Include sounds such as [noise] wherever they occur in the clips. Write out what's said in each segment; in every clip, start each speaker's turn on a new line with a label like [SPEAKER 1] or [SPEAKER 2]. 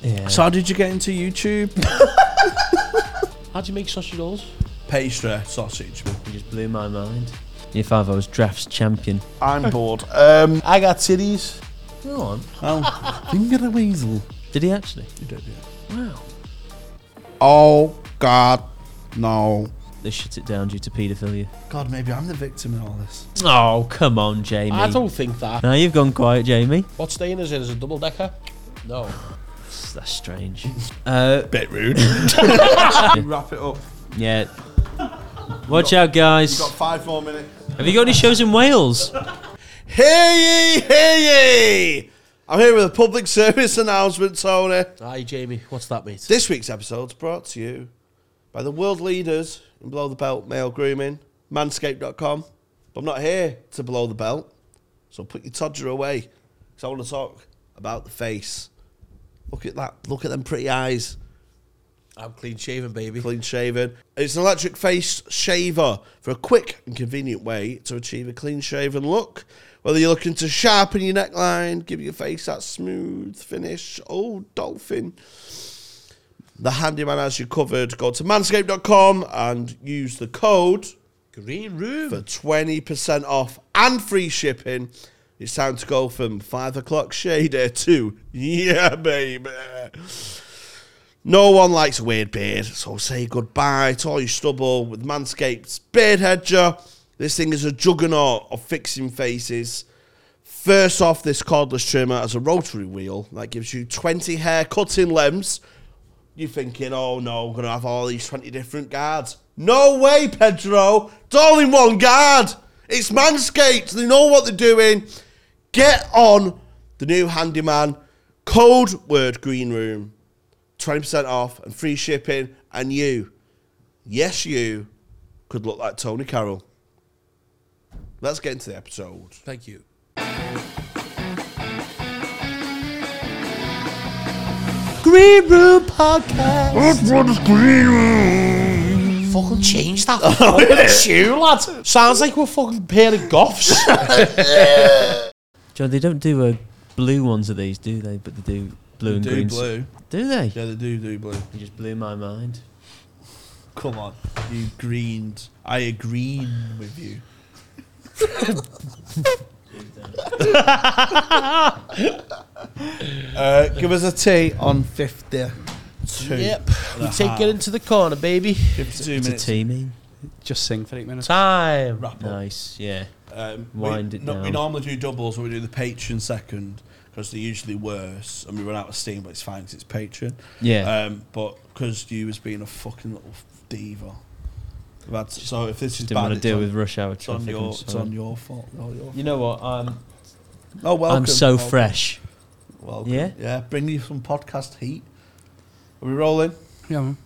[SPEAKER 1] Yeah.
[SPEAKER 2] So how did you get into YouTube?
[SPEAKER 1] How do you make sausage rolls?
[SPEAKER 2] Pastry, sausage.
[SPEAKER 1] You just blew my mind. Your Favo's drafts champion.
[SPEAKER 3] I'm bored. Um, I got titties.
[SPEAKER 1] Go on.
[SPEAKER 2] Oh, finger a weasel.
[SPEAKER 1] Did he actually?
[SPEAKER 2] You did, yeah.
[SPEAKER 1] Wow.
[SPEAKER 3] Oh God, no.
[SPEAKER 1] They shut it down due to paedophilia.
[SPEAKER 2] God, maybe I'm the victim in all this.
[SPEAKER 1] Oh, come on, Jamie.
[SPEAKER 4] I don't think that.
[SPEAKER 1] Now you've gone quiet, Jamie.
[SPEAKER 4] What stain is it? Is it double decker? No.
[SPEAKER 1] That's strange. Uh,
[SPEAKER 2] Bit rude.
[SPEAKER 3] [laughs] Wrap it up.
[SPEAKER 1] yeah. Watch out, guys.
[SPEAKER 3] five more minutes.
[SPEAKER 1] Have you got any shows in Wales?
[SPEAKER 2] Hey ye, hey ye! I'm here with a public service announcement, Tony.
[SPEAKER 4] Hi, Jamie. What's that, mate?
[SPEAKER 2] This week's episode is brought to you by the world leaders in below the belt male grooming, manscaped.com. But I'm not here to blow the belt, so put your todger away because I want to talk about the face. Look at that. Look at them pretty eyes.
[SPEAKER 4] I'm clean shaven, baby.
[SPEAKER 2] Clean shaven. It's an electric face shaver for a quick and convenient way to achieve a clean shaven look. Whether you're looking to sharpen your neckline, give your face that smooth finish, oh, dolphin. The handyman has you covered. Go to manscaped.com and use the code
[SPEAKER 4] Green room.
[SPEAKER 2] for 20% off and free shipping. It's time to go from 5 o'clock shader to yeah, baby. No one likes a weird beard, so say goodbye to all your stubble with Manscaped's Beard Hedger. This thing is a juggernaut of fixing faces. First off, this cordless trimmer has a rotary wheel that gives you 20 hair cutting lengths. You're thinking, oh no, I'm going to have all these 20 different guards. No way, Pedro! It's all in one guard! It's Manscaped, they know what they're doing. Get on the new handyman, code word green room, 20% off and free shipping, and you, yes, you could look like Tony Carroll. Let's get into the episode.
[SPEAKER 4] Thank you.
[SPEAKER 1] Green Room Podcast.
[SPEAKER 4] Fucking change
[SPEAKER 1] [laughs] Oh,
[SPEAKER 4] that fucking shoe, lad. Sounds like we're fucking pair of
[SPEAKER 1] [laughs]
[SPEAKER 4] goffs.
[SPEAKER 1] John, they don't do uh, blue ones of these, do they? But they do blue and green. Do they?
[SPEAKER 2] Yeah, they do do blue.
[SPEAKER 1] You just blew my mind.
[SPEAKER 2] Come on, you greened. I agree with
[SPEAKER 1] [laughs]
[SPEAKER 2] you. uh, give us a T on 52.
[SPEAKER 4] yep. We take it into the corner, baby.
[SPEAKER 2] 52
[SPEAKER 1] It's a
[SPEAKER 2] minutes.
[SPEAKER 1] teaming.
[SPEAKER 5] Just sing for eight minutes.
[SPEAKER 4] Time.
[SPEAKER 2] Wrap up.
[SPEAKER 1] Nice, yeah.
[SPEAKER 2] Um,
[SPEAKER 1] Wind
[SPEAKER 2] we,
[SPEAKER 1] it
[SPEAKER 2] no- we
[SPEAKER 1] down.
[SPEAKER 2] normally do doubles, but we do the patron second because they're usually worse, and we run out of steam. But it's fine 'cause it's patron.
[SPEAKER 1] Yeah.
[SPEAKER 2] Um, but because you was being a fucking little diva, I've had- so if this is
[SPEAKER 1] Didn't
[SPEAKER 2] bad,
[SPEAKER 1] want to
[SPEAKER 2] it's
[SPEAKER 1] deal
[SPEAKER 2] on-
[SPEAKER 1] with rush hour
[SPEAKER 2] It's on
[SPEAKER 1] traffic.
[SPEAKER 2] your,
[SPEAKER 1] I'm
[SPEAKER 2] it's
[SPEAKER 1] sorry.
[SPEAKER 2] on your fault. All your
[SPEAKER 1] You know what? Um,
[SPEAKER 2] Oh, welcome.
[SPEAKER 1] I'm so
[SPEAKER 2] welcome,
[SPEAKER 1] fresh.
[SPEAKER 2] Welcome.
[SPEAKER 1] Yeah?
[SPEAKER 2] yeah. Bring you some podcast heat. Are we rolling?
[SPEAKER 5] Yeah, man.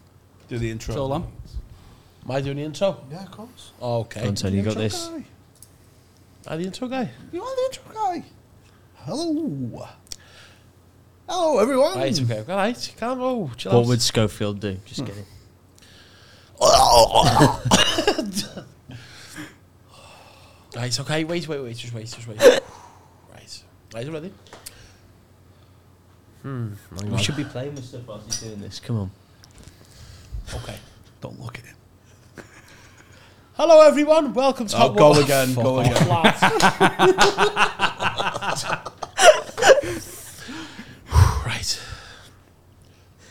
[SPEAKER 2] Do the intro.
[SPEAKER 5] It's all on.
[SPEAKER 4] Am I doing the intro?
[SPEAKER 2] Yeah, of course.
[SPEAKER 4] Okay.
[SPEAKER 1] Go on, Tony, you got
[SPEAKER 2] Intro
[SPEAKER 1] this.
[SPEAKER 2] guy.
[SPEAKER 4] Am I the intro guy?
[SPEAKER 2] You are the intro guy. Hello. Hello, everyone.
[SPEAKER 4] Right, okay. All right. Calm. Oh, chill
[SPEAKER 1] What
[SPEAKER 4] out.
[SPEAKER 1] would Schofield do? Just kidding.
[SPEAKER 4] Right, okay. Wait, wait, wait. Just wait, just
[SPEAKER 2] [laughs]
[SPEAKER 4] wait. right. Right, I'm ready.
[SPEAKER 1] We should be playing with stuff whilst he's doing this. Come on.
[SPEAKER 4] Okay.
[SPEAKER 2] [coughs] Don't look at him.
[SPEAKER 4] Hello, everyone. Welcome to
[SPEAKER 2] Oh,
[SPEAKER 4] Hot
[SPEAKER 2] go
[SPEAKER 4] Wa-
[SPEAKER 2] again,
[SPEAKER 4] Fuck
[SPEAKER 2] go
[SPEAKER 4] off,
[SPEAKER 2] again.
[SPEAKER 4] lads. [laughs] right.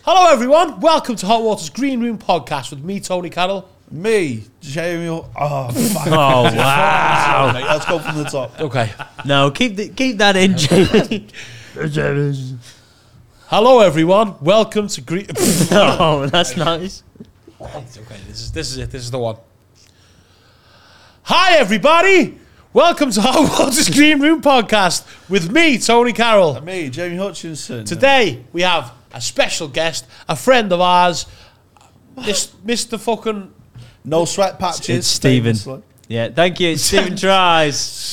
[SPEAKER 4] Hello, everyone. Welcome to Hot Water's Green Room podcast with me, Tony Carroll.
[SPEAKER 2] Me, Jamie.
[SPEAKER 1] [laughs]
[SPEAKER 2] Oh, fuck.
[SPEAKER 1] Oh wow!
[SPEAKER 2] Sorry, [laughs] mate. Let's go from the top.
[SPEAKER 4] Okay.
[SPEAKER 1] no, keep the, keep that [laughs] in, Jamie. [laughs]
[SPEAKER 4] Hello, everyone. Welcome to Green. [laughs]
[SPEAKER 1] no, Oh, that's nice.
[SPEAKER 4] It's okay. This is this is it. This is the one. Hi, everybody. Welcome to [laughs] Hot Water's Green Room podcast with me, Tony Carroll.
[SPEAKER 2] Me, Jamie Hutchinson.
[SPEAKER 4] Today we have a special guest, a friend of ours, this Mr. Fucking
[SPEAKER 2] No sweat patches.
[SPEAKER 1] It's Stephen.
[SPEAKER 2] famously.
[SPEAKER 1] Yeah, thank you. It's Stephen [laughs] tries.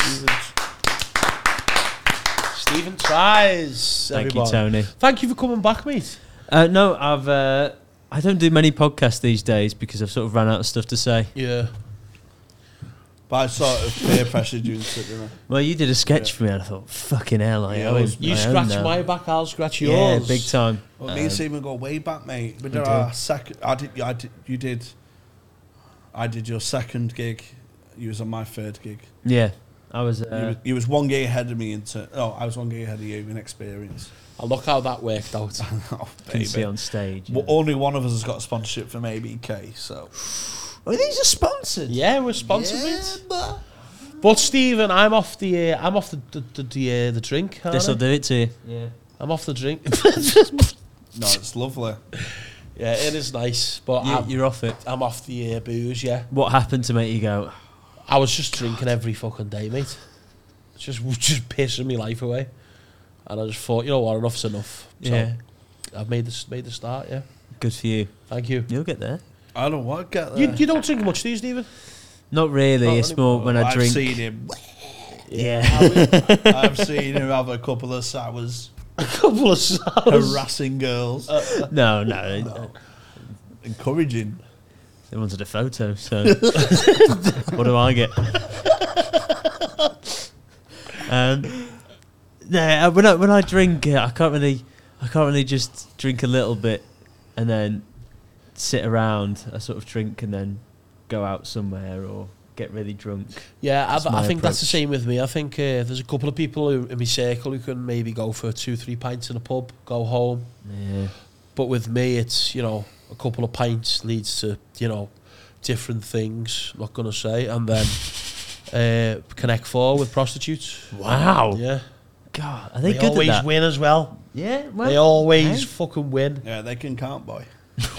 [SPEAKER 4] Stephen Tries.
[SPEAKER 1] Thank you,
[SPEAKER 4] everyone.
[SPEAKER 1] Tony.
[SPEAKER 4] Thank you for coming back, mate.
[SPEAKER 1] Uh, no, I've uh, I don't do many podcasts these days because I've sort of ran out of stuff to say.
[SPEAKER 4] Yeah.
[SPEAKER 2] But But I sort of peer pressured you into it, didn't
[SPEAKER 1] Well, you did a sketch for me, and I thought, fucking hell, I
[SPEAKER 2] Yeah,
[SPEAKER 1] owe
[SPEAKER 2] it
[SPEAKER 1] him.
[SPEAKER 2] was-
[SPEAKER 1] I
[SPEAKER 4] You
[SPEAKER 1] owe him
[SPEAKER 4] scratch
[SPEAKER 1] now.
[SPEAKER 4] my back, I'll scratch
[SPEAKER 1] Yeah,
[SPEAKER 4] yours.
[SPEAKER 1] big time.
[SPEAKER 2] I? Well, me
[SPEAKER 1] Um,
[SPEAKER 2] and Simon go way back, mate. We did
[SPEAKER 1] do.
[SPEAKER 2] our second. I did. I did. You did. I did your second gig. You was on my third gig.
[SPEAKER 1] Yeah, I was.
[SPEAKER 2] you,
[SPEAKER 1] Uh,
[SPEAKER 2] was, you was one gig ahead of me in ter- Oh, I was one gig ahead of you in experience. [laughs]
[SPEAKER 4] I look how that worked [laughs] out.
[SPEAKER 2] oh,
[SPEAKER 1] can see
[SPEAKER 2] baby.
[SPEAKER 1] on stage.
[SPEAKER 2] Well, only one of us has got a sponsorship from ABK, so
[SPEAKER 1] Are these are sponsored?
[SPEAKER 4] yeah, we're sponsored. it. But Stephen, I'm off the uh, I'm off the the the, the, uh, the drink. aren't
[SPEAKER 1] This will
[SPEAKER 4] I?
[SPEAKER 1] do it to you. Yeah.
[SPEAKER 4] I'm off the [laughs] drink.
[SPEAKER 2] no, it's lovely.
[SPEAKER 4] yeah, it is nice, but I'm,
[SPEAKER 1] You, are off it.
[SPEAKER 4] I'm off the uh, booze. Yeah,
[SPEAKER 1] What happened to make you go?
[SPEAKER 4] I was just drinking every fucking day, mate. It's Just [laughs] just pissing my life away, and I just thought, you know what, enough's enough. So
[SPEAKER 1] Yeah,
[SPEAKER 4] I've made this made the start. Yeah,
[SPEAKER 1] good for you.
[SPEAKER 4] thank you.
[SPEAKER 1] You'll get there.
[SPEAKER 2] I don't want to get there.
[SPEAKER 4] You, you don't drink much, do you, Stephen?
[SPEAKER 1] Not really.
[SPEAKER 4] Not
[SPEAKER 1] it's
[SPEAKER 4] really.
[SPEAKER 1] more when I
[SPEAKER 2] I've
[SPEAKER 1] drink.
[SPEAKER 2] seen
[SPEAKER 1] [laughs]
[SPEAKER 2] him.
[SPEAKER 1] Yeah.
[SPEAKER 2] I've seen him have a couple of sours
[SPEAKER 4] [laughs] couple of sours.
[SPEAKER 2] harassing girls,
[SPEAKER 1] [laughs] no, no. no.
[SPEAKER 2] encouraging.
[SPEAKER 1] They wanted a
[SPEAKER 4] [laughs]
[SPEAKER 1] photo, so what do I get? um, no, uh, when I when I drink, uh, I can't really, I can't really just drink a little bit and then sit around. I sort of drink and then go out somewhere or get really drunk.
[SPEAKER 4] Yeah,
[SPEAKER 1] That's
[SPEAKER 4] I, I
[SPEAKER 1] my
[SPEAKER 4] think that's the
[SPEAKER 1] approach.
[SPEAKER 4] same with me. I think uh, there's a couple of people who, in my circle who can maybe go for two, three pints in a pub, go home.
[SPEAKER 1] Yeah,
[SPEAKER 4] But with me, it's you know a couple of pints leads to you know different things. Not gonna say, and [laughs] then uh, connect four with prostitutes.
[SPEAKER 1] Wow.
[SPEAKER 4] Yeah,
[SPEAKER 1] God, are they,
[SPEAKER 4] Oh. they
[SPEAKER 1] good
[SPEAKER 4] always
[SPEAKER 1] at that?
[SPEAKER 4] win as well.
[SPEAKER 1] Yeah,
[SPEAKER 4] they always
[SPEAKER 1] hey.
[SPEAKER 4] fucking win.
[SPEAKER 2] Yeah, they can count,
[SPEAKER 1] [laughs]
[SPEAKER 2] boy.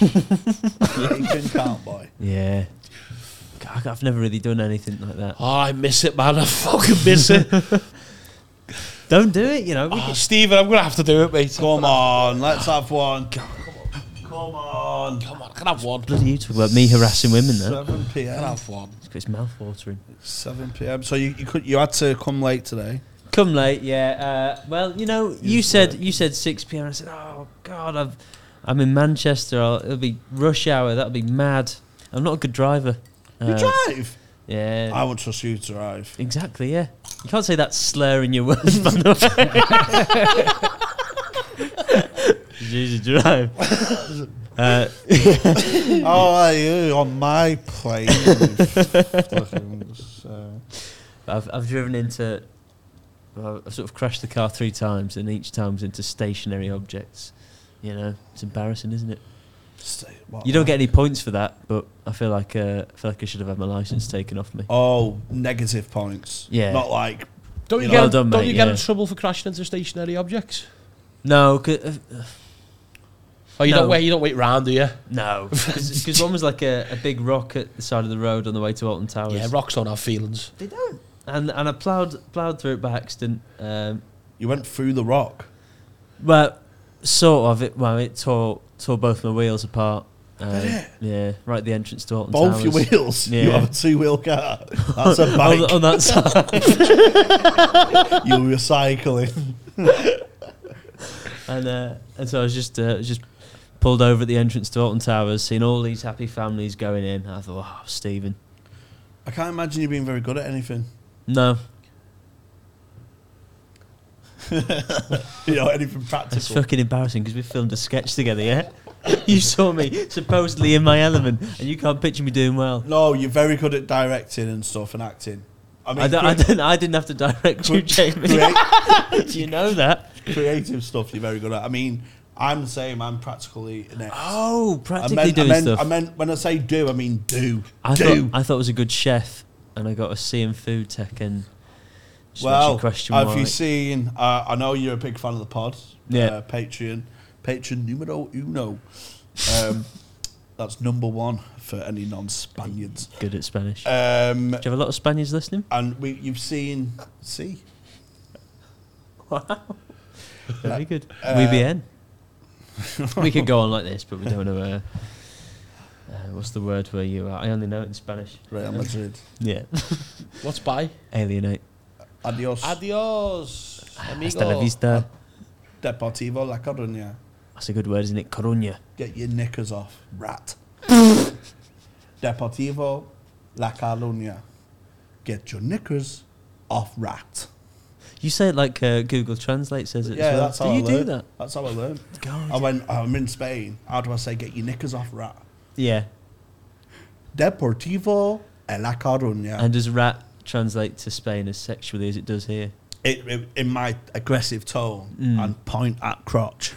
[SPEAKER 2] they can count, boy.
[SPEAKER 1] yeah. God, I've never really done anything like that.
[SPEAKER 4] Oh, I miss it, man. I fucking miss it. [laughs]
[SPEAKER 1] Don't do it, you know. we
[SPEAKER 4] oh, Stephen, I'm gonna have to do it, mate.
[SPEAKER 2] Come on, let's have one. Come on.
[SPEAKER 4] Come on, can I have one?
[SPEAKER 1] Bloody you talk about me harassing women though.
[SPEAKER 2] 7
[SPEAKER 4] Can I
[SPEAKER 2] p.m.
[SPEAKER 4] have one?
[SPEAKER 1] It's mouth watering.
[SPEAKER 2] 7 p.m. So you, you could you had to come late today.
[SPEAKER 1] Come late, yeah. Uh, well, you know, you
[SPEAKER 2] Yes,
[SPEAKER 1] said
[SPEAKER 2] sir.
[SPEAKER 1] you said six p.m. I said, oh god, I've, I'm in Manchester. I'll, it'll be rush hour. That'll be mad. I'm not a good driver. Uh,
[SPEAKER 2] drive.
[SPEAKER 1] Yeah,
[SPEAKER 2] I would trust you to drive.
[SPEAKER 1] exactly. Yeah, you can't say that slur in your words. by the way. Jesus, drive. Uh,
[SPEAKER 2] How are you on my
[SPEAKER 1] [laughs]
[SPEAKER 2] plane? Fucking, uh,
[SPEAKER 1] I've I've driven into. well, I've sort of crashed the car three times, and each time's into stationary objects. You know, it's embarrassing, isn't it?
[SPEAKER 2] stay- what-
[SPEAKER 1] You don't get any points for that, but I feel like uh, I feel like I should have had my license taken off me.
[SPEAKER 2] Oh, negative points.
[SPEAKER 1] Yeah.
[SPEAKER 2] Not like
[SPEAKER 4] Don't
[SPEAKER 2] You
[SPEAKER 4] you,
[SPEAKER 2] know-
[SPEAKER 4] get,
[SPEAKER 1] Well done,
[SPEAKER 4] don't
[SPEAKER 1] mate,
[SPEAKER 4] you get in
[SPEAKER 1] yeah.
[SPEAKER 4] trouble for crashing into stationary objects?
[SPEAKER 1] No, 'cause- uh, [sighs]
[SPEAKER 4] Oh, you
[SPEAKER 1] No.
[SPEAKER 4] don't wait. You don't wait round, do you?
[SPEAKER 2] [laughs]
[SPEAKER 1] no, because one was like a, a big rock at the side of the road on the way to Alton Towers.
[SPEAKER 4] Yeah, rocks don't have feelings.
[SPEAKER 1] they don't. And and I ploughed ploughed through it by accident. Um,
[SPEAKER 2] you went through the rock.
[SPEAKER 1] well, sort of it. Well, it tore tore both my wheels apart. Uh, Yeah, right at the entrance to Alton
[SPEAKER 2] Both
[SPEAKER 1] Towers.
[SPEAKER 2] your wheels. You
[SPEAKER 1] Yeah.
[SPEAKER 2] have a two wheel
[SPEAKER 1] [laughs]
[SPEAKER 2] car. That's a
[SPEAKER 1] on,
[SPEAKER 2] bike.
[SPEAKER 1] on
[SPEAKER 2] [laughs]
[SPEAKER 1] that side.
[SPEAKER 2] You're recycling.
[SPEAKER 1] and uh, and so I was just uh, just pulled over at the entrance to Alton Towers, seeing all these happy families going in. I thought, oh, Stephen,
[SPEAKER 2] I can't imagine you being very good at anything.
[SPEAKER 1] no,
[SPEAKER 2] [laughs] You know, anything
[SPEAKER 1] It's
[SPEAKER 2] practical.
[SPEAKER 1] fucking embarrassing because we filmed a sketch together, yeah? [laughs] you saw me supposedly in my element and you can't picture me doing well.
[SPEAKER 2] No, you're very good at directing and stuff and acting. I mean,
[SPEAKER 1] I, don't, I,
[SPEAKER 2] cre-
[SPEAKER 1] didn't, I didn't have to direct [laughs] you,
[SPEAKER 2] Good.
[SPEAKER 1] Jamie. Do you know that?
[SPEAKER 2] create- creative stuff you're very good at. I mean, I'm the same. I'm practically an ex.
[SPEAKER 1] Oh,
[SPEAKER 2] I
[SPEAKER 1] practically
[SPEAKER 2] meant, I
[SPEAKER 1] doing
[SPEAKER 2] meant,
[SPEAKER 1] stuff.
[SPEAKER 2] I meant when I say do, I mean do.
[SPEAKER 1] I,
[SPEAKER 2] do.
[SPEAKER 1] thought, I thought I was a good chef and I got a C in food tech and just makes
[SPEAKER 2] well,
[SPEAKER 1] you question
[SPEAKER 2] have
[SPEAKER 1] mark.
[SPEAKER 2] you seen? Uh, I know you're a big fan of the pod.
[SPEAKER 1] Yeah.
[SPEAKER 2] Uh, Patreon, patron numero uno. Um, [laughs] that's number one for any non-Spaniards.
[SPEAKER 1] Good at Spanish. Do
[SPEAKER 2] Um,
[SPEAKER 1] you have a lot of Spaniards listening?
[SPEAKER 2] and we, you've seen see.
[SPEAKER 1] Very good. we be in. Uh, [laughs] we could go on like this, but we don't know. Uh, uh, what's the word where you are? I only know it in Spanish.
[SPEAKER 2] Real Madrid.
[SPEAKER 1] Yeah.
[SPEAKER 4] What's by?
[SPEAKER 1] [laughs] Alienate.
[SPEAKER 2] Adios.
[SPEAKER 4] Adios,
[SPEAKER 1] Hasta
[SPEAKER 4] [laughs]
[SPEAKER 1] la
[SPEAKER 4] amigo.
[SPEAKER 1] vista.
[SPEAKER 2] Deportivo La Coruña.
[SPEAKER 1] That's a good word, isn't it? Coruña.
[SPEAKER 2] Get your knickers off, rat. Deportivo La Coruña. Get your knickers off racked.
[SPEAKER 1] You say it like uh, Google Translate says it.
[SPEAKER 2] Yeah,
[SPEAKER 1] as well.
[SPEAKER 2] that's how
[SPEAKER 1] do you
[SPEAKER 2] I
[SPEAKER 1] do
[SPEAKER 2] learned.
[SPEAKER 1] that?
[SPEAKER 2] That's how I learned.
[SPEAKER 1] God.
[SPEAKER 2] I went, I'm in Spain. How do I say get your knickers off rat?
[SPEAKER 1] yeah.
[SPEAKER 2] Deportivo en la Coruña.
[SPEAKER 1] And does rat translate to Spain as sexually as it does here?
[SPEAKER 2] it, it, in my aggressive tone
[SPEAKER 1] Mm.
[SPEAKER 2] and point at crotch.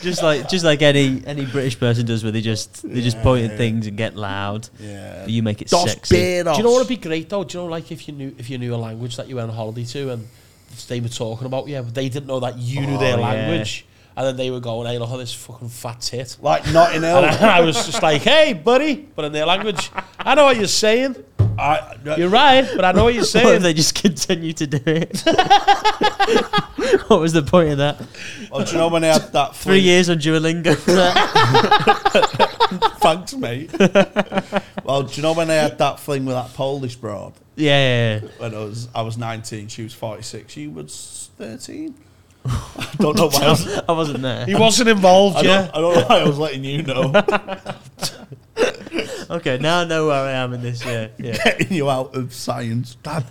[SPEAKER 1] just like just like any any British person does, where they just they just
[SPEAKER 2] Yeah,
[SPEAKER 1] point at
[SPEAKER 2] yeah.
[SPEAKER 1] things and get loud.
[SPEAKER 2] yeah. [laughs]
[SPEAKER 1] But you make it
[SPEAKER 2] Dos
[SPEAKER 1] sexy.
[SPEAKER 4] Do you know what would be great though? Do you know like if you knew if you knew a language that you went on holiday to and they were talking about yeah, but they didn't know that you knew their
[SPEAKER 1] Oh, yeah.
[SPEAKER 4] language, and then they were going, "Hey, look at this fucking fat
[SPEAKER 1] [laughs]
[SPEAKER 4] tit,"
[SPEAKER 2] Like Notting
[SPEAKER 4] and
[SPEAKER 1] Oh.
[SPEAKER 2] Hill.
[SPEAKER 4] I, I was just like, "Hey, buddy," but in their language, I know what you're saying.
[SPEAKER 2] I,
[SPEAKER 4] You're right, but I know what you're
[SPEAKER 1] What if [laughs]
[SPEAKER 4] saying.
[SPEAKER 1] they just continue to do it? [laughs] what was the point of that?
[SPEAKER 2] oh, do you know when I had that
[SPEAKER 1] Three
[SPEAKER 2] flea-
[SPEAKER 1] years
[SPEAKER 2] [laughs]
[SPEAKER 1] on Duolingo.
[SPEAKER 2] Thanks, mate. [laughs] well, do you know when I had that fling with that Polish broad?
[SPEAKER 1] yeah, yeah, yeah.
[SPEAKER 2] When I was I was 19, she was 46, she was 13. [laughs] I don't know why. I, was,
[SPEAKER 1] I wasn't there.
[SPEAKER 4] He wasn't involved,
[SPEAKER 2] I,
[SPEAKER 4] yeah.
[SPEAKER 2] don't, I don't know why I was letting you know,
[SPEAKER 1] Okay, now I know where I am in this. Yeah, yeah.
[SPEAKER 2] [laughs] getting you out of science, Dad.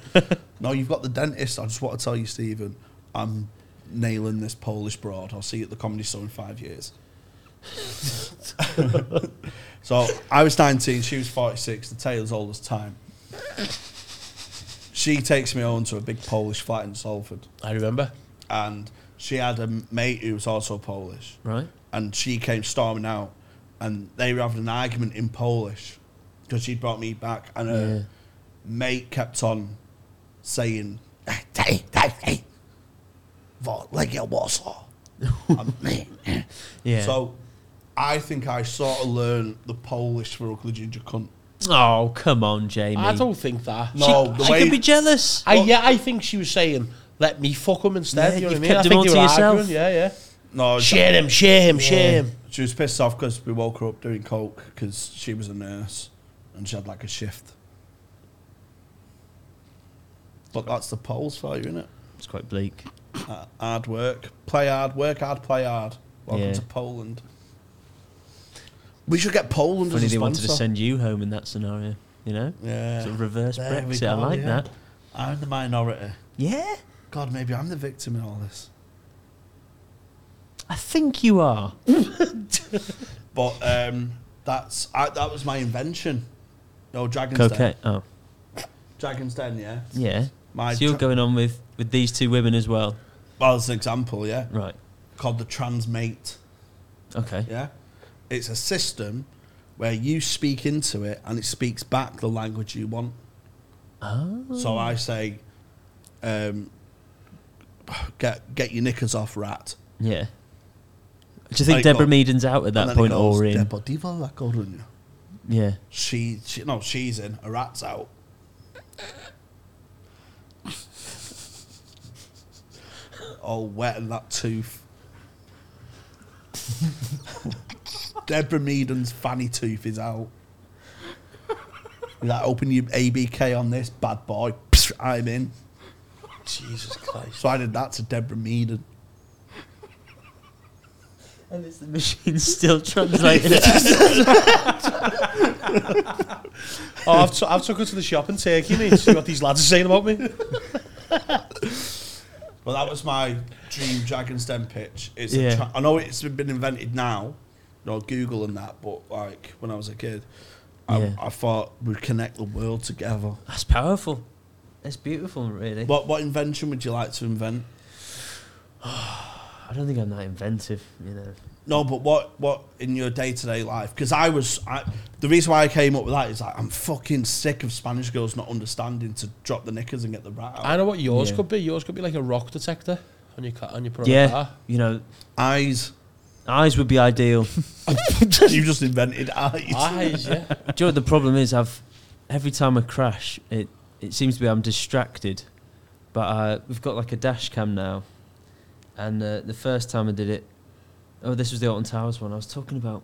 [SPEAKER 2] no, you've got the dentist. I just want to tell you, Stephen, I'm nailing this Polish broad. I'll see you at the comedy store in five years. [laughs] so I was 19, she was 46, the tail's old as time. She takes me home to a big Polish flat in Salford.
[SPEAKER 4] I remember.
[SPEAKER 2] and she had a mate who was also Polish,
[SPEAKER 1] Right.
[SPEAKER 2] and she came storming out, and they were having an argument in Polish because she'd brought me back, and her
[SPEAKER 1] Yeah.
[SPEAKER 2] mate kept on saying, "Hey, hey, hey, Vo- like your
[SPEAKER 1] [laughs]
[SPEAKER 2] Warsaw." And me.
[SPEAKER 1] Yeah.
[SPEAKER 2] So, I think I sort of learned the Polish for Ugly Ginger Cunt.
[SPEAKER 1] oh come on, Jamie.
[SPEAKER 4] I don't think that.
[SPEAKER 2] No. Oh, the
[SPEAKER 1] she
[SPEAKER 2] way-
[SPEAKER 1] could be jealous.
[SPEAKER 4] I, yeah, I think she was saying, "Let me fuck him instead." you
[SPEAKER 1] Yeah,
[SPEAKER 4] know what I
[SPEAKER 1] you've
[SPEAKER 4] mean? I
[SPEAKER 1] kept him
[SPEAKER 4] think
[SPEAKER 1] all
[SPEAKER 4] they were
[SPEAKER 1] to yourself.
[SPEAKER 4] arguing, Yeah, yeah.
[SPEAKER 2] No,
[SPEAKER 4] Share him, share him, share
[SPEAKER 1] Yeah.
[SPEAKER 4] him.
[SPEAKER 1] [laughs]
[SPEAKER 2] she was pissed off because we woke her up doing coke because she was a nurse and she had like a shift. But that's the polls for you, isn't it?
[SPEAKER 1] It's quite bleak.
[SPEAKER 2] hard work, play hard, work hard, play hard. Welcome
[SPEAKER 1] Yeah.
[SPEAKER 2] to Poland. We should get Poland
[SPEAKER 1] Funny
[SPEAKER 2] as a
[SPEAKER 1] they wanted to
[SPEAKER 2] sponsor.
[SPEAKER 1] send you home in that scenario. You know,
[SPEAKER 2] yeah,
[SPEAKER 1] sort of reverse
[SPEAKER 2] There we
[SPEAKER 1] Brexit. I
[SPEAKER 2] go,
[SPEAKER 1] like
[SPEAKER 2] yeah.
[SPEAKER 1] that.
[SPEAKER 2] I'm the minority.
[SPEAKER 1] Yeah,
[SPEAKER 2] God, maybe I'm the victim in all this.
[SPEAKER 1] I think you are.
[SPEAKER 2] But um, that's I, that was my invention. No, Dragon's Den.
[SPEAKER 1] Cocaine. Oh,
[SPEAKER 2] Dragon's Den, yeah.
[SPEAKER 1] yeah.
[SPEAKER 2] My
[SPEAKER 1] So you're
[SPEAKER 2] tra-
[SPEAKER 1] going on with with these two women as well,
[SPEAKER 2] well, as an example, yeah.
[SPEAKER 1] right?
[SPEAKER 2] Called the Transmate.
[SPEAKER 1] Okay.
[SPEAKER 2] Yeah. It's a system where you speak into it and it speaks back the language you want.
[SPEAKER 1] Oh.
[SPEAKER 2] So I say, um, [sighs] get get your knickers off, rat.
[SPEAKER 1] Yeah. Do you
[SPEAKER 2] Like,
[SPEAKER 1] think Deborah
[SPEAKER 2] oh,
[SPEAKER 1] Meaden's out at
[SPEAKER 2] And
[SPEAKER 1] that
[SPEAKER 2] then it
[SPEAKER 1] point
[SPEAKER 2] goes,
[SPEAKER 1] or in?
[SPEAKER 2] "Deportivo La Coruña."
[SPEAKER 1] Yeah.
[SPEAKER 2] She, she, no, she's in. A rat's out. All wet and Oh, that tooth. Deborah Meaden's fanny tooth is out. That open your ABK on this bad boy. I'm in.
[SPEAKER 4] Jesus Christ.
[SPEAKER 2] So I did that to Deborah Meaden.
[SPEAKER 1] And it's the machine [laughs] still translating.
[SPEAKER 4] Oh, I've, t- I've took her to the shop in Turkey, mate. See what these lads are saying about me.
[SPEAKER 2] Well, that was my dream Dragon's Den pitch. It's
[SPEAKER 1] Yeah.
[SPEAKER 2] a tra- I know it's been invented now, you know, Google and that, but like when I was a kid, I,
[SPEAKER 1] Yeah.
[SPEAKER 2] I thought we'd connect the world together.
[SPEAKER 1] That's powerful. That's beautiful, really.
[SPEAKER 2] What what invention would you like to invent?
[SPEAKER 1] I don't think I'm that inventive, you know.
[SPEAKER 2] No, but what what in your day to day life? Because I was I, the reason why I came up with that is like I'm fucking sick of Spanish girls not understanding to drop the knickers and get the rat out.
[SPEAKER 4] I know what yours
[SPEAKER 1] Yeah.
[SPEAKER 4] could be. Yours could be like a rock detector on your car, on your put on a
[SPEAKER 1] Yeah,
[SPEAKER 4] car.
[SPEAKER 1] you know,
[SPEAKER 2] Eyes,
[SPEAKER 1] eyes would be ideal.
[SPEAKER 2] you just invented
[SPEAKER 1] [laughs]
[SPEAKER 2] eyes.
[SPEAKER 4] Eyes, yeah.
[SPEAKER 1] Do you know what the problem is? I've every time I crash, it it seems to be I'm distracted. But uh, we've got like a dash cam now, and uh, the first time I did it, oh, this was the Alton Towers one. I was talking about,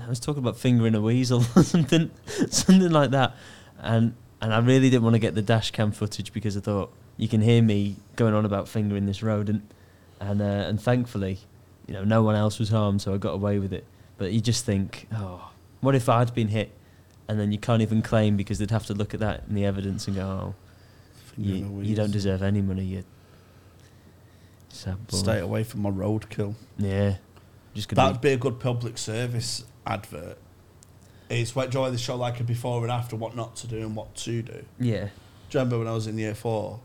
[SPEAKER 1] I was talking about fingering a weasel [laughs] or something, something like that, and and I really didn't want to get the dash cam footage because I thought you can hear me going on about fingering this rodent, and uh, and thankfully, you know, no one else was harmed, so I got away with it. But you just think, oh, what if I'd been hit and then you can't even claim because they'd have to look at that in the evidence and go, "Oh,
[SPEAKER 2] Finger in the
[SPEAKER 1] you, you
[SPEAKER 2] wheels.
[SPEAKER 1] don't deserve any money." You sad boy.
[SPEAKER 2] Stay away from my roadkill.
[SPEAKER 1] Yeah, just gonna.
[SPEAKER 2] That'd be a good public service advert. It's what Joy the show like a before and after, what not to do and what to do. Do you
[SPEAKER 1] be- yeah,
[SPEAKER 2] remember when I was in year four?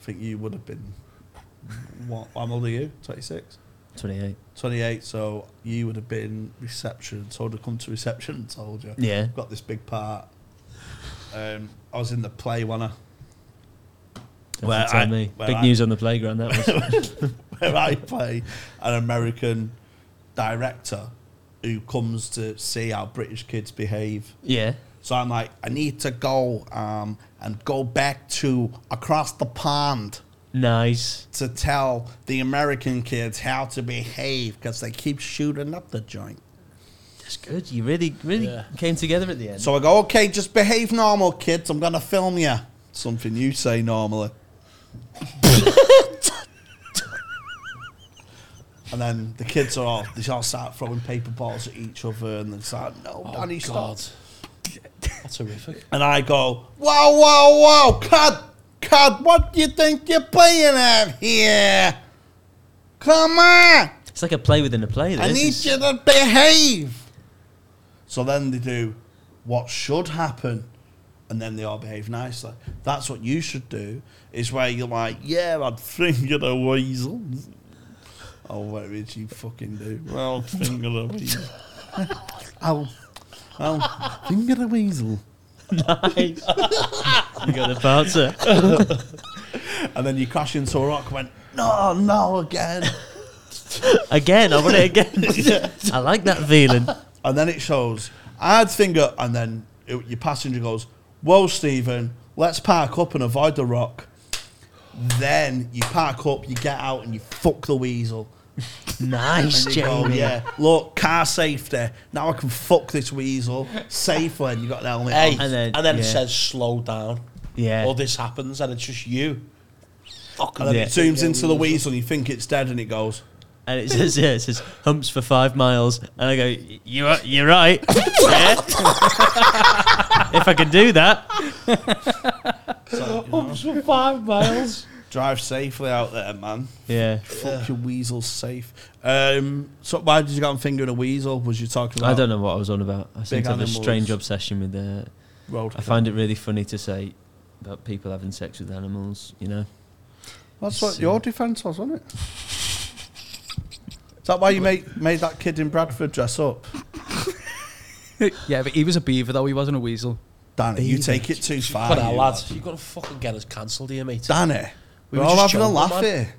[SPEAKER 2] I think you would have been. What? I'm older than you, 26,
[SPEAKER 1] twenty-eight.
[SPEAKER 2] 28. So you would have been reception. So I'd have come to reception and told you.
[SPEAKER 1] Yeah,
[SPEAKER 2] I've got this big part. Um, I was in the play when I
[SPEAKER 1] don't
[SPEAKER 2] Well,
[SPEAKER 1] tell
[SPEAKER 2] I-
[SPEAKER 1] me.
[SPEAKER 2] well,
[SPEAKER 1] Big
[SPEAKER 2] I-
[SPEAKER 1] news on the playground. That was
[SPEAKER 2] [laughs] [laughs] where I play an American director who comes to see how British kids behave.
[SPEAKER 1] yeah.
[SPEAKER 2] So I'm like, I need to go um, and go back to across the pond
[SPEAKER 1] Nice.
[SPEAKER 2] to tell the American kids how to behave because they keep shooting up the joint.
[SPEAKER 1] That's good. You really, really
[SPEAKER 4] Yeah.
[SPEAKER 1] came together at the end.
[SPEAKER 2] So I go, okay, just behave normal, kids. I'm going to film you. Something you say normally. and then the kids are all, they all start throwing paper balls at each other and they start, no,
[SPEAKER 4] Oh,
[SPEAKER 2] Danny, stop.
[SPEAKER 4] God. That's horrific.
[SPEAKER 2] And I go, whoa, whoa, whoa, cut, cut, what do you think you're playing at here? Come on.
[SPEAKER 1] It's like a play within a play. This.
[SPEAKER 2] I need
[SPEAKER 1] It's-
[SPEAKER 2] you to behave. So then they do what should happen, and then they all behave nicely. That's what you should do. Is where you're like, yeah, I'd finger the weasels. Oh, whatever it is you fucking do. Well, finger the weasel. I'll, I'll finger the weasel.
[SPEAKER 1] Nice. [laughs] you got the bouncer.
[SPEAKER 2] And then you crash into a rock. and Went no, no
[SPEAKER 1] [laughs]
[SPEAKER 2] again.
[SPEAKER 1] Again, I want
[SPEAKER 2] [laughs]
[SPEAKER 1] it again. I like that feeling.
[SPEAKER 2] And then it shows I'd finger, and then it, your passenger goes, "Whoa, Stephen, let's park up and avoid the rock." Then you park up, you get out, and you fuck the weasel.
[SPEAKER 1] Nice,
[SPEAKER 2] And you go,
[SPEAKER 1] Jamie.
[SPEAKER 2] yeah, look, car safety. Now I can fuck this weasel safely. And you got the helmet on.
[SPEAKER 4] Hey,
[SPEAKER 1] And
[SPEAKER 4] and
[SPEAKER 1] then-
[SPEAKER 4] then,
[SPEAKER 1] yeah.
[SPEAKER 4] it says slow down.
[SPEAKER 1] Yeah.
[SPEAKER 2] "Oh,
[SPEAKER 4] Or this happens and it's just you.
[SPEAKER 2] And then
[SPEAKER 1] yeah.
[SPEAKER 2] it zooms into the weasel, and you think it's dead, and it goes.
[SPEAKER 1] And it says, yeah, it says humps for five miles. And I go, "Y- you are, you're right. Yeah. [laughs] if I can do that.
[SPEAKER 2] So, you know,
[SPEAKER 4] for five miles.
[SPEAKER 2] drive safely out there, man.
[SPEAKER 1] Yeah.
[SPEAKER 2] Fuck your weasel safe. Um, so why did you go and finger a weasel? Was you talking about?
[SPEAKER 1] I don't know what I was on about. I seem
[SPEAKER 2] Big
[SPEAKER 1] to have a
[SPEAKER 2] animals.
[SPEAKER 1] strange obsession with the.
[SPEAKER 2] Road.
[SPEAKER 1] I find it really funny to say about people having sex with animals, you know?
[SPEAKER 2] That's
[SPEAKER 1] It's,
[SPEAKER 2] what
[SPEAKER 1] uh,
[SPEAKER 2] your defence was, wasn't it? [laughs] Is that why you made, made that kid in Bradford dress up?
[SPEAKER 5] yeah, but he was a beaver though. He wasn't a weasel.
[SPEAKER 2] Danny, you take it too far.
[SPEAKER 4] Come on,
[SPEAKER 2] Ah, you
[SPEAKER 4] lad. You're going to fucking get us cancelled here, mate.
[SPEAKER 2] Danny, we
[SPEAKER 4] were
[SPEAKER 2] are all
[SPEAKER 4] just
[SPEAKER 2] having a
[SPEAKER 4] joking,
[SPEAKER 2] laugh
[SPEAKER 4] man.
[SPEAKER 2] here.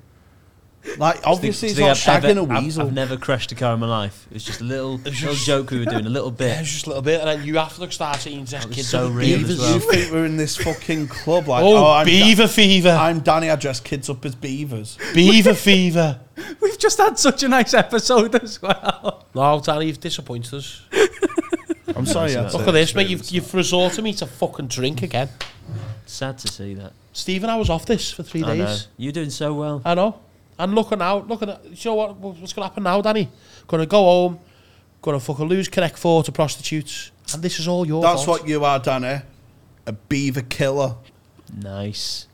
[SPEAKER 2] Like, obviously,
[SPEAKER 1] Do
[SPEAKER 2] he's
[SPEAKER 1] you
[SPEAKER 2] not
[SPEAKER 1] think I've
[SPEAKER 2] shagging
[SPEAKER 1] ever-
[SPEAKER 2] a
[SPEAKER 1] I've-
[SPEAKER 2] weasel.
[SPEAKER 1] I've, never crashed a car in my life. It was just
[SPEAKER 2] [laughs]
[SPEAKER 1] a little, little
[SPEAKER 4] just-
[SPEAKER 1] joke we were doing, a little
[SPEAKER 4] Yeah,
[SPEAKER 1] bit.
[SPEAKER 4] it's just a little bit. And then you have to look start seeing these
[SPEAKER 1] was
[SPEAKER 4] kids.
[SPEAKER 1] so
[SPEAKER 4] with
[SPEAKER 1] real as
[SPEAKER 4] beavers.
[SPEAKER 1] well.
[SPEAKER 2] You think we're in this fucking club? Like,
[SPEAKER 4] Oh,
[SPEAKER 2] I'm, Da-
[SPEAKER 4] beaver fever.
[SPEAKER 2] I'm Danny, I dress kids up as beavers.
[SPEAKER 4] beaver fever.
[SPEAKER 5] We've just had such a nice episode [laughs] as well.
[SPEAKER 4] No, Danny, you've disappointed us. [laughs]
[SPEAKER 2] I'm sorry, I had
[SPEAKER 4] Look
[SPEAKER 2] to-
[SPEAKER 4] at this, mate. You've, you've resorted me to fucking drink again.
[SPEAKER 1] Sad to see that.
[SPEAKER 4] Stephen, I was off this for three
[SPEAKER 1] I know.
[SPEAKER 4] days.
[SPEAKER 1] You're doing so well.
[SPEAKER 4] I know. And looking out, looking at, you know what, what's going to happen now, Danny? Going to go home, going to fucking lose Connect 4 to prostitutes. And this is all your
[SPEAKER 2] That's
[SPEAKER 4] fault.
[SPEAKER 2] what you are, Danny. A beaver killer.
[SPEAKER 1] Nice.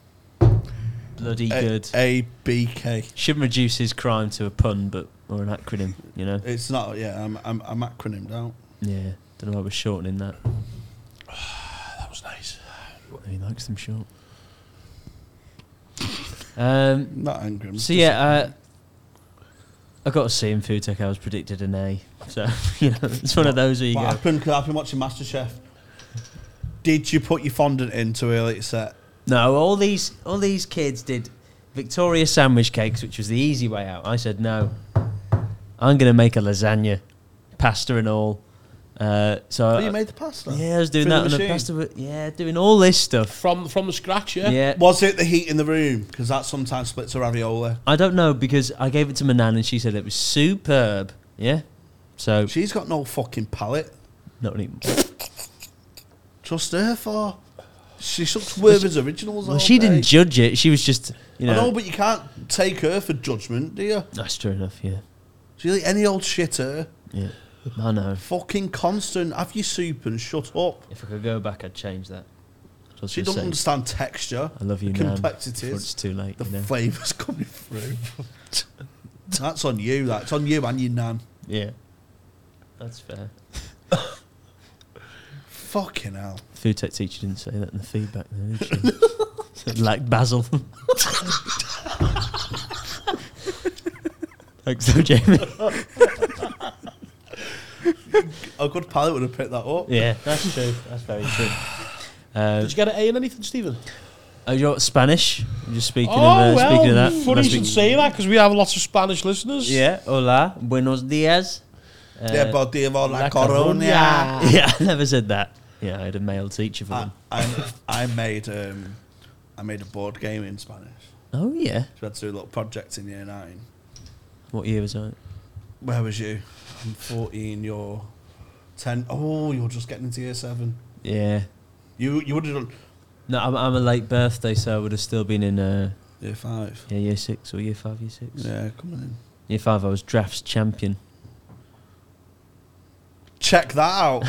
[SPEAKER 1] Bloody
[SPEAKER 2] A-
[SPEAKER 1] good.
[SPEAKER 2] A-B-K.
[SPEAKER 1] Should reduce his crime to a pun, but or an acronym, you know?
[SPEAKER 2] It's not, yeah, I'm, I'm, I'm acronymed out.
[SPEAKER 1] Yeah. Don't know why we're shortening that.
[SPEAKER 4] That was nice.
[SPEAKER 1] He likes them short. Um,
[SPEAKER 2] Not angry. I'm
[SPEAKER 1] so yeah, uh, I got to see him. Food Tech. I was predicted an A. So [laughs] you know, it's one of those where you
[SPEAKER 2] What
[SPEAKER 1] go.
[SPEAKER 2] happened? 'Cause I've been watching MasterChef. Did you put your fondant in too early to
[SPEAKER 1] Uh,
[SPEAKER 2] set?
[SPEAKER 1] No, all these all these kids did Victoria sandwich cakes, which was the easy way out. I said no. I'm gonna make a lasagna, pasta and all. Uh, so
[SPEAKER 2] Oh,
[SPEAKER 1] I-
[SPEAKER 2] you made the pasta.
[SPEAKER 1] yeah, I was doing
[SPEAKER 2] Through
[SPEAKER 1] that
[SPEAKER 2] the
[SPEAKER 1] on the
[SPEAKER 2] machine?
[SPEAKER 1] pasta. wa- Yeah, doing all this stuff.
[SPEAKER 4] From from the scratch, yeah?
[SPEAKER 1] Yeah.
[SPEAKER 2] Was it the heat in the room? Because that sometimes splits a ravioli.
[SPEAKER 1] I don't know because I gave it to my nan and she said it was superb. Yeah, so
[SPEAKER 2] She's got no fucking palate.
[SPEAKER 1] not really.
[SPEAKER 2] Trust her for. She sucks Werther's originals.
[SPEAKER 1] Well,
[SPEAKER 2] all
[SPEAKER 1] she
[SPEAKER 2] day.
[SPEAKER 1] didn't judge it. She was just you know.
[SPEAKER 2] I know, but you can't take her for judgment, do you?
[SPEAKER 1] that's true enough. Yeah,
[SPEAKER 2] [sighs] She's like any old shitter.
[SPEAKER 1] yeah. I know.
[SPEAKER 2] Fucking constant. Have your soup and shut up.
[SPEAKER 1] If I could go back, I'd change that. Just
[SPEAKER 2] She
[SPEAKER 1] to
[SPEAKER 2] doesn't
[SPEAKER 1] say,
[SPEAKER 2] understand texture.
[SPEAKER 1] I love you,
[SPEAKER 2] the
[SPEAKER 1] Nan.
[SPEAKER 2] complexities,
[SPEAKER 1] Before it's too late,
[SPEAKER 2] The
[SPEAKER 1] you know.
[SPEAKER 2] flavours coming through.
[SPEAKER 1] [laughs]
[SPEAKER 2] That's on you. That's on you and your nan.
[SPEAKER 1] yeah, that's fair.
[SPEAKER 2] Fucking hell.
[SPEAKER 1] Food tech teacher didn't say that in the feedback, though,
[SPEAKER 4] [laughs]
[SPEAKER 1] did she? Said, like basil. Thanks, though, Jamie.
[SPEAKER 2] A good palate would have picked that up.
[SPEAKER 1] Yeah, that's true. That's very true. Uh,
[SPEAKER 4] Did you get an A in anything, Stephen?
[SPEAKER 1] oh, you're Spanish. I'm just speaking
[SPEAKER 4] oh,
[SPEAKER 1] of uh,
[SPEAKER 4] well,
[SPEAKER 1] speaking of that.
[SPEAKER 4] funny
[SPEAKER 1] last
[SPEAKER 4] you should
[SPEAKER 1] week-
[SPEAKER 4] say that because we have lots of Spanish listeners.
[SPEAKER 1] Yeah, hola, buenos dias. Uh,
[SPEAKER 2] Yeah, but de la,
[SPEAKER 4] La
[SPEAKER 2] coronia.
[SPEAKER 1] [laughs] yeah, I never said that. Yeah, I had a male teacher
[SPEAKER 4] Ah.
[SPEAKER 1] for
[SPEAKER 2] I,
[SPEAKER 1] them.
[SPEAKER 2] I, I made um, I made a board game in Spanish.
[SPEAKER 1] Oh yeah,
[SPEAKER 2] So we had to do a little project in year nine.
[SPEAKER 1] what year was I?
[SPEAKER 2] Where was you? I'm 14. You're 10. Oh, you're just getting into year seven.
[SPEAKER 1] Yeah,
[SPEAKER 2] You you would have done
[SPEAKER 1] no, I'm, I'm a late birthday, so I would have still been in uh,
[SPEAKER 2] year five.
[SPEAKER 1] yeah, year six or year five, year six.
[SPEAKER 2] Yeah, come on in.
[SPEAKER 1] Year five, I was drafts champion.
[SPEAKER 2] Check that out.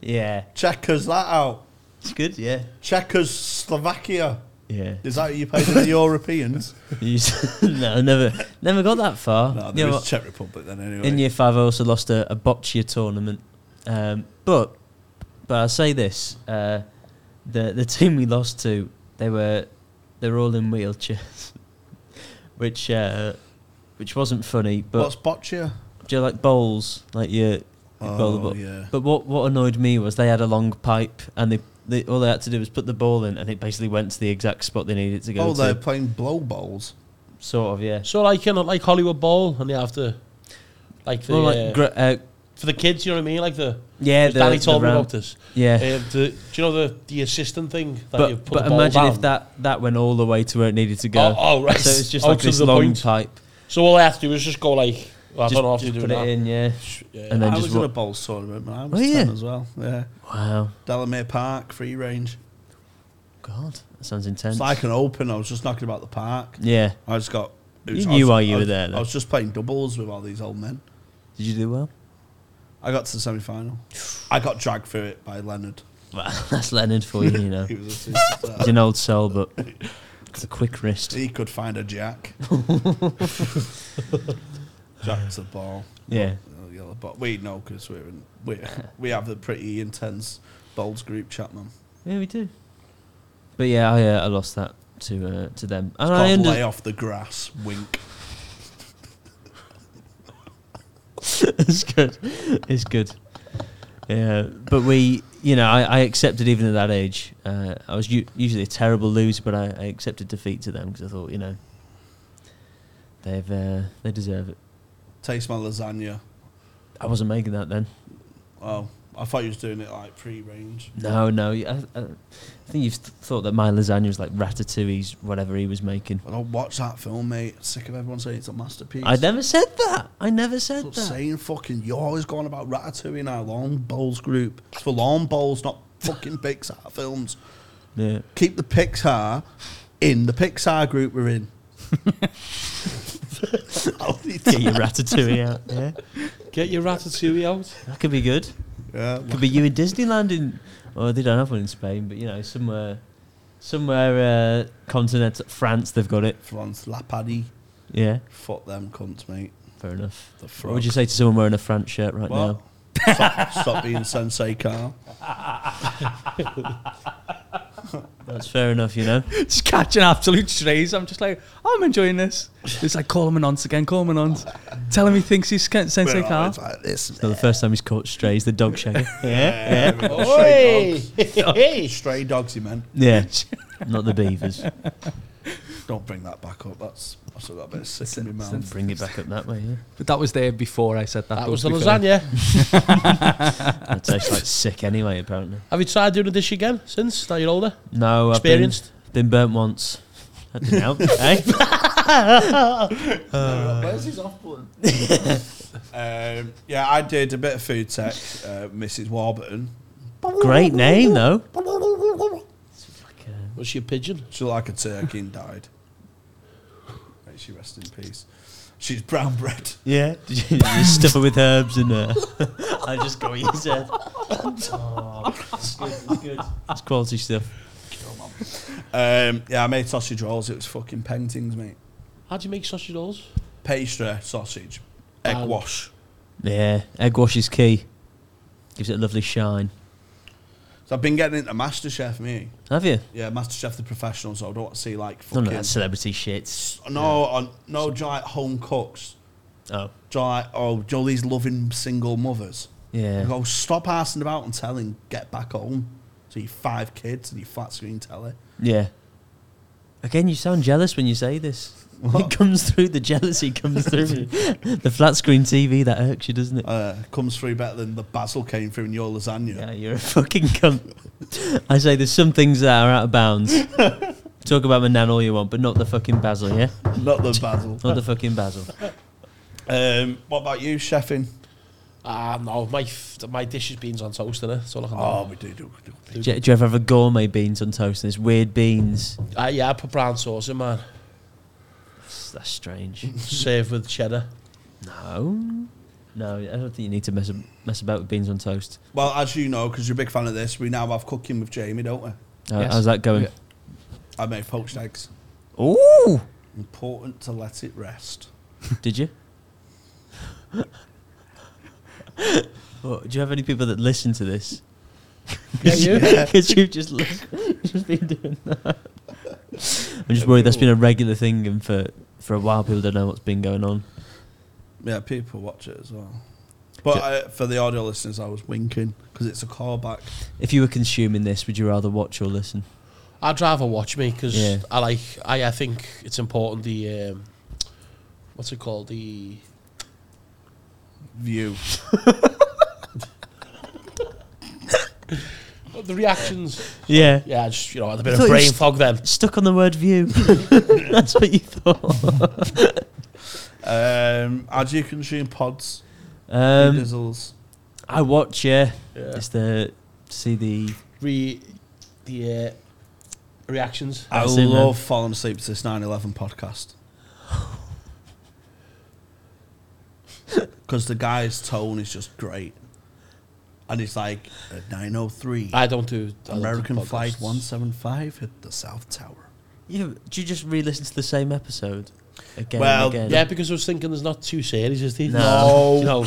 [SPEAKER 1] [laughs] yeah,
[SPEAKER 2] Checkers that out.
[SPEAKER 1] it's good. Yeah,
[SPEAKER 2] Checkers Slovakia.
[SPEAKER 1] yeah.
[SPEAKER 2] Is that who you played in
[SPEAKER 1] [laughs]
[SPEAKER 2] the Europeans?
[SPEAKER 1] You s- [laughs] no, never, never got that far.
[SPEAKER 2] No,
[SPEAKER 1] You
[SPEAKER 2] there
[SPEAKER 1] know
[SPEAKER 2] was
[SPEAKER 1] what?
[SPEAKER 2] Czech Republic then anyway.
[SPEAKER 1] Oh. In year five, I also lost a, a boccia tournament. Um, but but I'll say this: uh, the the team we lost to, they were they were all in wheelchairs, [laughs] which uh, which wasn't funny. But
[SPEAKER 2] What's Boccia?
[SPEAKER 1] do you like bowls? Like your bowl of
[SPEAKER 2] Oh,
[SPEAKER 1] bo-
[SPEAKER 2] yeah.
[SPEAKER 1] But what what annoyed me was they had a long pipe and they. They, all they had to do was put the ball in, and it basically went to the exact spot they needed to go
[SPEAKER 2] Oh,
[SPEAKER 1] to.
[SPEAKER 2] they're playing blow bowls.
[SPEAKER 1] Sort of, yeah.
[SPEAKER 4] So like you know, like Hollywood Bowl, and they have to like the
[SPEAKER 1] Well,
[SPEAKER 4] uh,
[SPEAKER 1] like, gr- uh,
[SPEAKER 4] for the kids. You know what I mean? Like the
[SPEAKER 1] yeah, the,
[SPEAKER 4] Danny
[SPEAKER 1] the
[SPEAKER 4] told me
[SPEAKER 1] round-
[SPEAKER 4] about this.
[SPEAKER 1] Yeah,
[SPEAKER 4] Uh, the, do you know the the assistant thing that you
[SPEAKER 1] but
[SPEAKER 4] put
[SPEAKER 1] but
[SPEAKER 4] the ball
[SPEAKER 1] imagine
[SPEAKER 4] down?
[SPEAKER 1] if that that went all the way to where it needed to go.
[SPEAKER 4] Oh, oh, right.
[SPEAKER 1] So it's just
[SPEAKER 4] Oh,
[SPEAKER 1] like
[SPEAKER 4] to
[SPEAKER 1] this
[SPEAKER 4] the
[SPEAKER 1] long
[SPEAKER 4] point.
[SPEAKER 1] pipe.
[SPEAKER 4] So all I have to do is just go like well, I
[SPEAKER 1] just
[SPEAKER 4] don't know how
[SPEAKER 1] just
[SPEAKER 4] to do
[SPEAKER 1] put
[SPEAKER 4] that.
[SPEAKER 1] it in, yeah.
[SPEAKER 4] Yeah.
[SPEAKER 1] And then
[SPEAKER 2] I was
[SPEAKER 1] just
[SPEAKER 2] in
[SPEAKER 1] wa- Oh,
[SPEAKER 2] a bowls tournament when I was
[SPEAKER 1] Were
[SPEAKER 2] 10
[SPEAKER 1] you?
[SPEAKER 2] as well. Yeah.
[SPEAKER 1] wow,
[SPEAKER 2] Delamere Park, free range.
[SPEAKER 1] God, that sounds intense.
[SPEAKER 2] It's like an open. I was just knocking about the park.
[SPEAKER 1] yeah.
[SPEAKER 2] I just got. it
[SPEAKER 1] You
[SPEAKER 2] was- I
[SPEAKER 1] knew
[SPEAKER 2] was-
[SPEAKER 1] why you
[SPEAKER 2] I
[SPEAKER 1] were
[SPEAKER 2] was-
[SPEAKER 1] there, though.
[SPEAKER 2] I was just playing doubles with all these old men.
[SPEAKER 1] Did you do well? [laughs]
[SPEAKER 2] I got to the semi
[SPEAKER 1] [sighs]
[SPEAKER 2] final. I got dragged through it by Leonard.
[SPEAKER 1] Well, that's Leonard for you,
[SPEAKER 4] [laughs]
[SPEAKER 1] you know.
[SPEAKER 2] He
[SPEAKER 1] [laughs]
[SPEAKER 2] was a
[SPEAKER 1] He's an old soul, but it's a quick wrist.
[SPEAKER 2] He could find a jack.
[SPEAKER 1] [laughs]
[SPEAKER 2] Jack's the ball.
[SPEAKER 1] Yeah.
[SPEAKER 2] Oh, yellow ball. We know because we're in, we we have a pretty intense bowls group chat, man.
[SPEAKER 1] Yeah, we do. But yeah, I, uh, I lost that to uh, to them, and I
[SPEAKER 2] Can't
[SPEAKER 1] under-
[SPEAKER 2] lay off the grass. Wink.
[SPEAKER 1] [laughs] it's good. It's good. Yeah, but we, you know, I, I accepted even at that age. Uh, I was u- usually a terrible loser, but I, I accepted defeat to them because I thought, you know, they've uh, they deserve it.
[SPEAKER 2] Taste my lasagna.
[SPEAKER 1] I wasn't making that then.
[SPEAKER 2] Oh, I thought you was doing it like pre-range.
[SPEAKER 1] No, no. I, I, I think you've th- thought that my lasagna was like Ratatouille's, whatever he was making.
[SPEAKER 2] I don't watch that film, mate. Sick of everyone saying it's a masterpiece.
[SPEAKER 1] I never said that. I never said
[SPEAKER 2] Stop
[SPEAKER 1] that.
[SPEAKER 2] saying fucking. You're always going about Ratatouille now. Long bowls group. It's for long bowls, not fucking Pixar films.
[SPEAKER 1] Yeah.
[SPEAKER 2] Keep the Pixar in the Pixar group we're [laughs] in.
[SPEAKER 1] Get your Ratatouille out. Yeah,
[SPEAKER 4] Get your ratatouille out.
[SPEAKER 1] that could be good.
[SPEAKER 2] yeah.
[SPEAKER 1] Could be you in Disneyland in, well, they don't have one in Spain, but you know, somewhere, somewhere uh, continent France, they've got it.
[SPEAKER 2] France La Paris.
[SPEAKER 1] Yeah,
[SPEAKER 2] Fuck them cunts, mate.
[SPEAKER 1] fair enough.
[SPEAKER 2] The
[SPEAKER 1] What would you say to someone wearing a France shirt right now?
[SPEAKER 2] stop, stop being Sensei Carl.
[SPEAKER 1] That's fair enough, you know.
[SPEAKER 5] It's catching absolute strays. I'm just like, oh, I'm enjoying this. It's like, call him an aunt again, call him an aunt. Tell him he thinks he's Ken- Sensei
[SPEAKER 2] We're
[SPEAKER 5] Carl.
[SPEAKER 2] always like this.
[SPEAKER 1] So the first time he's caught strays, the dog shagger. Yeah, yeah,
[SPEAKER 4] Oi! Hey!
[SPEAKER 2] Stray dogs, you men.
[SPEAKER 1] yeah. Not the beavers.
[SPEAKER 2] Don't bring that back up. That's I've still got a bit of sick in my mouth.
[SPEAKER 1] Bring it back up that way. Yeah,
[SPEAKER 5] [laughs] But that was there before I said that.
[SPEAKER 4] That
[SPEAKER 5] though,
[SPEAKER 4] was the
[SPEAKER 5] to be fair.
[SPEAKER 4] lasagna.
[SPEAKER 1] it tastes like sick anyway. Apparently,
[SPEAKER 4] Have you tried doing the dish again since that you're older?
[SPEAKER 1] no. I've been,
[SPEAKER 4] Experienced?
[SPEAKER 1] been burnt once. That didn't help. [laughs] eh?
[SPEAKER 2] Where's his off button? um, yeah, I did a bit of food tech, uh, Mrs. Warburton.
[SPEAKER 1] Great name though.
[SPEAKER 4] Was she a pigeon?
[SPEAKER 2] She looked like a turkey and died. May she rest in peace. She's brown bread.
[SPEAKER 1] Yeah, [laughs] you stuff it with herbs in there. [laughs] I just got what you said. Oh, it's good. It's good. It's quality stuff.
[SPEAKER 2] Um, yeah, I made sausage rolls. It was fucking paintings, mate.
[SPEAKER 4] How do you make sausage rolls?
[SPEAKER 2] Pastry, sausage, egg
[SPEAKER 4] Um,
[SPEAKER 2] wash.
[SPEAKER 1] Yeah, egg wash is key. Gives it a lovely shine.
[SPEAKER 2] So I've been getting into MasterChef, me.
[SPEAKER 1] Have you?
[SPEAKER 2] Yeah, MasterChef the professional. So I don't want to see like
[SPEAKER 1] None
[SPEAKER 2] fucking
[SPEAKER 1] of that celebrity shit.
[SPEAKER 2] no, on, no, do you like home cooks?
[SPEAKER 1] Oh,
[SPEAKER 2] Do you like oh, Jolie's loving single mothers? I
[SPEAKER 1] yeah.
[SPEAKER 2] go stop asking about and telling get back home. So you five kids and you flat screen telly.
[SPEAKER 1] Yeah. Again, you sound jealous when you say this. It comes through, the jealousy comes through. the flat screen TV, that irks you, doesn't it?
[SPEAKER 2] Uh, comes through better than the basil came through in your lasagna.
[SPEAKER 1] Yeah, you're a fucking cunt. I say there's some things that are out of bounds. [laughs] Talk about my nan all you want, but not the fucking basil, yeah?
[SPEAKER 2] Not the basil.
[SPEAKER 1] Not the fucking basil. [laughs]
[SPEAKER 2] um, what about you, chefing?
[SPEAKER 4] Ah, no, my f- my dish is beans on toast, innit? That's all I can
[SPEAKER 2] Oh, we do do. we do.
[SPEAKER 1] Do, you- do you ever have a gourmet beans on toast? And there's weird beans.
[SPEAKER 4] do. Ah, yeah, I put brown sauce in, man.
[SPEAKER 1] That's, that's strange.
[SPEAKER 4] Served with cheddar.
[SPEAKER 1] No, no, I don't think you need to mess ab- mess about with beans on toast.
[SPEAKER 2] Well, as you know, because you're a big fan of this, we now have cooking with Jamie, don't we?
[SPEAKER 1] How-
[SPEAKER 5] Yes.
[SPEAKER 1] How's that going?
[SPEAKER 5] Yeah.
[SPEAKER 2] I made poached eggs.
[SPEAKER 1] Ooh,
[SPEAKER 2] Important to let it rest.
[SPEAKER 1] did you? [laughs] Well, do you have any people that listen to this?
[SPEAKER 5] [laughs] Yeah,
[SPEAKER 1] [laughs]
[SPEAKER 5] you.
[SPEAKER 1] Because you've just, li- just been doing that. I'm just worried that's been a regular thing, and for, for a while, people don't know what's been going on.
[SPEAKER 2] Yeah, people watch it as well. But uh, for the audio listeners, I was winking because it's a callback.
[SPEAKER 1] If you were consuming this, would you rather watch or listen?
[SPEAKER 4] I'd rather watch me because
[SPEAKER 1] Yeah.
[SPEAKER 4] I like. I, I think it's important. The um, what's it called? The
[SPEAKER 2] View.
[SPEAKER 4] the reactions.
[SPEAKER 1] Yeah.
[SPEAKER 4] Yeah, just you know, had a bit
[SPEAKER 1] thought
[SPEAKER 4] of
[SPEAKER 1] you
[SPEAKER 4] brain
[SPEAKER 1] s-
[SPEAKER 4] fog then.
[SPEAKER 1] Stuck on the word view. [laughs] that's what you thought.
[SPEAKER 2] Um, how do you consume pods?
[SPEAKER 1] Um,
[SPEAKER 2] Dizzles.
[SPEAKER 1] I watch, yeah.
[SPEAKER 4] Yeah.
[SPEAKER 1] It's the see the
[SPEAKER 4] Re, the uh, reactions.
[SPEAKER 2] I
[SPEAKER 1] that's it, man.
[SPEAKER 2] love falling asleep to this 9-11 [laughs] podcast. Because the guy's tone is just great. And it's like, at 9.03,
[SPEAKER 4] I don't do I don't do
[SPEAKER 2] American
[SPEAKER 4] podcasts.
[SPEAKER 2] Flight 175 hit the South Tower.
[SPEAKER 1] you do you just re-listen to the same episode again
[SPEAKER 2] Well,
[SPEAKER 1] and again?
[SPEAKER 4] Yeah, because I was thinking there's not two series, is there?
[SPEAKER 1] No.
[SPEAKER 4] no. It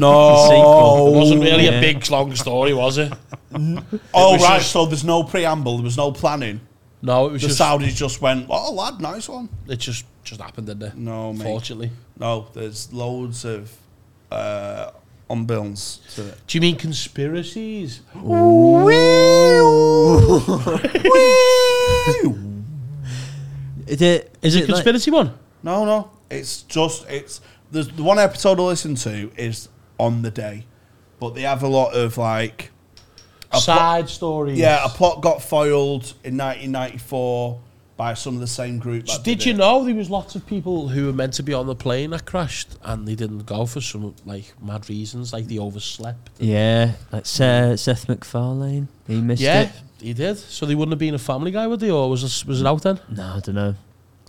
[SPEAKER 2] [laughs] No.
[SPEAKER 4] wasn't really
[SPEAKER 1] Yeah.
[SPEAKER 4] a big long story, was it?
[SPEAKER 2] Oh,
[SPEAKER 4] was
[SPEAKER 2] right.
[SPEAKER 4] just-
[SPEAKER 2] So there's no preamble. There was no planning.
[SPEAKER 4] No, it
[SPEAKER 2] The
[SPEAKER 4] was just
[SPEAKER 2] Saudis just went, oh, lad, nice one.
[SPEAKER 4] it just just happened, didn't it?
[SPEAKER 2] No, mate.
[SPEAKER 4] Fortunately.
[SPEAKER 2] No, there's loads of uh, unbills to it.
[SPEAKER 4] Do you mean conspiracies?
[SPEAKER 2] [laughs]
[SPEAKER 1] Is it is
[SPEAKER 4] Is it
[SPEAKER 1] it like,
[SPEAKER 4] conspiracy one?
[SPEAKER 2] No, no. It's just, it's, there's the one episode I listen to is on the day. But they have a lot of like,
[SPEAKER 4] Side stories.
[SPEAKER 2] yeah, a plot got foiled in 1994 by some of the same group. that
[SPEAKER 4] Did you
[SPEAKER 2] it.
[SPEAKER 4] know there was lots of people who were meant to be on the plane that crashed and they didn't go for some like mad reasons, like they overslept.
[SPEAKER 1] yeah like Seth, Seth MacFarlane? He missed
[SPEAKER 4] yeah,
[SPEAKER 1] it.
[SPEAKER 4] he did. So they wouldn't have been a family guy, would they? Or was this, was it out then?
[SPEAKER 1] No, I don't know.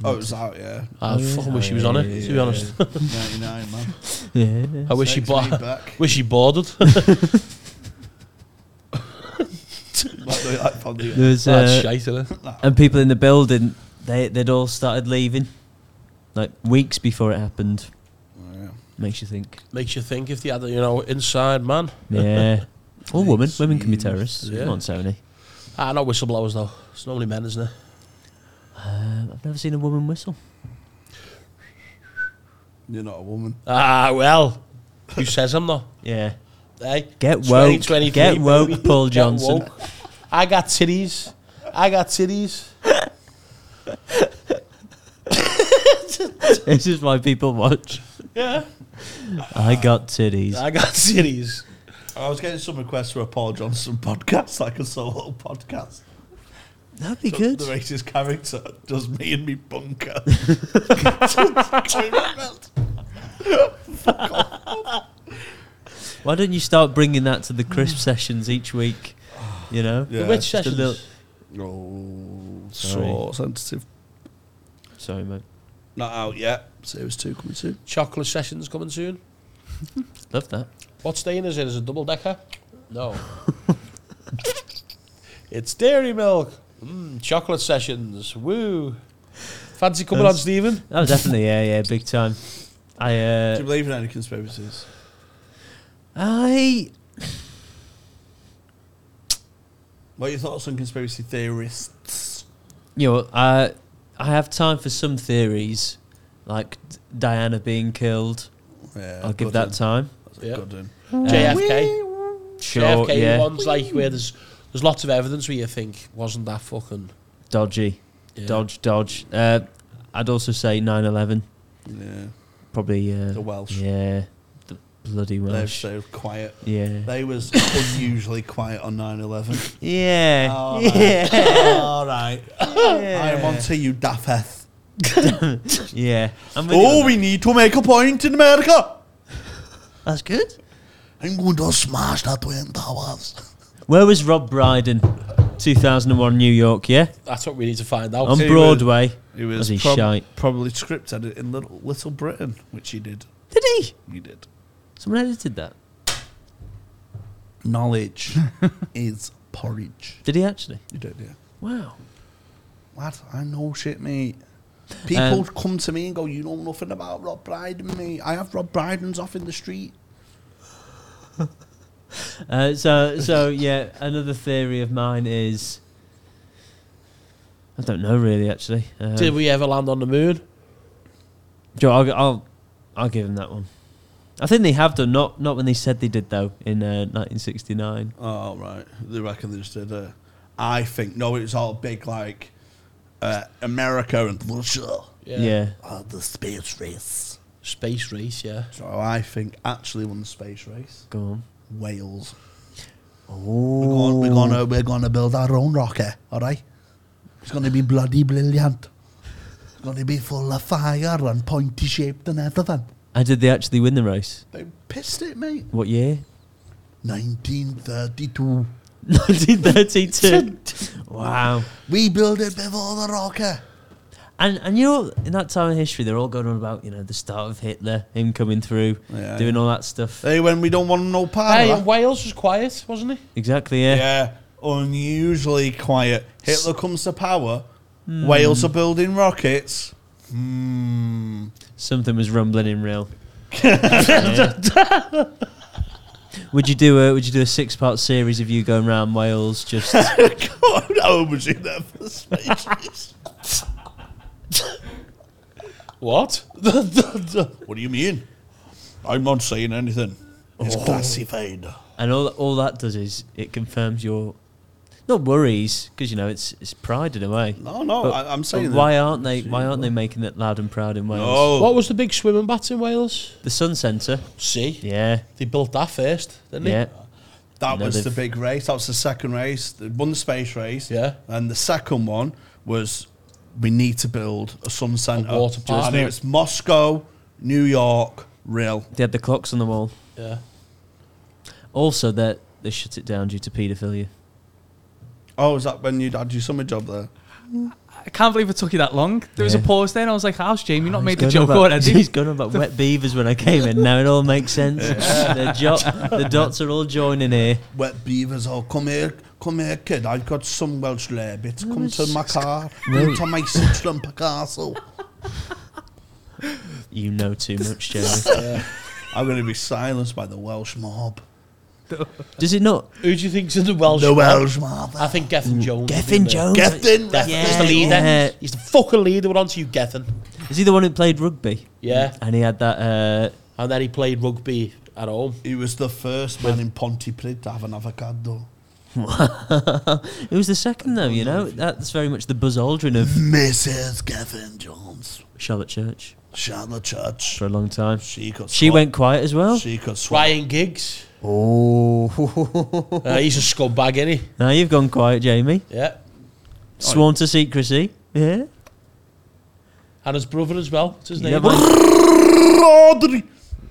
[SPEAKER 2] Oh, it was out, yeah.
[SPEAKER 4] I
[SPEAKER 1] Oh, yeah.
[SPEAKER 4] fucking wish he
[SPEAKER 1] Oh,
[SPEAKER 4] was
[SPEAKER 1] yeah,
[SPEAKER 4] on it,
[SPEAKER 1] yeah,
[SPEAKER 4] to be honest. [laughs]
[SPEAKER 2] 99, man.
[SPEAKER 1] Yeah.
[SPEAKER 4] I wish he,
[SPEAKER 2] Takes me
[SPEAKER 4] bo-
[SPEAKER 2] back.
[SPEAKER 4] [laughs]
[SPEAKER 2] [laughs]
[SPEAKER 4] wish he
[SPEAKER 1] [laughs]
[SPEAKER 4] boarded.
[SPEAKER 2] Like the- like from the-
[SPEAKER 1] There was,
[SPEAKER 4] That's
[SPEAKER 1] uh,
[SPEAKER 4] shite, isn't it?
[SPEAKER 1] and people in the building they they'd all started leaving like weeks before it happened.
[SPEAKER 2] oh,
[SPEAKER 1] Makes you [laughs] think.
[SPEAKER 4] Makes you think if they had, a, you know, inside man.
[SPEAKER 1] Yeah. Or women. Women can be
[SPEAKER 2] Excuse-
[SPEAKER 1] terrorists.
[SPEAKER 4] yeah.
[SPEAKER 1] Come on, Tony.
[SPEAKER 4] Ah, not whistleblowers though. It's normally men, isn't it?
[SPEAKER 1] Um, I've never seen a woman whistle.
[SPEAKER 2] You're not a woman.
[SPEAKER 4] Ah, well. Who says I'm not?
[SPEAKER 1] Yeah.
[SPEAKER 4] Hey,
[SPEAKER 1] Get woke.
[SPEAKER 4] 2023,
[SPEAKER 1] Get woke,
[SPEAKER 4] baby.
[SPEAKER 1] Paul
[SPEAKER 4] Get
[SPEAKER 1] Johnson.
[SPEAKER 4] woke. I got titties. I got titties.
[SPEAKER 1] [laughs] this is why people watch.
[SPEAKER 4] Yeah.
[SPEAKER 1] I got titties.
[SPEAKER 4] I got titties.
[SPEAKER 2] I was getting some requests for a Paul Johnson [laughs] podcast, like a solo podcast.
[SPEAKER 1] That'd be
[SPEAKER 2] Took
[SPEAKER 1] good.
[SPEAKER 2] The racist character, just me and me
[SPEAKER 4] [laughs]
[SPEAKER 2] bunker.
[SPEAKER 1] Why don't you start bringing that to the crisp sessions each week? You know.
[SPEAKER 2] Yeah.
[SPEAKER 4] Which
[SPEAKER 1] just a
[SPEAKER 4] sessions?
[SPEAKER 1] little-
[SPEAKER 2] oh,
[SPEAKER 1] Sorry.
[SPEAKER 2] so sensitive.
[SPEAKER 1] Sorry, mate.
[SPEAKER 2] Not out yet. Series two coming soon.
[SPEAKER 4] Chocolate sessions coming soon.
[SPEAKER 1] Love that.
[SPEAKER 4] What's day in is it? Is it double decker?
[SPEAKER 1] [laughs]
[SPEAKER 4] No. it's dairy milk. Mm, chocolate sessions. Woo. Fancy coming on,
[SPEAKER 1] That's-
[SPEAKER 4] Stephen?
[SPEAKER 1] Oh, definitely. Yeah, yeah, big time. I
[SPEAKER 2] Do you
[SPEAKER 1] uh,
[SPEAKER 2] believe in any conspiracies?
[SPEAKER 1] I
[SPEAKER 2] What are your thoughts on conspiracy theorists?
[SPEAKER 1] you know, I I have time for some theories, like Diana being killed.
[SPEAKER 2] Yeah,
[SPEAKER 1] I'll give
[SPEAKER 2] good
[SPEAKER 1] that
[SPEAKER 2] one.
[SPEAKER 1] time. Uh,
[SPEAKER 2] That's a
[SPEAKER 4] Yeah.
[SPEAKER 2] good one.
[SPEAKER 4] JFK.
[SPEAKER 1] Sure,
[SPEAKER 4] JFK
[SPEAKER 1] yeah,
[SPEAKER 4] ones like where there's there's lots of evidence where you think wasn't that fucking
[SPEAKER 1] dodgy,
[SPEAKER 4] yeah.
[SPEAKER 1] dodge, dodge. Uh, I'd also say 9-11.
[SPEAKER 2] Yeah,
[SPEAKER 1] probably. Uh,
[SPEAKER 2] the Welsh.
[SPEAKER 1] Yeah, the bloody
[SPEAKER 2] They're
[SPEAKER 1] Welsh.
[SPEAKER 2] so quiet.
[SPEAKER 1] Yeah,
[SPEAKER 2] They was unusually quiet on 9-11.
[SPEAKER 1] yeah,
[SPEAKER 2] All right.
[SPEAKER 1] [laughs] yeah,
[SPEAKER 2] All right. I am on to you, Daffeth.
[SPEAKER 1] yeah. I'm with you on
[SPEAKER 2] Oh,
[SPEAKER 1] that.
[SPEAKER 2] we need to make a point in America.
[SPEAKER 1] that's good.
[SPEAKER 2] I'm going to smash that Twin Towers.
[SPEAKER 1] Where was Rob Brydon? 2001 New York, yeah?
[SPEAKER 4] That's what we need to find out.
[SPEAKER 1] On
[SPEAKER 2] he was-
[SPEAKER 1] Broadway.
[SPEAKER 2] He
[SPEAKER 1] Was he shite?
[SPEAKER 2] probably scripted in Little, Little Britain, which he did.
[SPEAKER 1] Did he?
[SPEAKER 2] He did.
[SPEAKER 1] Someone edited that.
[SPEAKER 2] Knowledge [laughs] is porridge.
[SPEAKER 1] Did he actually?
[SPEAKER 2] You did, yeah.
[SPEAKER 1] Wow.
[SPEAKER 2] What? I know shit, mate. People
[SPEAKER 1] Um,
[SPEAKER 2] come to me and go, "You know nothing about Rob Brydon, mate. I have Rob Brydon's off in the street."
[SPEAKER 1] Uh, so, so yeah, another theory of mine is. I don't know really, actually. Um,
[SPEAKER 4] Did we ever land on the moon?
[SPEAKER 1] Joe, I'll, I'll, I'll give him that one. I think they have done, not not when they said they did, though, in uh, 1969.
[SPEAKER 2] Oh right, they reckon they just did a. I think no, it's all big like uh, America and Russia
[SPEAKER 1] Yeah.
[SPEAKER 2] are the space race.
[SPEAKER 4] Space race, yeah.
[SPEAKER 2] So I think actually won the space race.
[SPEAKER 1] Go on.
[SPEAKER 2] Wales.
[SPEAKER 1] Oh.
[SPEAKER 2] We're gonna, we're gonna we're gonna build our own rocket. All right, it's gonna be bloody brilliant. It's gonna be full of fire and pointy shaped and everything.
[SPEAKER 1] And did they actually win the race?
[SPEAKER 2] They pissed it, mate.
[SPEAKER 1] What year?
[SPEAKER 2] 1932.
[SPEAKER 1] 1932. wow.
[SPEAKER 2] We built it before the rocket.
[SPEAKER 1] And and you know, in that time of history, they're all going on about you know the start of Hitler, him coming through,
[SPEAKER 2] Yeah,
[SPEAKER 1] doing all that stuff.
[SPEAKER 2] Hey, when we don't want no power.
[SPEAKER 4] Hey, Wales was quiet, wasn't it?
[SPEAKER 1] Exactly. Yeah.
[SPEAKER 2] Yeah, unusually quiet. Hitler comes to power.
[SPEAKER 1] Hmm.
[SPEAKER 2] Wales are building rockets. Hmm. [laughs]
[SPEAKER 1] Something was rumbling in real. Yeah. would you do a Would you do a six part series of you going round
[SPEAKER 2] [laughs]
[SPEAKER 1] Wales? Just
[SPEAKER 2] God, I would you there for the space race.
[SPEAKER 4] What? [laughs]
[SPEAKER 2] What do you mean? I'm not saying anything. It's
[SPEAKER 1] Oh.
[SPEAKER 2] classified.
[SPEAKER 1] and all all that does is it confirms your not worries because you know it's it's pride in a way.
[SPEAKER 2] No, no,
[SPEAKER 1] But-
[SPEAKER 2] I, I'm
[SPEAKER 1] But
[SPEAKER 2] saying
[SPEAKER 1] why
[SPEAKER 2] that. Oh.
[SPEAKER 1] aren't they Why aren't they making it loud and proud in Wales?
[SPEAKER 2] No.
[SPEAKER 4] What was the big swimming bat in Wales?
[SPEAKER 1] The Sun Centre.
[SPEAKER 4] See,
[SPEAKER 1] Yeah.
[SPEAKER 4] they built that first, didn't
[SPEAKER 1] Yeah.
[SPEAKER 2] That
[SPEAKER 1] No,
[SPEAKER 2] was the
[SPEAKER 1] they've-
[SPEAKER 2] big race. That was the second race. They won the space race.
[SPEAKER 4] Yeah.
[SPEAKER 2] And the second one was we need to build a sun center.
[SPEAKER 4] water park.
[SPEAKER 2] And it was Moscow, New York, real.
[SPEAKER 1] They had the clocks on the wall.
[SPEAKER 4] they? Yeah.
[SPEAKER 1] Also, that they shut it down due to paedophilia.
[SPEAKER 2] Oh, is that when you had your summer job there?
[SPEAKER 5] I can't believe it took you that long. There was a
[SPEAKER 1] Yeah.
[SPEAKER 5] pause there, and I was like, "How's Jamie not
[SPEAKER 1] He's
[SPEAKER 5] made the
[SPEAKER 1] going
[SPEAKER 5] joke
[SPEAKER 1] about,
[SPEAKER 5] already?" [laughs]
[SPEAKER 1] He's going about wet beavers when I came in. Now it all makes sense. the, jo- the dots are all joining here.
[SPEAKER 2] Wet beavers, oh, come here, come here, kid. I've got some Welsh rabbits. Come to my
[SPEAKER 4] [laughs]
[SPEAKER 2] car, come to my Citroen Picasso.
[SPEAKER 1] You know too much, Jamie.
[SPEAKER 2] I'm going to be silenced by the Welsh mob.
[SPEAKER 1] Does it not?
[SPEAKER 4] Who do you think's in the Welsh?
[SPEAKER 2] The
[SPEAKER 4] mob?
[SPEAKER 2] Welsh mob.
[SPEAKER 4] I think Mm, Gethin Jones. would be in
[SPEAKER 1] Gethin
[SPEAKER 4] there.
[SPEAKER 1] Jones.
[SPEAKER 2] Gethin,
[SPEAKER 4] Gethin
[SPEAKER 1] Yeah.
[SPEAKER 4] is the leader.
[SPEAKER 1] Yeah.
[SPEAKER 4] He's the fucking leader. We're on to you, Gethin.
[SPEAKER 1] Is he the one who played rugby?
[SPEAKER 4] Yeah.
[SPEAKER 1] And he had that. Uh,
[SPEAKER 4] And then he played rugby at home.
[SPEAKER 2] he was the first man in Pontypridd to have an avocado.
[SPEAKER 1] it was the second though. You know, that's very much the Buzz Aldrin of
[SPEAKER 2] Mrs. Kevin Jones,
[SPEAKER 1] Charlotte Church
[SPEAKER 2] Shanna Church.
[SPEAKER 1] for a long time.
[SPEAKER 2] She could.
[SPEAKER 1] She
[SPEAKER 2] swat-
[SPEAKER 1] went quiet as well.
[SPEAKER 2] She could. Swat.
[SPEAKER 4] Ryan Giggs. [laughs]
[SPEAKER 1] Oh.
[SPEAKER 4] Uh, he's a scumbag, isn't he?
[SPEAKER 1] now you've gone quiet, Jamie.
[SPEAKER 4] Yeah.
[SPEAKER 1] Sworn to secrecy. Yeah.
[SPEAKER 4] And his brother as well. What's his [laughs]
[SPEAKER 1] Never
[SPEAKER 4] name?
[SPEAKER 1] mind.
[SPEAKER 2] Rodri.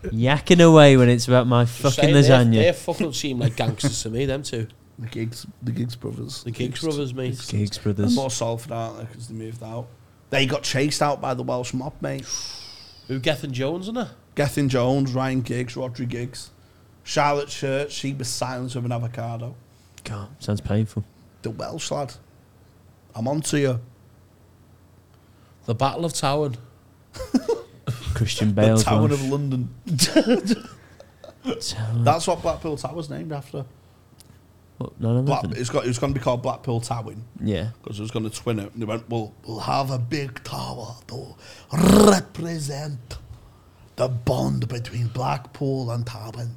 [SPEAKER 1] Yakking away when it's about my
[SPEAKER 4] Just
[SPEAKER 1] fucking
[SPEAKER 4] saying, They, they
[SPEAKER 1] lasagna.
[SPEAKER 4] fucking seem like gangsters to me, them two.
[SPEAKER 2] The gigs, the gigs brothers.
[SPEAKER 4] The Giggs brothers, mate.
[SPEAKER 1] Giggs
[SPEAKER 2] And
[SPEAKER 1] brothers.
[SPEAKER 2] more Salford, aren't they? Because they moved out. They got chased out by the Welsh mob, mate.
[SPEAKER 4] Who Gethin Jones in it?
[SPEAKER 2] Gethin Jones, Ryan Giggs, Rodri Giggs. Charlotte Church, she was silenced with an avocado.
[SPEAKER 1] God,
[SPEAKER 2] [laughs]
[SPEAKER 1] sounds painful.
[SPEAKER 2] The Welsh lad. I'm on to you.
[SPEAKER 4] The Battle of Towen.
[SPEAKER 1] Christian
[SPEAKER 2] The
[SPEAKER 1] Bale's
[SPEAKER 2] Tower
[SPEAKER 1] one.
[SPEAKER 2] of London. [laughs]
[SPEAKER 1] Tower-
[SPEAKER 2] That's what Blackpool Tower's named after.
[SPEAKER 1] what, 9/11?
[SPEAKER 2] Black, it's got, it was going to be called Blackpool Towing
[SPEAKER 1] Yeah.
[SPEAKER 2] because it was going to twin it. And they went, well, we'll have a big tower to represent the bond between Blackpool and Towen.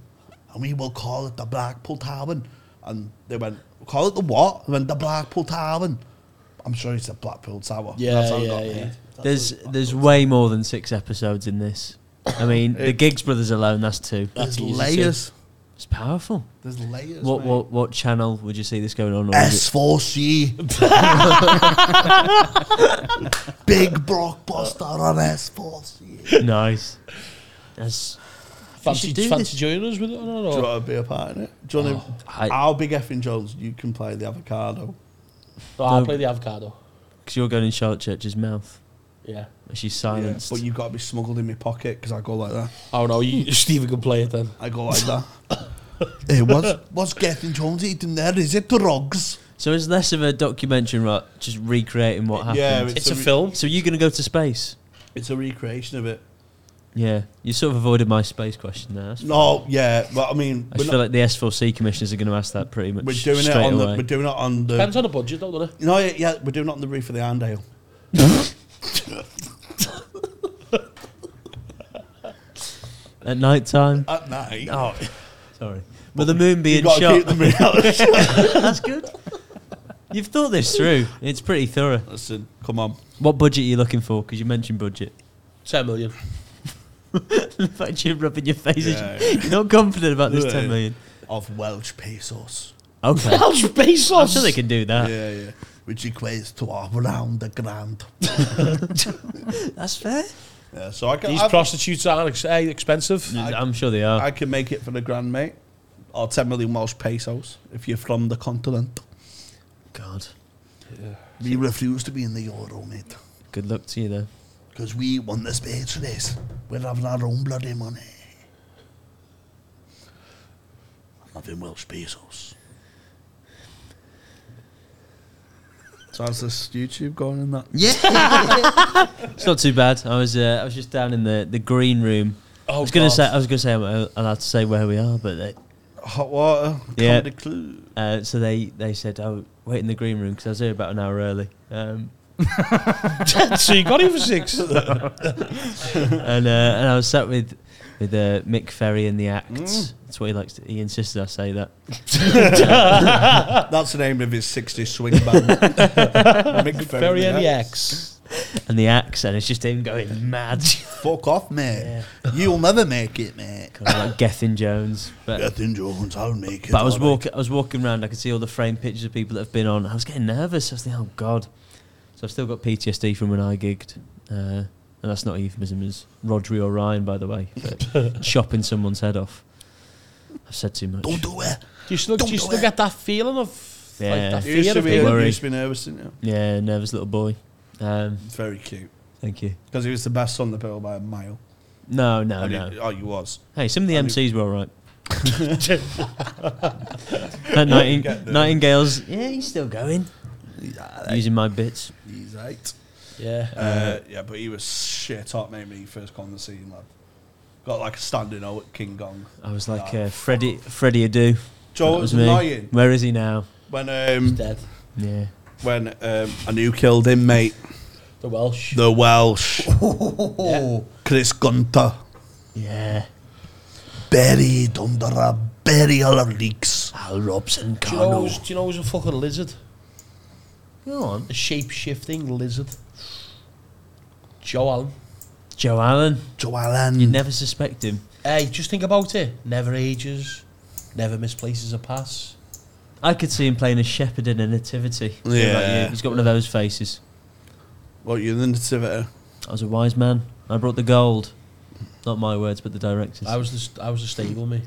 [SPEAKER 2] And we will call it the Blackpool Towen. And they went, call it the what? They went, the Blackpool Towen. I'm sure it's the Blackpool Tower.
[SPEAKER 4] Yeah,
[SPEAKER 2] That's how it
[SPEAKER 4] yeah,
[SPEAKER 2] got
[SPEAKER 4] yeah.
[SPEAKER 2] named.
[SPEAKER 1] There's there's way more than six episodes in this.
[SPEAKER 2] [coughs]
[SPEAKER 1] I mean, the Giggs brothers alone, that's two.
[SPEAKER 2] There's
[SPEAKER 4] easy, too.
[SPEAKER 2] layers.
[SPEAKER 1] It's powerful.
[SPEAKER 2] There's layers.
[SPEAKER 1] What
[SPEAKER 2] mate.
[SPEAKER 1] what what channel would you see this going on? Or is it- [laughs]
[SPEAKER 2] S4C. Big blockbuster on S4C.
[SPEAKER 1] [laughs] nice. That's
[SPEAKER 4] Fancy,
[SPEAKER 1] do
[SPEAKER 4] fancy joining us with it or not?
[SPEAKER 2] Do you
[SPEAKER 4] or-
[SPEAKER 2] want to be a part in it? Do you want to,
[SPEAKER 1] Oh. I-
[SPEAKER 2] I'll be Geoffrey Jones. You can play the avocado.
[SPEAKER 4] No, I'll
[SPEAKER 1] No.
[SPEAKER 4] play the avocado.
[SPEAKER 1] because you're going in Charlotte Church's mouth.
[SPEAKER 4] Yeah.
[SPEAKER 1] and She's silenced.
[SPEAKER 2] But you've got to be smuggled in my pocket because I go like that.
[SPEAKER 4] Oh no, you, [laughs] Stephen can play it then.
[SPEAKER 2] I go like
[SPEAKER 1] [laughs]
[SPEAKER 2] that. hey, what's, what's Geoffrey Jones eating there? Is it drugs?
[SPEAKER 1] so it's less of a documentary, right? Just recreating what happened.
[SPEAKER 2] Yeah,
[SPEAKER 4] It's,
[SPEAKER 2] a
[SPEAKER 4] a,
[SPEAKER 2] re-
[SPEAKER 4] film.
[SPEAKER 1] so you're going to go to space?
[SPEAKER 2] It's a recreation of it.
[SPEAKER 1] Yeah. You sort of avoided my space question there. that's-
[SPEAKER 2] No, yeah, but I mean, we're,
[SPEAKER 1] I just
[SPEAKER 2] not-
[SPEAKER 1] feel like the S4C commissioners are going to ask that pretty much
[SPEAKER 2] we're doing it
[SPEAKER 1] straight
[SPEAKER 2] on
[SPEAKER 1] away.
[SPEAKER 2] the. We're doing it on the.
[SPEAKER 4] Depends on the budget, though, doesn't it?
[SPEAKER 2] No, yeah, yeah, we're doing it on the roof of the Arndale.
[SPEAKER 1] At night time.
[SPEAKER 2] At night. [laughs]
[SPEAKER 1] Oh, sorry. Will the moon be
[SPEAKER 2] You've
[SPEAKER 1] in
[SPEAKER 2] got to
[SPEAKER 1] shot?
[SPEAKER 2] keep the moon out of the
[SPEAKER 1] [laughs] That's good. You've thought this through. It's pretty thorough.
[SPEAKER 2] Listen, come on.
[SPEAKER 1] What budget are you looking for? Because you mentioned budget. [laughs]
[SPEAKER 4] Ten million.
[SPEAKER 1] the fact you're rubbing your face, is-
[SPEAKER 2] Yeah.
[SPEAKER 1] [laughs] you're not confident about this
[SPEAKER 2] Yeah.
[SPEAKER 1] 10 million.
[SPEAKER 2] Of Welsh pesos.
[SPEAKER 4] [laughs]
[SPEAKER 1] Okay.
[SPEAKER 4] Welsh
[SPEAKER 1] I'm
[SPEAKER 4] pesos.
[SPEAKER 1] sure they can do that.
[SPEAKER 2] yeah, yeah. Which equates to around the grand.
[SPEAKER 1] That's fair.
[SPEAKER 2] Yeah, so I can,
[SPEAKER 4] These
[SPEAKER 2] I,
[SPEAKER 4] prostitutes are ex- eh, expensive.
[SPEAKER 1] I'm sure they are.
[SPEAKER 2] I can make it for the grand, mate. Or 10 million Welsh pesos if you're from the continent.
[SPEAKER 1] God.
[SPEAKER 2] We refuse to be in the euro, mate.
[SPEAKER 1] Good luck to you, though.
[SPEAKER 2] Because we won the space race. We're having our own bloody money. I'm having Welsh pesos. So how's this YouTube going in that?
[SPEAKER 1] [laughs] It's not too bad. I was uh, I was just down in the, the green room.
[SPEAKER 4] Oh,
[SPEAKER 1] I was gonna
[SPEAKER 4] God.
[SPEAKER 1] say I was gonna say I'm uh, allowed to say where we are, but uh, they,
[SPEAKER 2] Hot water.
[SPEAKER 1] Yeah.
[SPEAKER 2] Comedy clue.
[SPEAKER 1] uh, so they they said oh wait in the green room because I was here about an hour early. Um,
[SPEAKER 4] [laughs] so you got him for
[SPEAKER 1] [laughs]
[SPEAKER 4] six.
[SPEAKER 1] and uh, and I was sat with with uh, Mick Ferry in the act. That's what he likes. To, he insisted I say that.
[SPEAKER 2] That's the name of his 60s swing band. Mick Ferry.
[SPEAKER 4] Very NEX.
[SPEAKER 1] And the axe, and it's just him going mad.
[SPEAKER 2] Fuck off, mate.
[SPEAKER 1] [laughs]
[SPEAKER 2] You'll never make it, mate.
[SPEAKER 1] kind of like Gethin Jones. But
[SPEAKER 2] Nothing, Jones. I'll make it.
[SPEAKER 1] but I was
[SPEAKER 2] all right.
[SPEAKER 1] walking I was walking around. I could see all the framed pictures of people that have been on. I was getting nervous. I was thinking, oh god. So I've still got PTSD from when I gigged. Uh, and that's not a euphemism, is Rodri or Ryan, by the way.
[SPEAKER 2] [laughs]
[SPEAKER 1] But chopping someone's head off. I've said too much.
[SPEAKER 2] Don't do it.
[SPEAKER 4] Do you still, do
[SPEAKER 2] Don't
[SPEAKER 4] you
[SPEAKER 2] do
[SPEAKER 4] still
[SPEAKER 2] it.
[SPEAKER 4] get that feeling of
[SPEAKER 1] Yeah.
[SPEAKER 4] like that
[SPEAKER 1] You
[SPEAKER 2] You used
[SPEAKER 4] fear
[SPEAKER 2] to
[SPEAKER 4] of
[SPEAKER 2] be,
[SPEAKER 1] Don't
[SPEAKER 4] being
[SPEAKER 1] worry.
[SPEAKER 2] you used to be nervous, didn't you?
[SPEAKER 1] Yeah, nervous little boy. Um,
[SPEAKER 2] Very cute.
[SPEAKER 1] thank you.
[SPEAKER 2] Because he was the best on the bill by a mile.
[SPEAKER 1] No, no,
[SPEAKER 2] And he-
[SPEAKER 1] no.
[SPEAKER 2] oh, you was.
[SPEAKER 1] Hey, some of the
[SPEAKER 2] I mean-
[SPEAKER 1] MCs were
[SPEAKER 2] [laughs]
[SPEAKER 1] all right. that nighting-
[SPEAKER 2] Get there.
[SPEAKER 1] Nightingale's, yeah, he's still going. Using my bits.
[SPEAKER 2] He's eight.
[SPEAKER 4] yeah.
[SPEAKER 2] Uh, yeah, but he was shit hot, mate, when he first come on the scene, lad. Got like a standing O at King Gong.
[SPEAKER 1] I was like
[SPEAKER 2] Nah.
[SPEAKER 1] uh, Freddie, Freddie Adu.
[SPEAKER 2] Joe,
[SPEAKER 1] That
[SPEAKER 2] it was
[SPEAKER 1] was me.
[SPEAKER 2] annoying
[SPEAKER 1] Where is he now?
[SPEAKER 2] when um,
[SPEAKER 4] Dead.
[SPEAKER 1] Yeah.
[SPEAKER 2] when um, I knew killed him, mate.
[SPEAKER 4] The Welsh.
[SPEAKER 2] The [laughs] Welsh. Chris Gunter.
[SPEAKER 1] Yeah.
[SPEAKER 2] Buried under a burial of leaks. Al Robson
[SPEAKER 4] do, you know who's, do you know who's a fucking lizard?
[SPEAKER 1] Go on.
[SPEAKER 4] A shape shifting lizard. Joe Allen.
[SPEAKER 1] Joe Allen.
[SPEAKER 2] Joe Allen.
[SPEAKER 1] You'd never suspect him.
[SPEAKER 4] Hey, just think about it. Never ages. Never misplaces a pass.
[SPEAKER 1] I could see him playing a shepherd in a nativity. What about
[SPEAKER 2] Yeah.
[SPEAKER 1] you? He's got one of those faces.
[SPEAKER 2] What, you the nativity?
[SPEAKER 1] I was a wise man. I brought the gold. Not my words, but the director's.
[SPEAKER 4] I was the, st- I was a stable me.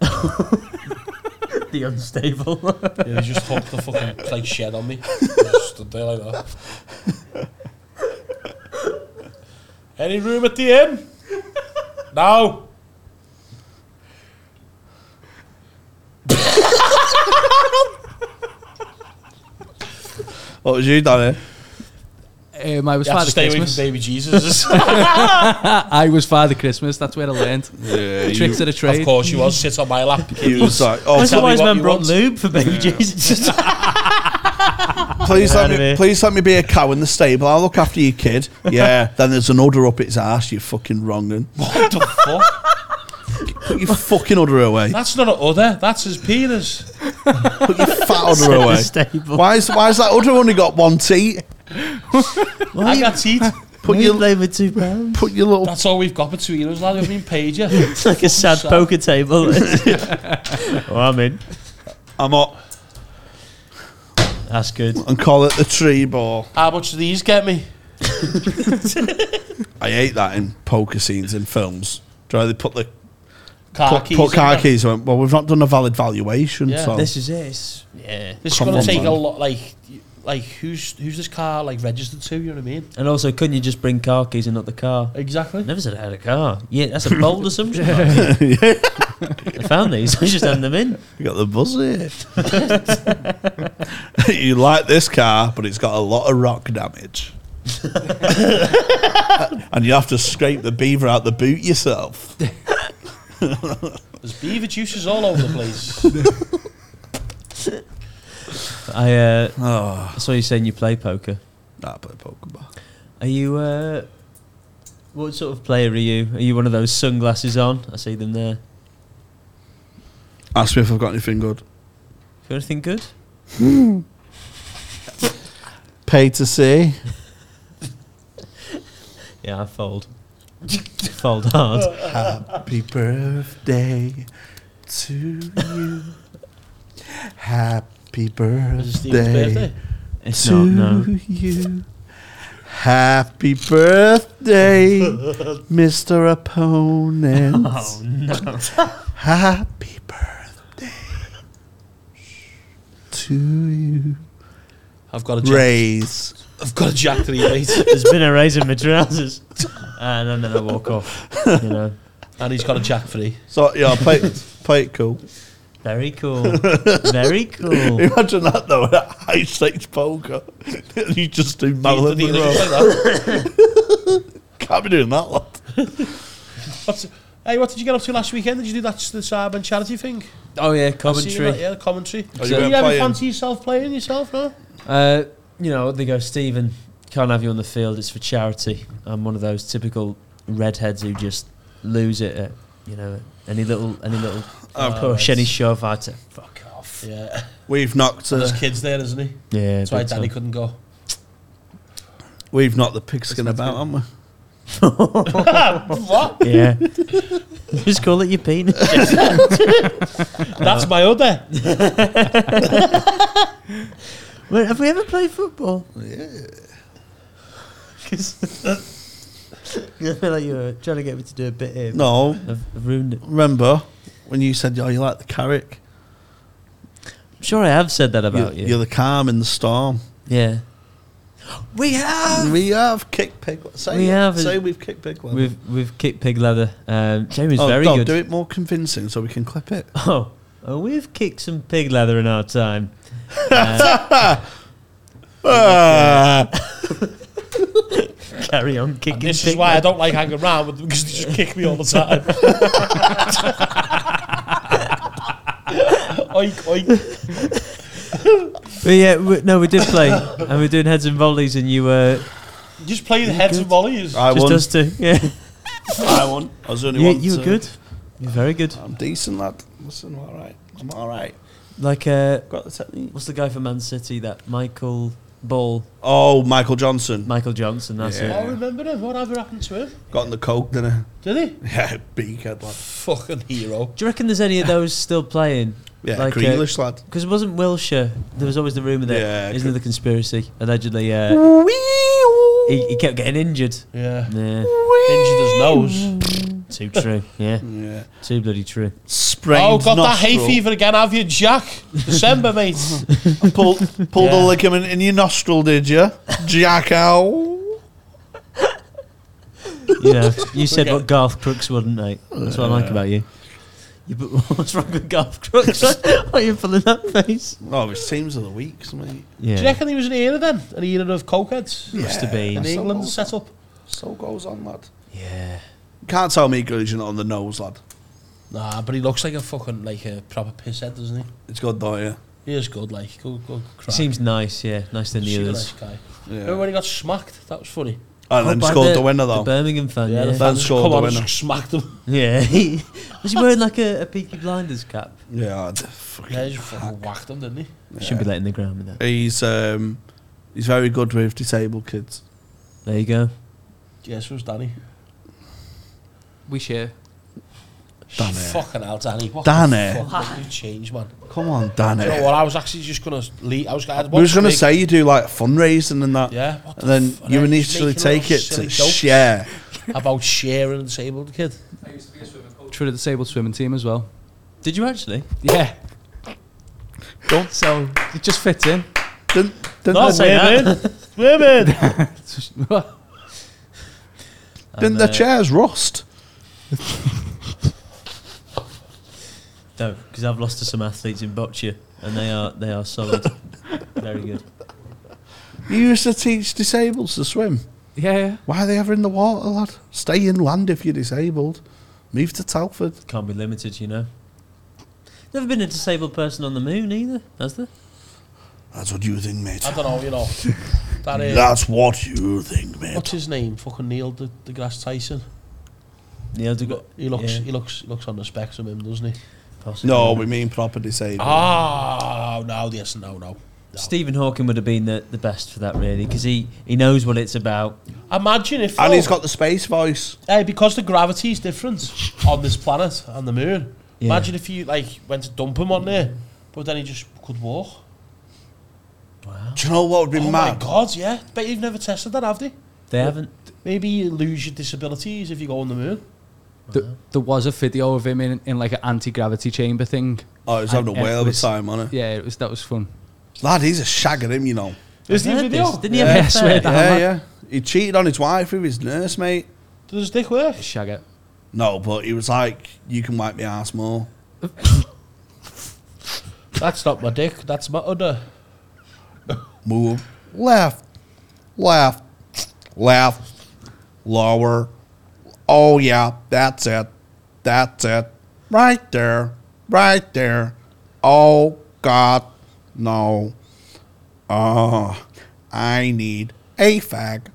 [SPEAKER 1] the unstable. [laughs]
[SPEAKER 4] Yeah, he just hooked the fucking like shed on me. Just stood there like that. Any room at the inn? No.
[SPEAKER 2] What was you, Danny?
[SPEAKER 5] Um, I was
[SPEAKER 4] You have
[SPEAKER 5] Father
[SPEAKER 4] to stay away from
[SPEAKER 5] Christmas.
[SPEAKER 4] baby
[SPEAKER 5] [laughs]
[SPEAKER 4] Jesus.
[SPEAKER 5] I was Father Christmas. That's where I learned.
[SPEAKER 4] [laughs]
[SPEAKER 6] Yeah,
[SPEAKER 5] the tricks of the
[SPEAKER 4] of
[SPEAKER 5] trade.
[SPEAKER 4] course you was. Sit on my
[SPEAKER 5] [laughs]
[SPEAKER 4] lap. [laughs]
[SPEAKER 6] He was like, oh,
[SPEAKER 1] That's
[SPEAKER 4] tell
[SPEAKER 1] the
[SPEAKER 4] me
[SPEAKER 1] wise
[SPEAKER 4] what
[SPEAKER 1] man
[SPEAKER 4] you
[SPEAKER 1] brought
[SPEAKER 4] want.
[SPEAKER 1] lube for baby Jesus. [laughs]
[SPEAKER 2] Please
[SPEAKER 1] Yeah,
[SPEAKER 2] let me,
[SPEAKER 1] anyway.
[SPEAKER 2] please let me be a cow in the stable. I'll look after your kid. Yeah. then there's an udder up its ass. You fucking wrong 'un.
[SPEAKER 4] what the fuck?
[SPEAKER 2] Put your fucking udder
[SPEAKER 4] [laughs]
[SPEAKER 2] away.
[SPEAKER 4] That's not an udder. That's his penis.
[SPEAKER 2] Put your fat udder
[SPEAKER 1] The
[SPEAKER 2] away.
[SPEAKER 1] stable.
[SPEAKER 2] Why is why is that udder only got one teat?
[SPEAKER 4] I got teeth.
[SPEAKER 1] Put
[SPEAKER 2] Put
[SPEAKER 1] you
[SPEAKER 2] your
[SPEAKER 1] play with
[SPEAKER 2] [laughs]
[SPEAKER 1] two pounds.
[SPEAKER 2] put your little
[SPEAKER 4] That's all we've got between us, lad. We've been paid
[SPEAKER 5] [laughs]
[SPEAKER 4] you.
[SPEAKER 1] It's like a sad
[SPEAKER 4] sad.
[SPEAKER 1] poker table. [laughs] well, I'm in.
[SPEAKER 2] I'm up
[SPEAKER 1] That's good.
[SPEAKER 2] and call it the tree ball.
[SPEAKER 4] How much do these get me?
[SPEAKER 2] I hate that in poker scenes in films. Do you know, they put the
[SPEAKER 4] Car
[SPEAKER 2] put,
[SPEAKER 4] keys.
[SPEAKER 2] put car
[SPEAKER 4] in there.
[SPEAKER 2] keys? I Went, well, we've not done a valid valuation.
[SPEAKER 4] Yeah.
[SPEAKER 2] so [laughs]
[SPEAKER 1] This is it. It's, yeah.
[SPEAKER 4] This is
[SPEAKER 2] Come
[SPEAKER 4] going
[SPEAKER 2] on,
[SPEAKER 4] to take
[SPEAKER 2] man.
[SPEAKER 4] a lot. Like, like who's who's this car like registered to? You know what I mean?
[SPEAKER 1] And also, couldn't you just bring car keys and not the car?
[SPEAKER 4] Exactly.
[SPEAKER 1] I never said I had a car. Yeah, that's a [laughs] bold assumption. I found these. I just handed them in.
[SPEAKER 2] You got the buzz here. [laughs] you like this car, but it's got a lot of rock damage. [laughs] and you have to scrape the beaver out the boot yourself.
[SPEAKER 4] There's beaver juices all over the
[SPEAKER 2] [laughs]
[SPEAKER 4] place.
[SPEAKER 1] I uh,
[SPEAKER 2] Oh,
[SPEAKER 1] I saw you saying you play poker.
[SPEAKER 2] I play Pokemon.
[SPEAKER 1] Are you? Uh, what sort of player are you? Are you one of those sunglasses on? I see them there.
[SPEAKER 2] Ask me if I've got anything good.
[SPEAKER 1] Got anything good?
[SPEAKER 2] Pay to see.
[SPEAKER 1] Yeah, I fold. [laughs] fold hard.
[SPEAKER 2] Happy birthday to you. Happy
[SPEAKER 4] Is it Steve's birthday?
[SPEAKER 2] birthday
[SPEAKER 1] It's
[SPEAKER 2] to
[SPEAKER 1] [laughs] not. No.
[SPEAKER 2] you. Happy birthday,
[SPEAKER 1] [laughs]
[SPEAKER 2] Mr. Opponent.
[SPEAKER 1] Oh no.
[SPEAKER 2] Happy birthday to you.
[SPEAKER 7] I've got a jack.
[SPEAKER 2] Raise.
[SPEAKER 7] I've got a jack three eight,
[SPEAKER 1] There's been a raise in my trousers, and then I walk off. You [laughs] know,
[SPEAKER 7] and he's got a jack three.
[SPEAKER 2] So yeah,
[SPEAKER 1] [laughs]
[SPEAKER 2] play it, play it cool.
[SPEAKER 1] very cool. Very cool.
[SPEAKER 2] Imagine that though, at high stakes poker. [laughs] you just do Marilyn
[SPEAKER 4] Did he
[SPEAKER 2] Monroe.
[SPEAKER 4] just like that?
[SPEAKER 2] [laughs] Can't be doing that, lad.
[SPEAKER 4] What's- Hey, what did you get up to last weekend? Did you do that the Sarban charity thing?
[SPEAKER 1] Oh yeah,
[SPEAKER 4] I seen that,
[SPEAKER 1] Coventry.
[SPEAKER 4] yeah, the commentary.
[SPEAKER 2] Oh, you
[SPEAKER 4] you
[SPEAKER 2] weren't
[SPEAKER 4] ever
[SPEAKER 2] playing?
[SPEAKER 4] fancy yourself playing yourself, no?
[SPEAKER 1] Uh, you know, they go, Stephen, can't have you on the field. It's for charity. I'm one of those typical redheads who just lose it. At, you know, any little, any little push, any shove. I to fuck off.
[SPEAKER 4] Yeah.
[SPEAKER 2] We've knocked uh,
[SPEAKER 4] There's kids there, isn't he?
[SPEAKER 1] Yeah,
[SPEAKER 4] That's why
[SPEAKER 1] big
[SPEAKER 4] Danny
[SPEAKER 1] time.
[SPEAKER 2] [laughs]
[SPEAKER 4] couldn't go. [laughs]
[SPEAKER 2] we've knocked the pigskin about, haven't we?
[SPEAKER 4] what?
[SPEAKER 1] yeah. just call it your penis.
[SPEAKER 4] That's my other.
[SPEAKER 1] Well, have we ever played football? [laughs]
[SPEAKER 2] Yeah.
[SPEAKER 1] Because I feel like you were trying to get me to do a bit here. but
[SPEAKER 2] No,
[SPEAKER 1] I've, I've ruined it.
[SPEAKER 2] remember when you said, "Oh, you like the Carrick?
[SPEAKER 1] I'm sure I have said that about
[SPEAKER 2] you're,
[SPEAKER 1] you.
[SPEAKER 2] you're the calm in the storm."
[SPEAKER 1] yeah. We have.
[SPEAKER 2] we have kicked pig. Say,
[SPEAKER 1] We
[SPEAKER 2] it.
[SPEAKER 1] have.
[SPEAKER 2] say we've kicked pig. leather.
[SPEAKER 1] We've we've kicked pig leather. Um, Jamie's
[SPEAKER 2] oh,
[SPEAKER 1] very
[SPEAKER 2] God,
[SPEAKER 1] good.
[SPEAKER 2] do it more convincing so we can clip
[SPEAKER 1] [laughs]
[SPEAKER 2] it.
[SPEAKER 1] Oh, oh, we've kicked some pig leather in our time. Uh,
[SPEAKER 2] Ah,
[SPEAKER 1] carry
[SPEAKER 2] Uh,
[SPEAKER 1] on kicking.
[SPEAKER 4] And this
[SPEAKER 1] pig
[SPEAKER 4] is why I
[SPEAKER 1] leather.
[SPEAKER 4] don't like hanging around with them because they just kick me all the
[SPEAKER 8] [laughs]
[SPEAKER 4] time. oink, oink.
[SPEAKER 1] But yeah, we, no, we did play, and we're doing heads and volleys, and you were
[SPEAKER 4] Just play the heads and volleys.
[SPEAKER 2] I
[SPEAKER 1] just
[SPEAKER 2] won.
[SPEAKER 1] us two. Yeah,
[SPEAKER 2] I won. I was the [laughs] only
[SPEAKER 1] you,
[SPEAKER 2] one.
[SPEAKER 1] you
[SPEAKER 2] to-
[SPEAKER 1] were good. You're very good.
[SPEAKER 2] I'm decent, lad. Listen, all right. I'm all right.
[SPEAKER 1] Like, uh,
[SPEAKER 2] Got the technique.
[SPEAKER 1] what's the guy from Man City? That Michael Ball,
[SPEAKER 2] Oh, Michael Johnson
[SPEAKER 1] Michael Johnson. That's
[SPEAKER 4] I
[SPEAKER 1] it.
[SPEAKER 4] don't remember him. Whatever happened to him?
[SPEAKER 2] got in the coke, didn't
[SPEAKER 4] Did he?
[SPEAKER 2] he? [laughs] Yeah, beakhead lad.
[SPEAKER 4] Fucking hero.
[SPEAKER 1] Do you reckon there's any of those still playing?
[SPEAKER 2] Yeah,
[SPEAKER 1] Like, uh,
[SPEAKER 2] Grealish lad.
[SPEAKER 1] Because it wasn't Wilshire. There was always the rumour
[SPEAKER 2] Yeah,
[SPEAKER 1] that
[SPEAKER 2] it
[SPEAKER 1] not
[SPEAKER 2] could-
[SPEAKER 1] there the conspiracy allegedly uh, he, he kept getting injured.
[SPEAKER 4] Yeah.
[SPEAKER 1] Yeah.
[SPEAKER 8] Oh,
[SPEAKER 4] Injured his nose.
[SPEAKER 1] Too true. Yeah.
[SPEAKER 2] Yeah.
[SPEAKER 1] Too bloody true.
[SPEAKER 2] Sprained
[SPEAKER 8] oh, got that hay
[SPEAKER 2] nostril.
[SPEAKER 8] fever again, have you, Jack? December, mate. [laughs]
[SPEAKER 2] Pulled, pulled
[SPEAKER 1] Yeah.
[SPEAKER 2] a ligament in your nostril, did you? Jack ow.
[SPEAKER 1] You [laughs] know, you said what Garth Crooks wouldn't, mate. That's what I like about you. Uh, You put [laughs] what's wrong with Garth Crooks? [laughs] Why are you pulling that face?
[SPEAKER 2] Oh, it's teams of the weeks, mate.
[SPEAKER 1] Yeah.
[SPEAKER 8] Do you reckon he was an era then? An era of cokeheads?
[SPEAKER 1] Must have
[SPEAKER 8] In
[SPEAKER 1] been.
[SPEAKER 8] England set up?
[SPEAKER 2] So goes on, lad.
[SPEAKER 1] Yeah.
[SPEAKER 2] Can't tell me Grealish not on the nose, lad.
[SPEAKER 4] Nah, but he looks like a fucking like a proper pisshead, doesn't he?
[SPEAKER 2] It's good though, yeah.
[SPEAKER 4] He is good, like go go.
[SPEAKER 1] He
[SPEAKER 4] Crack.
[SPEAKER 1] seems nice, yeah. Nicer than the
[SPEAKER 4] Super
[SPEAKER 1] others.
[SPEAKER 4] nice guy. Remember
[SPEAKER 2] yeah.
[SPEAKER 4] when he got smacked? That was funny.
[SPEAKER 2] And then
[SPEAKER 1] Oh, by
[SPEAKER 2] scored the, winner though.
[SPEAKER 1] The Birmingham fan,
[SPEAKER 4] the
[SPEAKER 1] yeah.
[SPEAKER 4] fans
[SPEAKER 2] scored
[SPEAKER 4] come
[SPEAKER 2] the
[SPEAKER 4] on and
[SPEAKER 2] winner.
[SPEAKER 4] smacked him.
[SPEAKER 1] [laughs] Yeah. he- Was he wearing like a, a Peaky Blinders cap?
[SPEAKER 2] yeah, I'd fucking-
[SPEAKER 4] Yeah, he just fucking whacked him, didn't he?
[SPEAKER 1] Shouldn't be letting the ground with that.
[SPEAKER 2] he's um, he's very good with disabled kids.
[SPEAKER 1] There you go.
[SPEAKER 4] Yes, it was Danny.
[SPEAKER 5] We share.
[SPEAKER 2] Danny.
[SPEAKER 4] Fucking hell, Danny. What
[SPEAKER 2] Danny.
[SPEAKER 4] The fuck did you change, man?
[SPEAKER 2] Come on,
[SPEAKER 4] Do you know
[SPEAKER 2] Danny.
[SPEAKER 4] what? I was actually just gonna leave. I was. I
[SPEAKER 2] We was gonna say you do like fundraising and that,
[SPEAKER 4] Yeah. What the
[SPEAKER 2] and then
[SPEAKER 4] fuck?
[SPEAKER 2] you
[SPEAKER 4] I was
[SPEAKER 2] initially
[SPEAKER 4] making little
[SPEAKER 2] take it
[SPEAKER 4] silly
[SPEAKER 2] to [laughs]
[SPEAKER 4] jokes
[SPEAKER 2] share.
[SPEAKER 4] about sharing a disabled kid.
[SPEAKER 5] True to the disabled swimming team as well.
[SPEAKER 1] Did you actually?
[SPEAKER 5] Yeah. So it just fits in.
[SPEAKER 2] Didn't, didn't,
[SPEAKER 1] I'll
[SPEAKER 2] the,
[SPEAKER 1] say that. [laughs]
[SPEAKER 8] Women!
[SPEAKER 2] didn't
[SPEAKER 4] uh,
[SPEAKER 2] the chairs rust?
[SPEAKER 1] No, because I've lost to some athletes in Boccia, and they are they
[SPEAKER 2] [laughs]
[SPEAKER 1] are solid, very good.
[SPEAKER 2] You used to teach disableds to swim.
[SPEAKER 5] Yeah, yeah.
[SPEAKER 2] Why are they ever in the water, lad? Stay inland if you're disabled. Move to Telford.
[SPEAKER 1] Can't be limited, you know. Never been a disabled person on the moon either, has there?
[SPEAKER 2] That's what you think, mate.
[SPEAKER 4] I don't know. You know. That is.
[SPEAKER 2] That's what you think, mate.
[SPEAKER 4] What's his name? Fucking Neil de- deGrasse Tyson.
[SPEAKER 1] Neil de got
[SPEAKER 4] He looks.
[SPEAKER 1] Yeah.
[SPEAKER 4] He looks. He looks on the spectrum, him, doesn't he?
[SPEAKER 1] possibly.
[SPEAKER 2] No, we mean proper disabled.
[SPEAKER 4] Ah, no, yes, no, no.
[SPEAKER 1] Stephen Hawking would have been the, the best for that, really, because he, he knows what it's about.
[SPEAKER 4] Imagine if.
[SPEAKER 2] and
[SPEAKER 4] though-
[SPEAKER 2] he's got the space voice.
[SPEAKER 4] Hey, Eh, because the gravity is different on this planet and the moon.
[SPEAKER 1] Yeah.
[SPEAKER 4] Imagine if you like went to dump him on there, but then he just could walk.
[SPEAKER 2] Do you know what would be
[SPEAKER 4] oh
[SPEAKER 2] mad?
[SPEAKER 4] my god, yeah. Bet you've never tested that, have they?
[SPEAKER 1] They haven't.
[SPEAKER 4] Maybe you lose your disabilities if you go on the moon.
[SPEAKER 5] Th- there was a video of him in, in like an anti-gravity chamber thing.
[SPEAKER 2] Oh, he's having a
[SPEAKER 5] And
[SPEAKER 2] whale of a
[SPEAKER 5] Elvis.
[SPEAKER 2] time on it.
[SPEAKER 5] Yeah, it was that was fun.
[SPEAKER 2] Lad, he's a shagger him, you know.
[SPEAKER 4] Is
[SPEAKER 1] I've
[SPEAKER 4] the
[SPEAKER 1] heard
[SPEAKER 4] video?
[SPEAKER 1] this. Didn't he have
[SPEAKER 5] Yeah, I swear
[SPEAKER 1] an affair?
[SPEAKER 5] that-
[SPEAKER 2] yeah,
[SPEAKER 5] man.
[SPEAKER 2] yeah. He cheated on his wife with his nurse, mate.
[SPEAKER 4] Does his dick work?
[SPEAKER 5] Shag it.
[SPEAKER 2] No, but he was like, you can wipe my ass more.
[SPEAKER 4] That's not my dick. That's my udder.
[SPEAKER 2] Move. Left. Left. Left. Lower. Oh, yeah. That's it. That's it. Right there. Right there. Oh, God. No. Oh, I need a fag.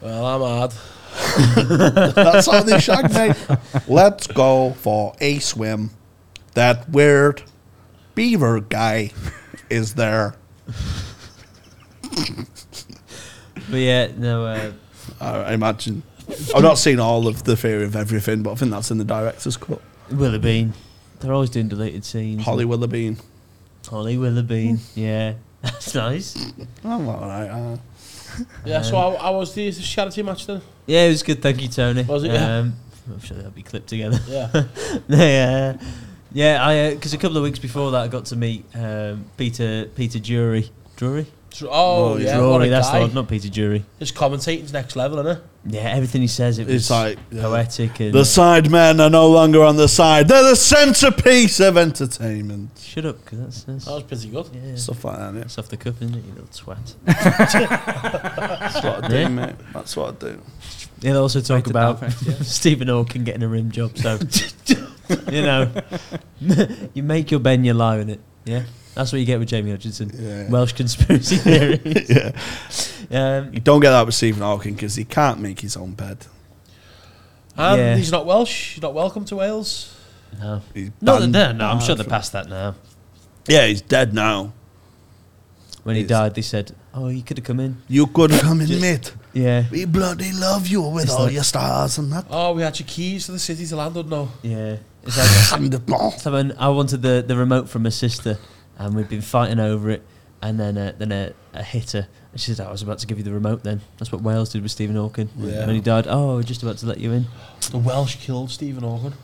[SPEAKER 4] Well, I'm hard.
[SPEAKER 2] That's how they shag, mate. Let's go for a swim. That weird beaver guy is there.
[SPEAKER 1] But yeah, no. Uh,
[SPEAKER 2] I I imagine. I've not seen all of the theory of everything, but I think that's in the director's cut.
[SPEAKER 1] Will have been. They're always doing deleted scenes.
[SPEAKER 2] Holly Willoughby.
[SPEAKER 1] Holly Willoughby.
[SPEAKER 4] Hmm.
[SPEAKER 1] yeah, [laughs] that's nice.
[SPEAKER 2] I'm all right. Uh,
[SPEAKER 4] Yeah, so
[SPEAKER 1] Um,
[SPEAKER 4] I, I was the, the charity match then.
[SPEAKER 1] Yeah, it was good. Thank you, Tony.
[SPEAKER 4] Was it? Yeah.
[SPEAKER 1] Um, I'm sure that'll be clipped together.
[SPEAKER 4] Yeah.
[SPEAKER 1] [laughs] yeah, uh, yeah. I because a couple of weeks before that, I got to meet um, Peter Peter Drury. Drury.
[SPEAKER 4] Dr- oh, yeah. what
[SPEAKER 1] Drury.
[SPEAKER 4] a
[SPEAKER 1] That's the
[SPEAKER 4] guy.
[SPEAKER 1] one, not Peter Drury.
[SPEAKER 4] His commentating's next level, isn't it?
[SPEAKER 1] Yeah, everything he says, it was
[SPEAKER 2] it's like uh,
[SPEAKER 1] poetic and.
[SPEAKER 2] the side men are no longer on the side; they're the centerpiece of entertainment.
[SPEAKER 1] shut up, because that's, that's
[SPEAKER 4] That was pretty good.
[SPEAKER 1] yeah,
[SPEAKER 2] Stuff like that. Yeah.
[SPEAKER 1] that's off the cup, isn't it? You little twat.
[SPEAKER 2] That's what I do,
[SPEAKER 1] Yeah.
[SPEAKER 2] mate. That's what I do.
[SPEAKER 1] He'll also talk
[SPEAKER 5] Rated
[SPEAKER 1] about
[SPEAKER 5] perfect,
[SPEAKER 1] [laughs]
[SPEAKER 5] yeah.
[SPEAKER 1] Stephen Hawking getting a rim job. So you know, [laughs] you make your bend, you lie in it. Yeah, that's what you get with Jamie Hutchinson.
[SPEAKER 2] Yeah.
[SPEAKER 1] Welsh conspiracy theory.
[SPEAKER 2] [laughs]
[SPEAKER 1] [laughs]
[SPEAKER 2] yeah.
[SPEAKER 1] Um,
[SPEAKER 2] You don't get that with Stephen Hawking because he can't make his own bed.
[SPEAKER 4] And
[SPEAKER 1] Yeah.
[SPEAKER 4] he's not Welsh. He's not welcome to Wales.
[SPEAKER 1] no,
[SPEAKER 2] He's
[SPEAKER 1] not that,
[SPEAKER 2] banned-
[SPEAKER 1] no, no. I'm
[SPEAKER 2] banned
[SPEAKER 1] sure they're
[SPEAKER 2] from-
[SPEAKER 1] past that now.
[SPEAKER 2] Yeah, he's dead now.
[SPEAKER 1] When he
[SPEAKER 2] Yes.
[SPEAKER 1] died, they said, "Oh, you could have come in."
[SPEAKER 2] You could come in, mate.
[SPEAKER 1] Yeah,
[SPEAKER 2] We bloody love you with
[SPEAKER 1] It's
[SPEAKER 2] all
[SPEAKER 1] like-
[SPEAKER 2] your stars and that.
[SPEAKER 4] Oh, we had your keys to the city to land on now.
[SPEAKER 1] yeah. It's
[SPEAKER 2] [laughs]
[SPEAKER 1] like,
[SPEAKER 2] And the- oh,
[SPEAKER 1] it's like when I wanted the, the remote from my sister, and we'd been fighting over it, and then uh, then a, a hitter, a She said, I was about to give you the remote then. That's what Wales did with Stephen Hawking.
[SPEAKER 4] Yeah.
[SPEAKER 1] When he died, oh, we're just about to let you in.
[SPEAKER 4] The Welsh killed Stephen Hawking.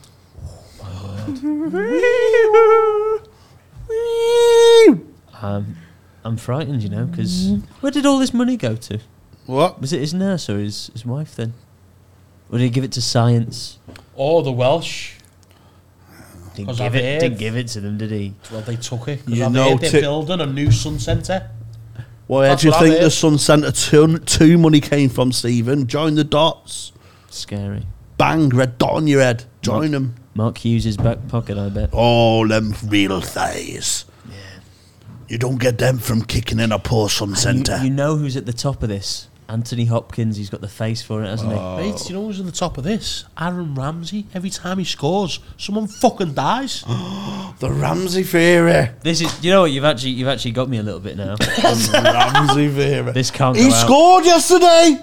[SPEAKER 1] Um, I'm frightened, you know, because where did all this money go to?
[SPEAKER 2] What?
[SPEAKER 1] Was it his nurse or his, his wife then? Or did he give it to science?
[SPEAKER 4] Or Oh, the Welsh.
[SPEAKER 1] Didn't
[SPEAKER 4] 'Cause
[SPEAKER 1] give,
[SPEAKER 4] I've
[SPEAKER 1] it, didn't
[SPEAKER 4] heard-
[SPEAKER 1] give it to them, did he?
[SPEAKER 4] Well, they took it.
[SPEAKER 2] You
[SPEAKER 4] You
[SPEAKER 2] know
[SPEAKER 4] know, they're
[SPEAKER 2] ti-
[SPEAKER 4] building a new sun centre.
[SPEAKER 2] Where
[SPEAKER 4] That's
[SPEAKER 2] do you
[SPEAKER 4] what I
[SPEAKER 2] think
[SPEAKER 4] heard.
[SPEAKER 2] the Sun Centre two, two money came from, Stephen? Join the dots.
[SPEAKER 1] Scary.
[SPEAKER 2] Bang, red dot on your head. Join them.
[SPEAKER 1] Mark Hughes' back pocket, I bet.
[SPEAKER 2] All them real thighs. You don't get them from kicking in a poor Sun
[SPEAKER 1] You,
[SPEAKER 2] Centre.
[SPEAKER 1] you know who's at the top of this? Anthony Hopkins. He's got the face for it, hasn't he?
[SPEAKER 4] Mate, do you know who's on the top of this? Aaron Ramsey. Every time he scores, someone fucking dies.
[SPEAKER 2] the Ramsey Theory.
[SPEAKER 1] This is. You know what? You've actually you've actually got me a little bit now.
[SPEAKER 2] [laughs] Ramsey Theory.
[SPEAKER 1] this can't.
[SPEAKER 2] He
[SPEAKER 1] go out.
[SPEAKER 2] scored yesterday.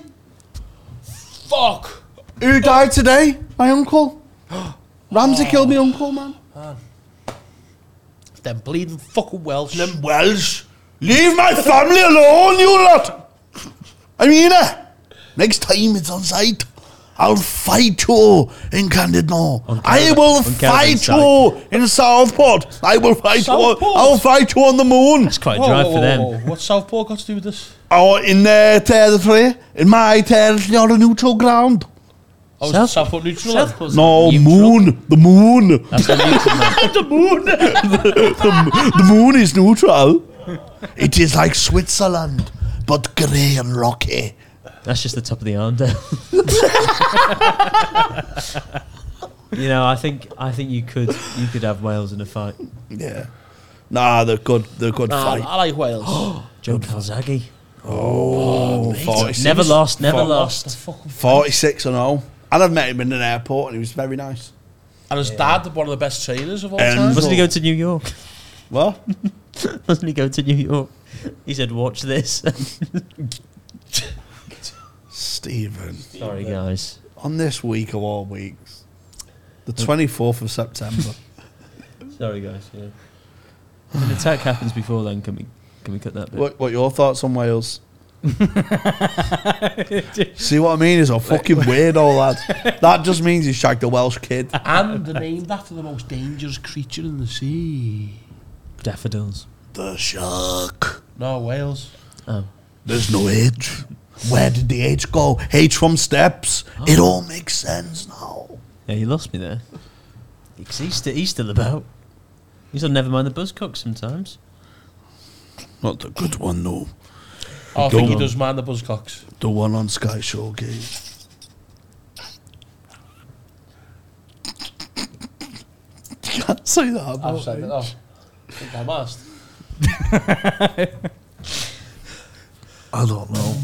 [SPEAKER 4] [gasps] Fuck!
[SPEAKER 2] Who died today? My uncle. [gasps] Ramsey killed my uncle, man.
[SPEAKER 4] Them bleeding fucking Welsh.
[SPEAKER 2] Them Welsh. Leave my family alone, you lot. I mean it. Next time it's on site, I'll fight you in Candidno. I
[SPEAKER 1] Kelvin-
[SPEAKER 2] will
[SPEAKER 1] on Kelvin's
[SPEAKER 2] fight you in Southport. I will fight you.
[SPEAKER 4] Southport?
[SPEAKER 2] On, I'll fight you on the moon
[SPEAKER 1] That's quite a drive for them.
[SPEAKER 4] What's Southport got to do with this?
[SPEAKER 2] or in their territory, in my territory on a neutral ground.
[SPEAKER 4] Oh,
[SPEAKER 1] South-
[SPEAKER 4] South- Southport neutral. then?
[SPEAKER 2] No moon, the moon. [laughs]
[SPEAKER 1] That's what neutral meant.
[SPEAKER 2] the moon. the, the moon is neutral. It is like Switzerland, but grey and rocky.
[SPEAKER 1] That's just the top of the arm down. you know, I think I think you could you could have Wales in a fight.
[SPEAKER 2] Yeah. Nah, they're good. They're good
[SPEAKER 4] Nah,
[SPEAKER 2] fight.
[SPEAKER 4] I like [gasps] Wales.
[SPEAKER 1] Joe Calzaghe.
[SPEAKER 2] 46,
[SPEAKER 1] Oh, Never lost, never
[SPEAKER 2] Fuck.
[SPEAKER 1] lost.
[SPEAKER 2] 46 and all. And I've met him in an airport and he was very nice.
[SPEAKER 4] and his dad, one of the best trainers of all
[SPEAKER 2] And-
[SPEAKER 4] time.
[SPEAKER 1] Wasn't he going to New York? [laughs]
[SPEAKER 2] What?
[SPEAKER 1] Wasn't he going to New York? He said, "Watch this." [laughs]
[SPEAKER 2] Stephen.
[SPEAKER 1] Sorry, guys.
[SPEAKER 2] On this week of all weeks, the 24th of
[SPEAKER 1] [laughs]
[SPEAKER 2] September.
[SPEAKER 1] Sorry, guys. Yeah. If an attack happens before then, can we can we cut that bit?
[SPEAKER 2] what, what are your thoughts on
[SPEAKER 1] [laughs]
[SPEAKER 2] Wales? See what I mean? Is a fucking weirdo lad. That just means he shagged a Welsh
[SPEAKER 1] [laughs]
[SPEAKER 2] kid.
[SPEAKER 4] and they're named after the most dangerous creature in the sea.
[SPEAKER 1] Daffodils.
[SPEAKER 2] The shark.
[SPEAKER 4] No, Wales.
[SPEAKER 1] Oh,
[SPEAKER 2] There's no H. Where did the H go? H from steps. It all makes sense now.
[SPEAKER 1] yeah, you lost me there. 'Cause He's still, he's still about. He's on Nevermind the Buzzcocks sometimes.
[SPEAKER 2] Not the good one, no.
[SPEAKER 4] Oh, I think
[SPEAKER 2] Go
[SPEAKER 4] he
[SPEAKER 2] on.
[SPEAKER 4] does mind the Buzzcocks.
[SPEAKER 2] The one on Sky Showcase. You can't say that about
[SPEAKER 4] I've said it.
[SPEAKER 2] me.
[SPEAKER 4] Oh, I think I'm asked.
[SPEAKER 2] I don't know.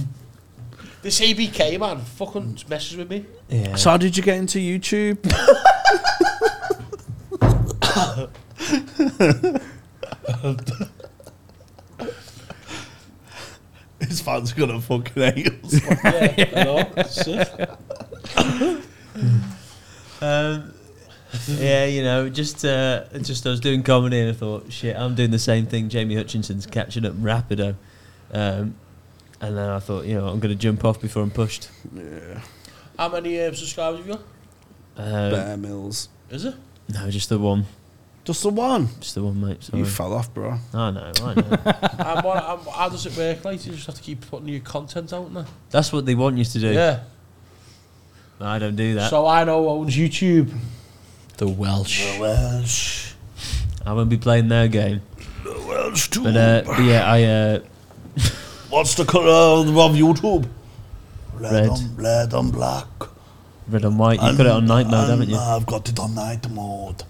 [SPEAKER 4] This ABK man fucking messes with me.
[SPEAKER 1] Yeah.
[SPEAKER 2] So how did you get into YouTube? [laughs] His fans gonna fucking hate us.
[SPEAKER 4] [laughs] yeah, I know. It's sick.
[SPEAKER 1] Um, yeah, you know, just uh, just I was doing comedy and I thought, shit, I'm doing the same thing. Jamie Hutchinson's catching up rapido, um, and then I thought, you know, I'm going to jump off before I'm pushed.
[SPEAKER 4] How many uh, subscribers have you got?
[SPEAKER 1] Um,
[SPEAKER 2] Bear Mills.
[SPEAKER 4] Is it?
[SPEAKER 1] no, just the one,
[SPEAKER 2] Just the one.
[SPEAKER 1] just the one, mate. Sorry.
[SPEAKER 2] You fell off, bro.
[SPEAKER 1] I know, I know.
[SPEAKER 4] and what, and how does it work? Like, you just have to keep putting new content out there.
[SPEAKER 1] That's what they want you to do.
[SPEAKER 4] Yeah.
[SPEAKER 1] I don't do that.
[SPEAKER 4] So I know who owns YouTube. The Welsh.
[SPEAKER 2] Welsh.
[SPEAKER 1] I won't be playing their game.
[SPEAKER 2] Welsh too.
[SPEAKER 1] But, uh, but yeah, I uh,
[SPEAKER 2] What's the colour of YouTube? Red,
[SPEAKER 1] Red.
[SPEAKER 2] on red and black.
[SPEAKER 1] red and white. You've
[SPEAKER 2] And-
[SPEAKER 1] got it on night mode,
[SPEAKER 2] and
[SPEAKER 1] haven't you?
[SPEAKER 2] I've got it on night
[SPEAKER 1] [laughs]
[SPEAKER 2] mode.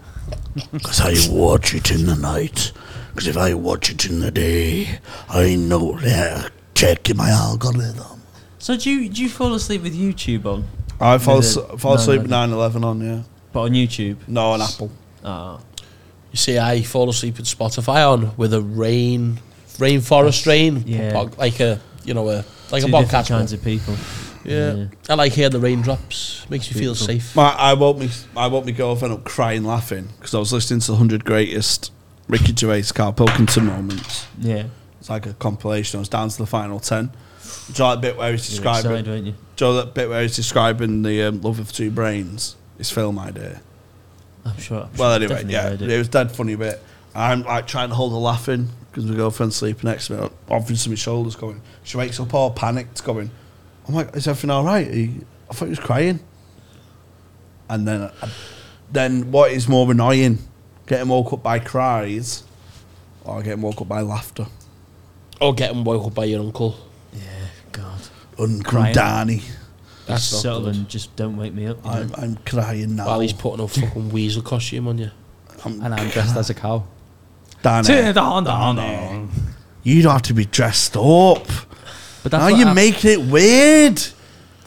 [SPEAKER 2] Because I watch it in the night. Because if I watch it in the day, I know they're checking my algorithm.
[SPEAKER 1] So do you do you fall asleep with YouTube on,
[SPEAKER 2] I
[SPEAKER 1] fall With a- as- fall asleep at
[SPEAKER 2] 9-11 on, yeah.
[SPEAKER 1] but on YouTube?
[SPEAKER 2] No, on Apple.
[SPEAKER 1] Ah,
[SPEAKER 4] You see, I fall asleep with Spotify on with a rain, rainforest rain.
[SPEAKER 1] Yeah.
[SPEAKER 4] pod- Like a, you know, a like
[SPEAKER 1] two
[SPEAKER 4] a
[SPEAKER 1] different
[SPEAKER 4] podcast.
[SPEAKER 1] kinds
[SPEAKER 4] one.
[SPEAKER 1] of people.
[SPEAKER 4] Yeah.
[SPEAKER 1] yeah.
[SPEAKER 4] I like hearing the raindrops. Makes me feel
[SPEAKER 1] Beautiful.
[SPEAKER 4] safe.
[SPEAKER 2] My, I woke me, I woke my girlfriend up crying, laughing because I was listening to the hundred greatest Ricky Gervais, Carl Pilkington moments.
[SPEAKER 1] Yeah.
[SPEAKER 2] It's like a compilation. I was down to the final ten, Joe, that bit where he's
[SPEAKER 1] You're excited,
[SPEAKER 2] describing
[SPEAKER 1] weren't you?
[SPEAKER 2] Joe, that bit where he's describing the um, love of two brains. His film idea.
[SPEAKER 1] I'm sure. I'm
[SPEAKER 2] Well,
[SPEAKER 1] sure
[SPEAKER 2] anyway,
[SPEAKER 1] definitely
[SPEAKER 2] yeah,
[SPEAKER 1] heard
[SPEAKER 2] it.
[SPEAKER 1] it.
[SPEAKER 2] was dead funny bit. I'm like trying to hold her laughing because my girlfriend's sleeping next to me. Obviously, my shoulders going. She wakes up all panicked, going, "Oh my, God, is everything all right?" He- I thought he was crying. And then, I- then what is more annoying, getting woke up by cries, or getting woke up by laughter?
[SPEAKER 4] Or getting woke up by your uncle.
[SPEAKER 1] Yeah, God.
[SPEAKER 2] Uncle
[SPEAKER 5] Crying.
[SPEAKER 2] Danny,
[SPEAKER 4] That's
[SPEAKER 1] Just
[SPEAKER 4] not
[SPEAKER 1] settle
[SPEAKER 4] good.
[SPEAKER 1] and just don't wake me up. you
[SPEAKER 2] I'm,
[SPEAKER 1] know?
[SPEAKER 2] I'm crying now.
[SPEAKER 4] While he's putting a fucking weasel costume on you.
[SPEAKER 2] I'm
[SPEAKER 5] And I'm dressed as a cow.
[SPEAKER 2] Danny.
[SPEAKER 5] Turn it on, on, on.
[SPEAKER 2] You don't have to be dressed up.
[SPEAKER 5] But that's
[SPEAKER 2] Now
[SPEAKER 5] what
[SPEAKER 2] you're
[SPEAKER 5] hap-
[SPEAKER 2] making it weird.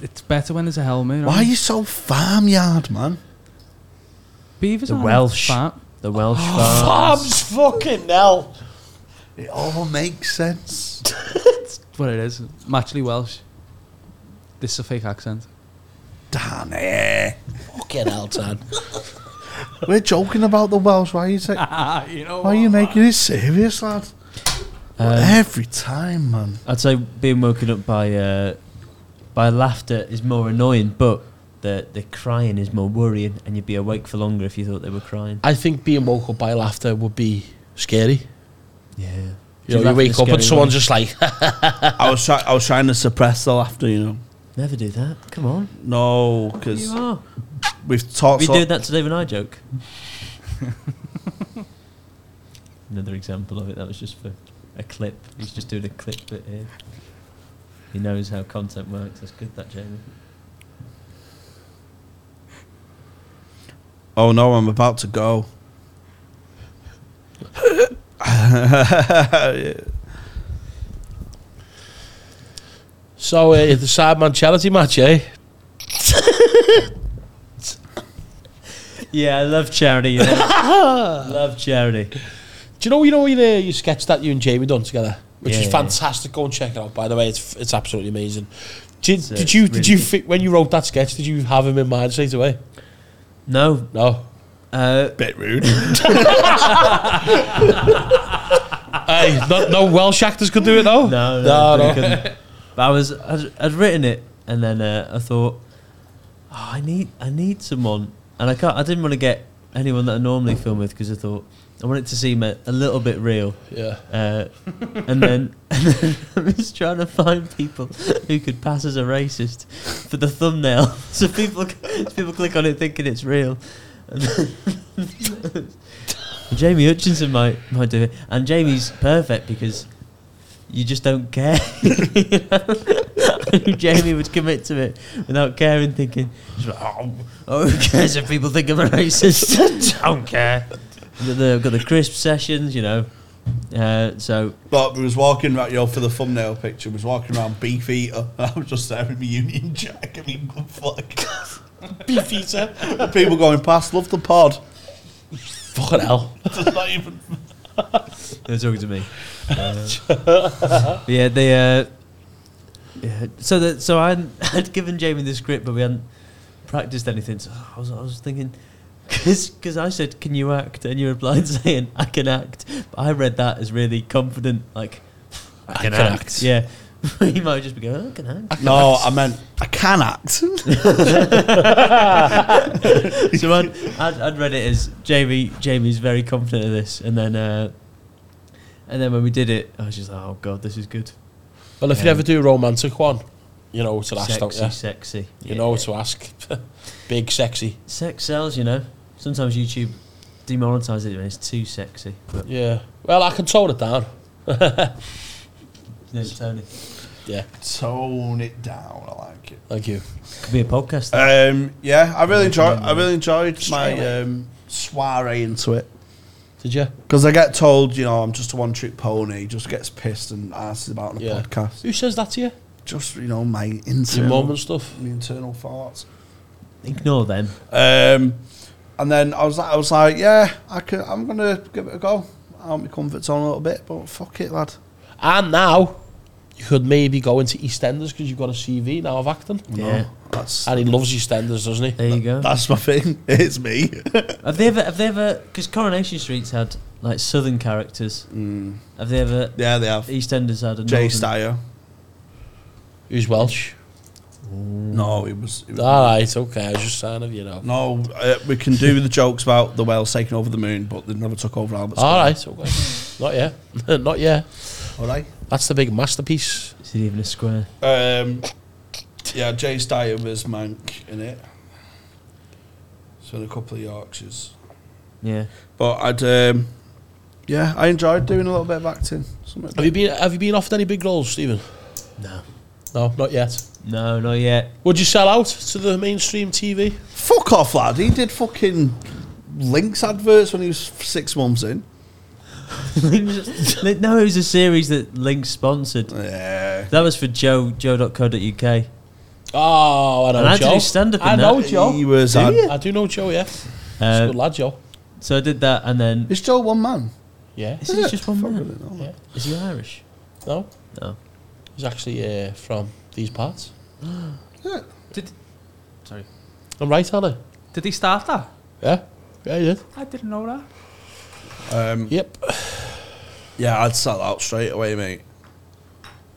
[SPEAKER 5] It's better when there's a helmet.
[SPEAKER 2] Why are
[SPEAKER 5] on.
[SPEAKER 2] you so farmyard, man?
[SPEAKER 5] Beavers
[SPEAKER 1] The
[SPEAKER 5] aren't
[SPEAKER 1] Welsh.
[SPEAKER 5] Fat.
[SPEAKER 1] The
[SPEAKER 4] [gasps]
[SPEAKER 1] Welsh farms.
[SPEAKER 4] fucking hell.
[SPEAKER 2] It all makes [laughs] sense.
[SPEAKER 5] That's what it is. I'm actually Welsh. This is a fake accent.
[SPEAKER 2] Damn it.
[SPEAKER 4] Fucking hell, Tan.
[SPEAKER 2] We're joking about the Welsh. Why are you, ta-
[SPEAKER 5] Ah, you know.
[SPEAKER 2] why are [laughs] you making it serious, lad?
[SPEAKER 1] Um,
[SPEAKER 2] Every time, man.
[SPEAKER 1] I'd say being woken up by uh, by laughter is more annoying, but the the crying is more worrying, and you'd be awake for longer if you thought they were crying.
[SPEAKER 4] I think being woke up by laughter would be scary.
[SPEAKER 1] Yeah.
[SPEAKER 4] You know, you wake up and someone's just like,
[SPEAKER 2] [laughs]
[SPEAKER 4] [laughs]
[SPEAKER 2] I was try- I was trying to suppress the laughter, you know.
[SPEAKER 1] Never do that. Come on.
[SPEAKER 2] No,
[SPEAKER 1] You
[SPEAKER 2] because
[SPEAKER 1] are.
[SPEAKER 2] we've talked.
[SPEAKER 1] We
[SPEAKER 2] so-
[SPEAKER 1] doing that today when I joke. [laughs] Another example of it. That was just for a clip. He's just doing a clip bit here. He knows how content works. That's good, that Jamie.
[SPEAKER 2] oh no, I'm about to
[SPEAKER 1] [laughs]
[SPEAKER 2] go. [laughs]
[SPEAKER 4] so uh, it's the Sideman charity match, eh?
[SPEAKER 1] Yeah, I love charity. You know? [laughs] love charity.
[SPEAKER 4] Do you know you know your uh, your sketch that you and Jamie done together, which
[SPEAKER 1] Yeah,
[SPEAKER 4] is
[SPEAKER 1] yeah.
[SPEAKER 4] fantastic. Go and check it out. By the way, it's it's absolutely amazing. Did,
[SPEAKER 1] It's, uh,
[SPEAKER 4] did you did
[SPEAKER 1] really
[SPEAKER 4] you
[SPEAKER 1] good.
[SPEAKER 4] fi- when you wrote that sketch? Did you have him in mind straight away?
[SPEAKER 1] No,
[SPEAKER 4] No.
[SPEAKER 1] uh,
[SPEAKER 2] Bit rude.
[SPEAKER 4] hey, no, no Welsh actors could do it though. No,
[SPEAKER 1] no, no.
[SPEAKER 4] no.
[SPEAKER 1] really couldn't. But I was, I'd, I'd written it, and then uh, I thought, oh, I need, I need someone, and I can't. I didn't want to get anyone that I normally film with because I thought I want it to seem a, a little bit real.
[SPEAKER 4] Yeah.
[SPEAKER 1] Uh, and then [laughs] and then I was trying to find people who could pass as a racist for the thumbnail, [laughs] so people c- people click on it thinking it's real. And then- [laughs] Jamie Hutchinson might might do it, and Jamie's perfect because you just don't care. [laughs] you know? [laughs] Jamie would commit to it without caring, thinking, he's like, oh, oh, who cares if people think I'm a racist? [laughs] I don't care. I've got the, I've got the crisp sessions, you know. Uh, so
[SPEAKER 2] But we was walking right, you know, for the thumbnail picture, we was walking around Beef Eater, [laughs] and I was just there with my Union Jack and my good flag. [laughs] Beef Eater. People going past, love the pod.
[SPEAKER 4] Fucking hell.
[SPEAKER 2] Just not even.
[SPEAKER 1] they were talking to me. Uh, but [laughs] yeah, they. Uh, yeah, so that so I hadn't, [laughs] I'd given Jamie the script, but we hadn't practiced anything. So I was, I was thinking, [laughs] because I said, "Can you act?" and you replied [laughs] saying, "I can act." But I read that as really confident, like I
[SPEAKER 4] can act.
[SPEAKER 1] Yeah, [laughs] you might just be going, "I can act."
[SPEAKER 2] No, I meant I can act.
[SPEAKER 1] so I'd, I'd, I'd read it as Jamie. Jamie's very confident of this, and then uh, and then when we did it, I was just like, "Oh God, this is good."
[SPEAKER 4] Well, if you
[SPEAKER 1] Yeah.
[SPEAKER 4] ever do a romantic one, you know to ask, don't
[SPEAKER 1] sexy,
[SPEAKER 4] you?
[SPEAKER 1] sexy.
[SPEAKER 4] You know to ask. [laughs] Big sexy.
[SPEAKER 1] sex sells. You know, sometimes YouTube demonetizes it when it's too sexy. But
[SPEAKER 4] Yeah. Well, I can tone it down.
[SPEAKER 1] no, Tony,
[SPEAKER 4] [laughs] Yeah.
[SPEAKER 2] Tone it down. I like it.
[SPEAKER 4] Thank you.
[SPEAKER 1] could be a podcast.
[SPEAKER 2] Um, yeah, I really enjoyed. I really enjoyed my um, soiree into it
[SPEAKER 4] Did you?
[SPEAKER 2] because I get told, you know, I'm just a one-trick pony. Just gets pissed and asks about on a
[SPEAKER 4] Yeah.
[SPEAKER 2] podcast.
[SPEAKER 4] Who says that to you?
[SPEAKER 2] Just you know, my
[SPEAKER 4] Your mum
[SPEAKER 2] internal,
[SPEAKER 4] and stuff.
[SPEAKER 2] my internal thoughts.
[SPEAKER 1] Ignore them.
[SPEAKER 2] Um, and then I was like, I was like, yeah, I could, I'm gonna give it a go. Out my comfort zone a little bit, but fuck it, lad.
[SPEAKER 4] And now you could maybe go into EastEnders because you've got a CV now of acting.
[SPEAKER 1] Yeah,
[SPEAKER 2] That's
[SPEAKER 4] And he loves EastEnders, doesn't he?
[SPEAKER 1] there you go.
[SPEAKER 2] that's my thing. [laughs] It's me.
[SPEAKER 1] Have they ever? Have they ever? Because Coronation Street's had like southern characters. Have they ever?
[SPEAKER 2] Yeah, they have.
[SPEAKER 1] EastEnders had a
[SPEAKER 2] Jay
[SPEAKER 1] northern-
[SPEAKER 2] Steyer.
[SPEAKER 4] who's Welsh.
[SPEAKER 2] No, it was. It was
[SPEAKER 4] All right, okay. I was just saying, if you know.
[SPEAKER 2] no, uh, we can do the jokes about the Welsh taking over the moon, but they never took over Albert's.
[SPEAKER 4] All right, okay. Not yet. [laughs] Not yet.
[SPEAKER 2] All right.
[SPEAKER 4] That's the big masterpiece.
[SPEAKER 1] Is it even a square?
[SPEAKER 2] Um, yeah, Jay Dyer was Mank in it. So in a couple of Yorkshires.
[SPEAKER 1] Yeah.
[SPEAKER 2] But I'd, um, yeah, I enjoyed doing a little bit of acting. Something
[SPEAKER 4] Have you been Have you been offered any big roles, Stephen?
[SPEAKER 1] No.
[SPEAKER 4] No, not yet.
[SPEAKER 1] No, not yet. [laughs]
[SPEAKER 4] Would you sell out to the mainstream TV?
[SPEAKER 2] Fuck off, lad. He did fucking Lynx adverts when he was f- six months in.
[SPEAKER 1] Li- no, it was a series that Link sponsored.
[SPEAKER 2] Yeah.
[SPEAKER 1] That was for Joe Joe.co.uk.
[SPEAKER 4] Oh, I know
[SPEAKER 1] And I had
[SPEAKER 4] Joe.
[SPEAKER 1] to do stand-up in
[SPEAKER 4] I know
[SPEAKER 1] that.
[SPEAKER 4] Joe.
[SPEAKER 2] He was. ad-
[SPEAKER 4] I do know Joe. Yeah, he's a
[SPEAKER 1] Uh,
[SPEAKER 4] good lad, Joe.
[SPEAKER 1] so I did that, and then
[SPEAKER 2] Is Joe one man?
[SPEAKER 4] Yeah.
[SPEAKER 1] is it just one
[SPEAKER 2] Fuck,
[SPEAKER 1] man?
[SPEAKER 2] really, no.
[SPEAKER 4] Yeah.
[SPEAKER 1] Is he Irish?
[SPEAKER 4] No,
[SPEAKER 1] No.
[SPEAKER 4] he's actually uh, from these [gasps] parts.
[SPEAKER 5] Sorry.
[SPEAKER 4] I'm right, Anna.
[SPEAKER 5] Did he start that?
[SPEAKER 4] Yeah. Yeah, he did.
[SPEAKER 5] I didn't know that.
[SPEAKER 2] Um,
[SPEAKER 4] Yep.
[SPEAKER 2] yeah, I'd sell out straight away, mate.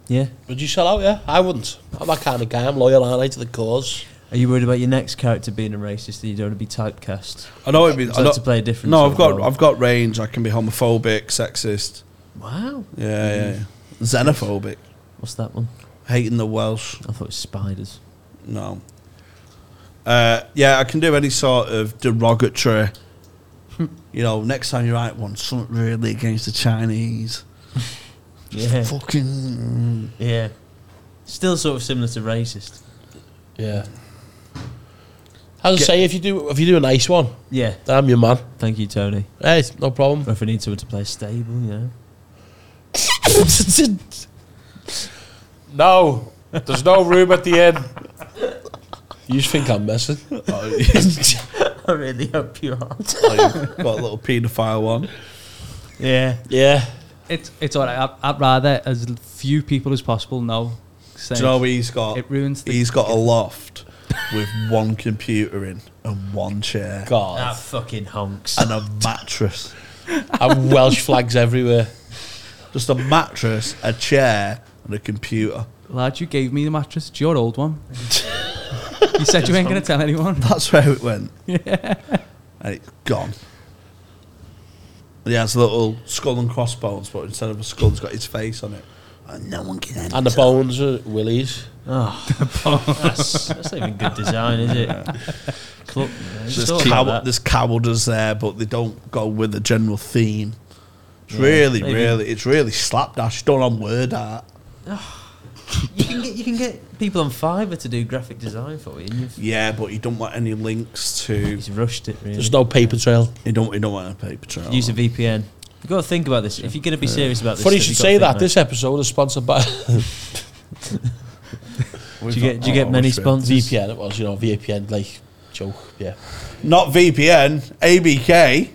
[SPEAKER 1] Yeah.
[SPEAKER 4] Would you sell out? Yeah, I wouldn't. I'm that kind of guy. I'm loyal, aren't I, to the cause?
[SPEAKER 1] Are you worried about your next character being a racist and you don't want to be typecast?
[SPEAKER 2] I know it'd be.
[SPEAKER 1] So
[SPEAKER 2] I know,
[SPEAKER 1] to play a different.
[SPEAKER 2] no,
[SPEAKER 1] sort
[SPEAKER 2] I've
[SPEAKER 1] of
[SPEAKER 2] got.
[SPEAKER 1] role.
[SPEAKER 2] I've got range. I can be homophobic, sexist.
[SPEAKER 1] Wow.
[SPEAKER 2] Yeah, yeah,
[SPEAKER 1] Mm.
[SPEAKER 2] yeah. Xenophobic.
[SPEAKER 1] What's that one?
[SPEAKER 2] Hating the Welsh.
[SPEAKER 1] I thought it was spiders.
[SPEAKER 2] No. Uh, yeah, I can do any sort of derogatory. You know, next time you write one, something really against the Chinese.
[SPEAKER 1] Yeah.
[SPEAKER 2] Fucking.
[SPEAKER 1] Yeah. Still sort of similar to racist.
[SPEAKER 4] Yeah. As I say, if you do, if you do a nice one,
[SPEAKER 1] Yeah.
[SPEAKER 4] then I'm your man.
[SPEAKER 1] Thank you, Tony.
[SPEAKER 4] Hey, it's no problem.
[SPEAKER 1] Or if I need someone to play stable, you know.
[SPEAKER 4] [laughs] no, there's no room at the end. You just think I'm messing?
[SPEAKER 1] [laughs]
[SPEAKER 2] [laughs]
[SPEAKER 1] I really hope you are.
[SPEAKER 2] Like, Oh, got a little paedophile one.
[SPEAKER 1] [laughs] Yeah.
[SPEAKER 4] Yeah.
[SPEAKER 5] It's it's all right. I'd, I'd rather as few people as possible
[SPEAKER 2] Do
[SPEAKER 5] know. Saying
[SPEAKER 2] you know what he's got?
[SPEAKER 5] it ruins the.
[SPEAKER 2] He's got a loft with one computer in and one chair
[SPEAKER 1] That
[SPEAKER 4] God.
[SPEAKER 1] fucking honks.
[SPEAKER 2] and a mattress.
[SPEAKER 4] and Welsh flags everywhere.
[SPEAKER 2] Just a mattress, a chair, and a computer.
[SPEAKER 5] Lad, you gave me the mattress. It's your old one. you said you ain't going to tell anyone.
[SPEAKER 2] That's where it went. Yeah. And it's gone. And He has a little skull and crossbones, but instead of a skull, it's got his face on it. And no one can enter.
[SPEAKER 4] And the bones are Willie's. [laughs]
[SPEAKER 1] Oh, that's, that's not even good design, is it? Cluck, man.
[SPEAKER 2] There's,
[SPEAKER 1] Thought
[SPEAKER 2] cow-
[SPEAKER 1] about that.
[SPEAKER 2] there's cowders there, but they don't go with the general theme. It's
[SPEAKER 1] Yeah,
[SPEAKER 2] really,
[SPEAKER 1] maybe.
[SPEAKER 2] really, it's really slapdash. Done on word art.
[SPEAKER 1] You can get you can get people on Fiverr to do graphic design for you. And you've,
[SPEAKER 2] Yeah, but you don't want any links to.
[SPEAKER 1] he's rushed it really.
[SPEAKER 4] There's no paper trail.
[SPEAKER 2] You don't. You don't want a paper trail.
[SPEAKER 1] Use a VPN. You've got to think about this. If you're going to be serious about this,
[SPEAKER 4] Funny you
[SPEAKER 1] stuff,
[SPEAKER 4] should
[SPEAKER 1] you've got to
[SPEAKER 4] say that.
[SPEAKER 1] think
[SPEAKER 4] This episode is sponsored by [laughs]
[SPEAKER 1] about it. do you get do
[SPEAKER 4] Oh,
[SPEAKER 1] you get many sponsors?
[SPEAKER 4] VPN. It was, you know, VPN like joke. Yeah.
[SPEAKER 2] Not VPN. ABK.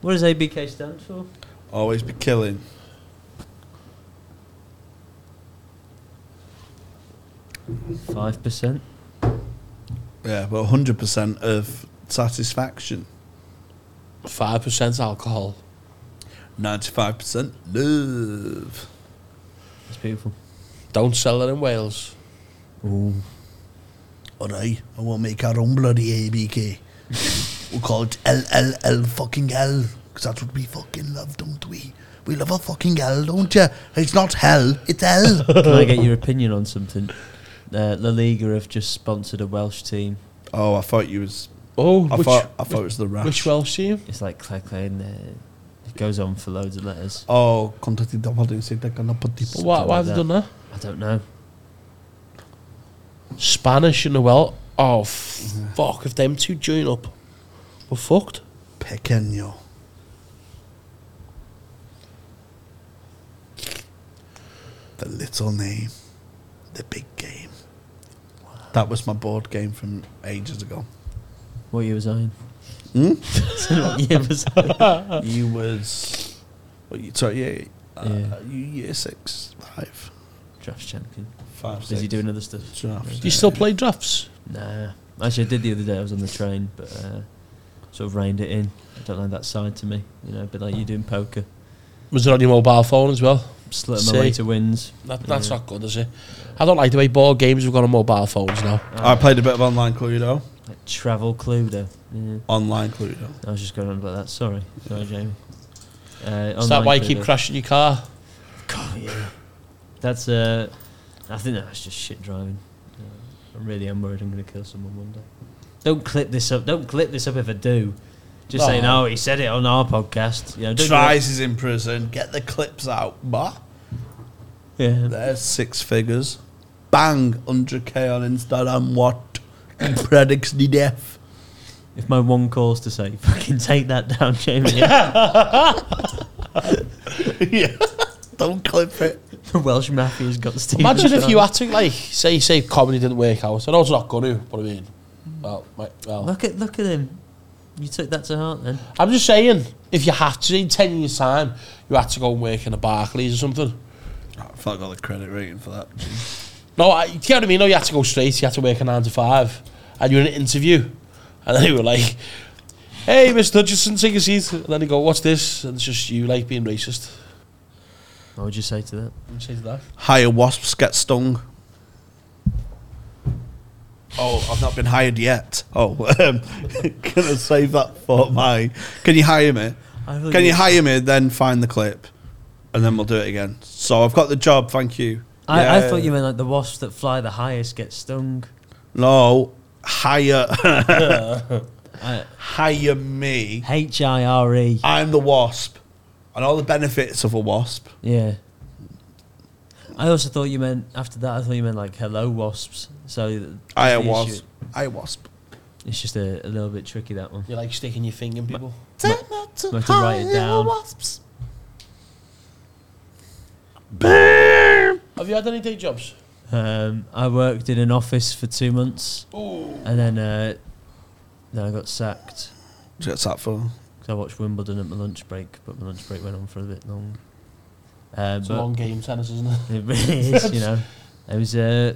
[SPEAKER 1] What does ABK stand for?
[SPEAKER 2] Always be killing.
[SPEAKER 1] Five percent.
[SPEAKER 2] Yeah, but 100% of satisfaction.
[SPEAKER 4] Five percent alcohol.
[SPEAKER 2] 95% love.
[SPEAKER 1] That's
[SPEAKER 4] [laughs]
[SPEAKER 1] beautiful.
[SPEAKER 4] Don't sell it in Wales.
[SPEAKER 1] Ooh.
[SPEAKER 2] Alright, I will make our own bloody ABK. we'll call it LLL fucking hell. Because that's what we fucking love, don't we? We love a fucking hell, don't you? It's not hell, it's hell.
[SPEAKER 1] Can I get your opinion on something? Uh, La Liga have just sponsored a Welsh team.
[SPEAKER 2] [laughs] oh, I thought you was.
[SPEAKER 4] Oh,
[SPEAKER 2] I
[SPEAKER 4] which,
[SPEAKER 2] thought I thought it was the rash.
[SPEAKER 4] which Welsh team?
[SPEAKER 1] It's like Claire Clane. Uh, it goes on for loads of letters.
[SPEAKER 2] Oh, contacted the body and said they cannot put the-
[SPEAKER 4] Why, why
[SPEAKER 1] like
[SPEAKER 4] have they
[SPEAKER 1] that.
[SPEAKER 4] done that?
[SPEAKER 1] I don't know.
[SPEAKER 4] Spanish and the Welsh. Oh, fuck. If them two join up, we're fucked.
[SPEAKER 2] Pequeño. The little name, the big game. That was my board game from ages ago.
[SPEAKER 1] What year was I in?
[SPEAKER 2] Hmm?
[SPEAKER 1] [laughs] what year was I?
[SPEAKER 4] Uh.
[SPEAKER 2] you was, what you, sorry, yeah, uh,
[SPEAKER 1] Yeah.
[SPEAKER 2] you year six, five,
[SPEAKER 1] Draft champion.
[SPEAKER 2] five,
[SPEAKER 1] Busy doing other stuff.
[SPEAKER 2] drafts.
[SPEAKER 4] Do you still play drafts?
[SPEAKER 1] Nah. Actually, I did the other day. I was on the train, but uh, sort of reined it in. I don't like that side to me. You know, a bit like you doing poker.
[SPEAKER 4] Was it on your mobile phone as well?
[SPEAKER 1] slitting my way
[SPEAKER 4] See?
[SPEAKER 1] to wins.
[SPEAKER 4] That, that's not good, is it? I don't like the way board games have gone on mobile phones now.
[SPEAKER 2] I played a bit of online Cluedo.
[SPEAKER 1] Uh, Like travel Cluedo. Yeah,
[SPEAKER 2] Online Cluedo.
[SPEAKER 1] I was just going on about that. Sorry, sorry, Jamie. Uh,
[SPEAKER 4] Is that
[SPEAKER 1] online
[SPEAKER 4] why you keep
[SPEAKER 1] Cluedo.
[SPEAKER 4] crashing your car?
[SPEAKER 1] God, yeah. That's uh, I think that's just shit driving. Uh, I really am worried I'm going to kill someone one day. Don't clip this up. Don't clip this up if I do. Just saying, oh, he said it on our podcast. You know, don't do that.
[SPEAKER 2] Tries is in prison. Get the clips out. Bah.
[SPEAKER 1] Yeah.
[SPEAKER 2] There's six figures. Bang. 100k on Instagram. What? Predicts the
[SPEAKER 1] [laughs]
[SPEAKER 2] death.
[SPEAKER 1] If my one call's to say, [laughs] fucking take that down,
[SPEAKER 4] [laughs]
[SPEAKER 1] Jamie.
[SPEAKER 2] yeah. Don't clip it.
[SPEAKER 1] the Welsh mafia's got Steve.
[SPEAKER 4] Imagine if you had to, like, say, say comedy didn't work out. I know it's not going to, but I mean, well, my, well.
[SPEAKER 1] Look at look at him. You took that to heart, then.
[SPEAKER 4] I'm just saying, if you had to, in 10 years' time, you had to go and work in a Barclays or something.
[SPEAKER 2] I thought I got the credit rating for that.
[SPEAKER 4] No, I, do you know what I mean? No, you had to go straight. You had to work a nine to five, and you're in an interview, and then they were like, "Hey, Mr. Hutchinson, take a seat." And then they go, "What's this?" And it's just you like being racist.
[SPEAKER 1] What would you say to that?
[SPEAKER 4] And say to that.
[SPEAKER 2] Hire wasps get stung. Oh, I've not been hired yet. Oh, [laughs] um, can I save that for my? Can you hire me?
[SPEAKER 1] I really
[SPEAKER 2] Can you
[SPEAKER 1] would-
[SPEAKER 2] hire me? Then find the clip, and then we'll do it again. So I've got the job. Thank you.
[SPEAKER 1] I, I
[SPEAKER 2] Yeah.
[SPEAKER 1] thought you meant like the wasps that fly the highest get stung.
[SPEAKER 2] No, hire,
[SPEAKER 1] I-
[SPEAKER 2] hire me.
[SPEAKER 1] H I R E.
[SPEAKER 2] I'm the wasp, and all the benefits of a wasp.
[SPEAKER 1] Yeah. I also thought you meant after that. I thought you meant like hello wasps. So th-
[SPEAKER 2] I a
[SPEAKER 1] that's the
[SPEAKER 2] wasp.
[SPEAKER 1] issue.
[SPEAKER 2] I a wasp.
[SPEAKER 1] It's just a, a little bit tricky that one.
[SPEAKER 4] You're like sticking your finger in people.
[SPEAKER 1] I have to write it down.
[SPEAKER 4] Have you had any day jobs?
[SPEAKER 1] Um, I worked in an office for two months, and then uh, then I got sacked
[SPEAKER 2] What's that for?
[SPEAKER 1] because I watched Wimbledon at my lunch break. But my lunch break went on for a bit long. Uh,
[SPEAKER 4] It's a
[SPEAKER 1] but
[SPEAKER 4] long game, tennis, isn't it?
[SPEAKER 1] it really
[SPEAKER 4] [laughs]
[SPEAKER 1] is, you know. It was uh,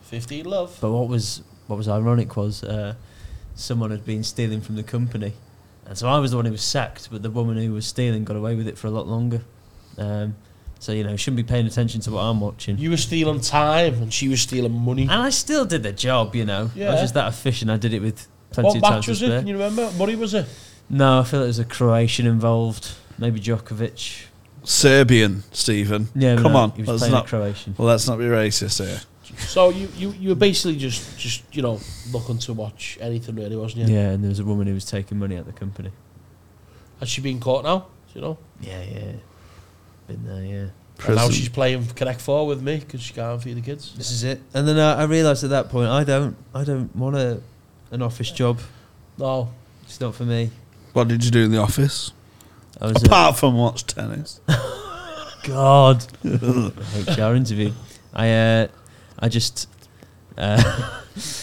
[SPEAKER 4] Fifteen love.
[SPEAKER 1] But what was what was ironic was uh, someone had been stealing from the company, and so I was the one who was sacked. But the woman who was stealing got away with it for a lot longer. Um, so you know, shouldn't be paying attention to what I'm watching.
[SPEAKER 4] You were stealing time, and she was stealing money.
[SPEAKER 1] and I still did the job, you know. I was
[SPEAKER 4] Yeah.
[SPEAKER 1] just that efficient. I did it with plenty
[SPEAKER 4] What
[SPEAKER 1] of time
[SPEAKER 4] match
[SPEAKER 1] to
[SPEAKER 4] was it?
[SPEAKER 1] spare.
[SPEAKER 4] Can you remember? What Murray was it?
[SPEAKER 1] No, I feel like there's a Croatian involved, maybe Djokovic.
[SPEAKER 2] Serbian, Stephen.
[SPEAKER 1] Yeah, but
[SPEAKER 2] come
[SPEAKER 1] no,
[SPEAKER 2] on.
[SPEAKER 1] he was
[SPEAKER 2] let's
[SPEAKER 1] playing a
[SPEAKER 2] not.
[SPEAKER 1] Croatian.
[SPEAKER 2] Well, let's not be racist here.
[SPEAKER 4] So you, you you were basically just just you know looking to watch anything really, wasn't
[SPEAKER 1] Yeah.
[SPEAKER 4] you?
[SPEAKER 1] and there was a woman who was taking money out of the company.
[SPEAKER 4] Has she been caught now? Do you know?
[SPEAKER 1] Yeah, yeah, been there, yeah.
[SPEAKER 4] And now
[SPEAKER 2] Prison.
[SPEAKER 4] she's playing Connect Four with me because she can't feed the kids.
[SPEAKER 1] This is it. And then I, I realised at that point I don't I don't want a an office job.
[SPEAKER 4] No,
[SPEAKER 1] It's not for me.
[SPEAKER 2] What did you do in the office?
[SPEAKER 1] I was a,
[SPEAKER 2] Apart from watch tennis.
[SPEAKER 1] God [laughs] HR interview. I uh, I just uh,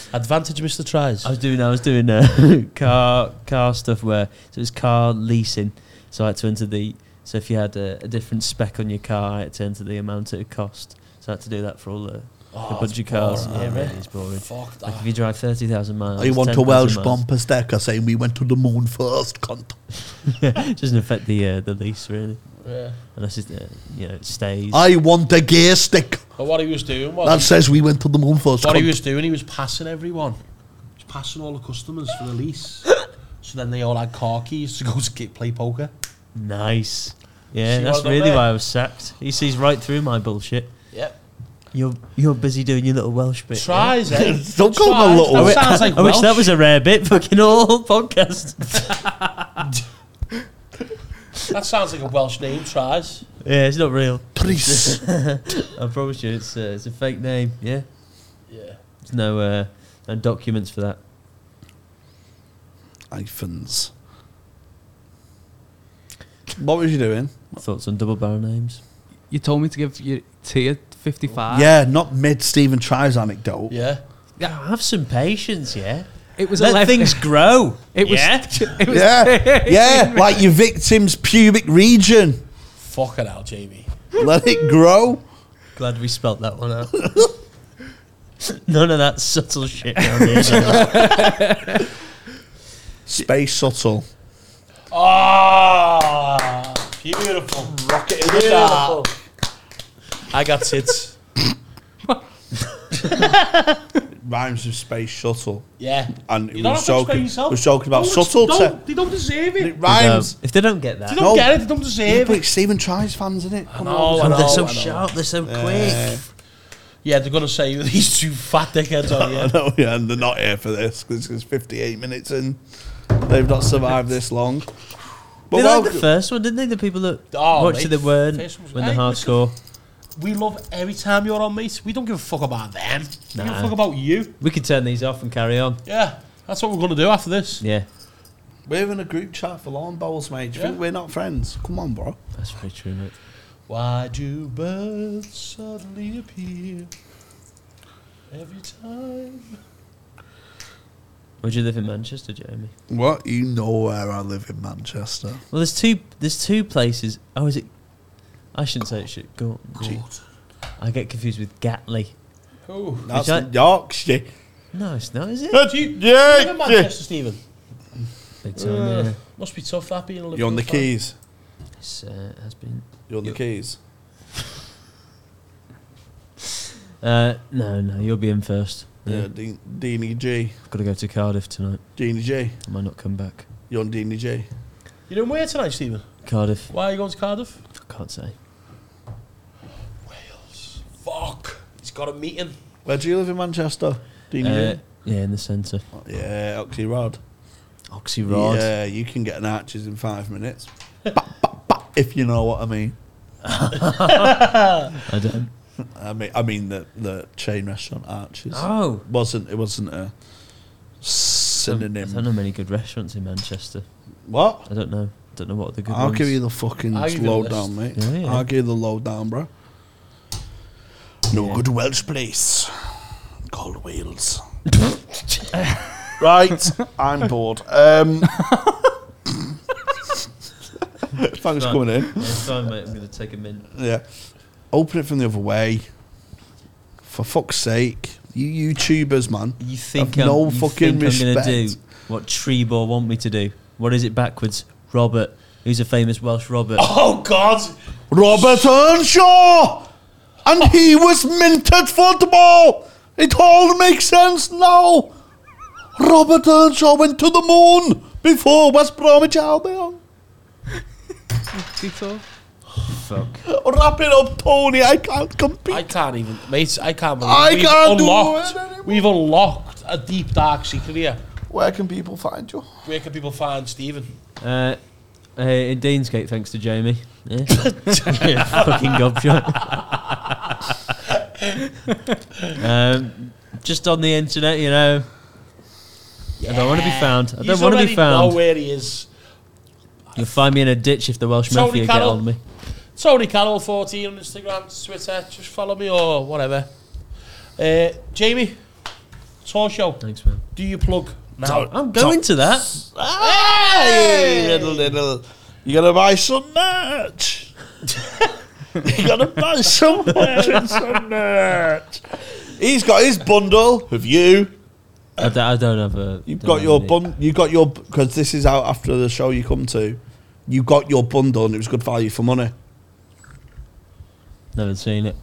[SPEAKER 1] [laughs]
[SPEAKER 4] advantage, Mister Tries.
[SPEAKER 1] I was doing I was doing uh, [laughs] car car stuff where so it's car leasing. So I had to enter the so if you had a, a different spec on your car, I had to enter the amount it would cost. So I had to do that for all the a bunch of cars.
[SPEAKER 4] boring,
[SPEAKER 1] Yeah,
[SPEAKER 4] eh?
[SPEAKER 1] it's boring.
[SPEAKER 4] Fuck
[SPEAKER 1] Like if
[SPEAKER 4] that.
[SPEAKER 1] you drive thirty thousand miles,
[SPEAKER 2] I Oh, want a
[SPEAKER 1] 10,000
[SPEAKER 2] Welsh
[SPEAKER 1] miles,
[SPEAKER 2] bumper sticker saying we went to the moon first, cunt.
[SPEAKER 1] [laughs] It doesn't affect the uh, the lease really.
[SPEAKER 4] Yeah.
[SPEAKER 1] unless it, uh, you know, it stays.
[SPEAKER 2] I want a gear stick
[SPEAKER 4] But what he was doing was
[SPEAKER 2] that says we went to the moon first,
[SPEAKER 4] what he
[SPEAKER 2] cunt.
[SPEAKER 4] was doing. He was passing everyone. He was passing all the customers for the lease. so then they all had car keys to go to get, play poker.
[SPEAKER 1] nice. Yeah,
[SPEAKER 4] See what
[SPEAKER 1] that's
[SPEAKER 4] I've done
[SPEAKER 1] really
[SPEAKER 4] there?
[SPEAKER 1] why I was sacked. He sees right through my bullshit.
[SPEAKER 4] Yep.
[SPEAKER 1] You're you're busy doing your little Welsh bit. yeah?
[SPEAKER 4] Tries. Eh?
[SPEAKER 2] Don't call him a
[SPEAKER 4] Tries.
[SPEAKER 2] little-
[SPEAKER 4] That sounds like
[SPEAKER 1] [laughs] I wish that
[SPEAKER 4] Welsh.
[SPEAKER 1] was a rare bit. [laughs] Fucking all podcast.
[SPEAKER 4] That sounds like a Welsh name. Tries.
[SPEAKER 1] yeah, it's not real.
[SPEAKER 2] Tris.
[SPEAKER 1] I promise you, it's uh, it's a fake name. Yeah,
[SPEAKER 4] Yeah.
[SPEAKER 1] there's no uh, no documents for that.
[SPEAKER 2] Hyphens. What was you doing?
[SPEAKER 1] Thoughts on double barrel names?
[SPEAKER 5] You told me to give you tier 55.
[SPEAKER 2] yeah,
[SPEAKER 4] Ah.
[SPEAKER 2] not mid Stephen Tries anecdote.
[SPEAKER 4] Yeah.
[SPEAKER 1] Yeah, have some patience. Yeah,
[SPEAKER 5] It was
[SPEAKER 1] let
[SPEAKER 5] 11.
[SPEAKER 1] things grow.
[SPEAKER 4] [laughs]
[SPEAKER 5] It was,
[SPEAKER 1] yeah.
[SPEAKER 5] [laughs] it
[SPEAKER 2] [laughs]
[SPEAKER 5] was [laughs]
[SPEAKER 2] Yeah, yeah, like your victim's pubic region.
[SPEAKER 4] Fucking hell, Jamie.
[SPEAKER 2] Let it grow.
[SPEAKER 1] Glad we spelt that one out. [laughs] None of that subtle shit
[SPEAKER 4] [laughs]
[SPEAKER 1] down here.
[SPEAKER 2] Space subtle.
[SPEAKER 4] Ah, beautiful. Rocket in the dark. I got tits.
[SPEAKER 2] Rhymes with space shuttle.
[SPEAKER 4] Yeah.
[SPEAKER 2] And
[SPEAKER 4] You're
[SPEAKER 2] we
[SPEAKER 4] not
[SPEAKER 2] was
[SPEAKER 4] allowed to explain
[SPEAKER 2] joking,
[SPEAKER 4] yourself.
[SPEAKER 2] we was joking about
[SPEAKER 4] Don't-
[SPEAKER 2] subtle
[SPEAKER 4] don't-
[SPEAKER 2] te-
[SPEAKER 4] They don't deserve it.
[SPEAKER 2] It rhymes.
[SPEAKER 1] Um, if they don't get that,
[SPEAKER 4] They don't
[SPEAKER 2] No.
[SPEAKER 4] get it. They don't
[SPEAKER 2] Yeah,
[SPEAKER 4] deserve
[SPEAKER 2] but
[SPEAKER 4] it.
[SPEAKER 2] it's Stephen Try's fans, isn't it? Come
[SPEAKER 4] know,
[SPEAKER 2] on. [laughs]
[SPEAKER 4] I
[SPEAKER 1] Oh, they're
[SPEAKER 4] know,
[SPEAKER 1] so
[SPEAKER 4] I know.
[SPEAKER 1] sharp, they're so quick.
[SPEAKER 4] Yeah, they're gonna say [laughs] these two fat dickheads on
[SPEAKER 2] I [laughs]
[SPEAKER 4] here.
[SPEAKER 2] know, yeah, and they're not here for this because it's 58 minutes and they've not survived this long. But
[SPEAKER 1] they
[SPEAKER 2] well,
[SPEAKER 1] liked the first one, didn't they? The people that
[SPEAKER 4] Oh,
[SPEAKER 1] watched
[SPEAKER 4] mate,
[SPEAKER 1] it that weren't
[SPEAKER 4] first one was-
[SPEAKER 1] when the
[SPEAKER 4] Hey,
[SPEAKER 1] hardcore.
[SPEAKER 4] We love every time you're on, mate. We don't give a fuck about them. We give a
[SPEAKER 1] Nah.
[SPEAKER 4] fuck about you.
[SPEAKER 1] We could turn these off and carry on.
[SPEAKER 4] Yeah, that's what we're gonna do after this.
[SPEAKER 1] Yeah,
[SPEAKER 2] we're in a group chat for lawn bowls, mate. Do you think
[SPEAKER 4] Yeah.
[SPEAKER 2] we're not friends? Come on, bro.
[SPEAKER 1] that's very true, mate.
[SPEAKER 4] Why do birds suddenly appear every time?
[SPEAKER 1] Would you live in Manchester, Jeremy?
[SPEAKER 2] What? You know where I live in Manchester.
[SPEAKER 1] Well, there's two. There's two places. Oh, is it? I shouldn't say it. Should go. I get confused with Gatley.
[SPEAKER 4] Oh,
[SPEAKER 2] That's
[SPEAKER 1] I-
[SPEAKER 2] Yorkshire.
[SPEAKER 1] No, it's not, is it?
[SPEAKER 4] do you, do you live in Manchester, Stephen?
[SPEAKER 1] Big time. Yeah.
[SPEAKER 4] Must be tough that being a
[SPEAKER 2] You're on the
[SPEAKER 4] Liverpool fan.
[SPEAKER 2] keys.
[SPEAKER 1] It's, uh, has been.
[SPEAKER 2] You're on the keys.
[SPEAKER 1] Uh, no, no, you'll be in first. Yeah.
[SPEAKER 2] Yeah, Dean- Deanie G.
[SPEAKER 1] I've got to go to Cardiff tonight.
[SPEAKER 2] Deanie G.
[SPEAKER 1] I might not come back.
[SPEAKER 2] You're on Deanie G.
[SPEAKER 4] You're in where tonight, Stephen?
[SPEAKER 1] Cardiff,
[SPEAKER 4] Why are you going to Cardiff?
[SPEAKER 1] I can't say.
[SPEAKER 4] Fuck. He's got a meeting.
[SPEAKER 2] Where do you live in Manchester? Deanie
[SPEAKER 1] Uh,
[SPEAKER 2] G?
[SPEAKER 1] yeah, in the centre.
[SPEAKER 2] Uh, Yeah, Oxy Rod.
[SPEAKER 1] Oxy Rod.
[SPEAKER 2] Yeah, you can get an Arches in five minutes. [laughs] Bap, bap, bap, if you know what I mean.
[SPEAKER 1] I don't.
[SPEAKER 2] I mean, I mean the the chain restaurant Arches
[SPEAKER 1] Oh.
[SPEAKER 2] wasn't it wasn't a
[SPEAKER 1] I don't
[SPEAKER 2] synonym.
[SPEAKER 1] know many good restaurants in Manchester.
[SPEAKER 2] What?
[SPEAKER 1] I don't know. don't know what the good
[SPEAKER 2] I'll
[SPEAKER 1] ones.
[SPEAKER 2] give you the fucking
[SPEAKER 4] I'll give you the
[SPEAKER 2] lowdown, mate.
[SPEAKER 1] Yeah, yeah.
[SPEAKER 2] I'll give you the lowdown, bro. No good Welsh place called [laughs] Wales. right, I'm bored. Um, thanks for coming in.
[SPEAKER 1] Yeah, it's fine, mate. I'm going to take a minute.
[SPEAKER 2] Yeah. Open it from the other way. For fuck's sake. You YouTubers, man.
[SPEAKER 1] You think
[SPEAKER 2] Have
[SPEAKER 1] I'm,
[SPEAKER 2] no
[SPEAKER 1] you
[SPEAKER 2] fucking
[SPEAKER 1] think I'm going to do
[SPEAKER 2] respect.
[SPEAKER 1] what Trebor want me to do? What is it backwards? Robert. Who's a famous Welsh Robert?
[SPEAKER 4] Oh, God.
[SPEAKER 2] Robert Earnshaw! And he was minted football! It all makes sense now! Robert Earnshaw went to the moon before West Bromwich Albion.
[SPEAKER 5] Tito.
[SPEAKER 2] Wrap it up, Tony. I can't compete.
[SPEAKER 4] I can't even, mate. I can't believe
[SPEAKER 2] I
[SPEAKER 4] we've
[SPEAKER 2] can't do
[SPEAKER 4] unlocked.
[SPEAKER 2] it anymore.
[SPEAKER 4] we've unlocked a deep dark secret here.
[SPEAKER 2] Where can people find you?
[SPEAKER 4] Where can people find Stephen?
[SPEAKER 1] Uh, uh, in Deansgate, thanks to Jamie.
[SPEAKER 4] [laughs]
[SPEAKER 1] Yeah. [laughs] Yeah, fucking gobshot. um, just on the internet, you know. I don't want to be found. I don't
[SPEAKER 4] He's
[SPEAKER 1] want to
[SPEAKER 4] already
[SPEAKER 1] be found.
[SPEAKER 4] Know where he is.
[SPEAKER 1] You'll find me in a ditch if the Welsh
[SPEAKER 4] Tony
[SPEAKER 1] Mafia
[SPEAKER 4] Carroll.
[SPEAKER 1] get on me.
[SPEAKER 4] Tony Carroll 14 on Instagram, Twitter. Just follow me or whatever. Uh, Jamie, tour show.
[SPEAKER 1] Thanks, man.
[SPEAKER 4] Do you plug now?
[SPEAKER 1] I'm going to that.
[SPEAKER 2] Hey, little, little. You gotta buy some
[SPEAKER 4] [laughs]
[SPEAKER 2] merch. you gotta buy some merch and some merch. He's got his bundle. Have you?
[SPEAKER 1] I don't, I don't have a.
[SPEAKER 2] You've
[SPEAKER 1] don't
[SPEAKER 2] got
[SPEAKER 1] have
[SPEAKER 2] your
[SPEAKER 1] any.
[SPEAKER 2] bun. You got your because this is out after the show you come to. You got your bundle and it was good value for money.
[SPEAKER 1] Never seen it.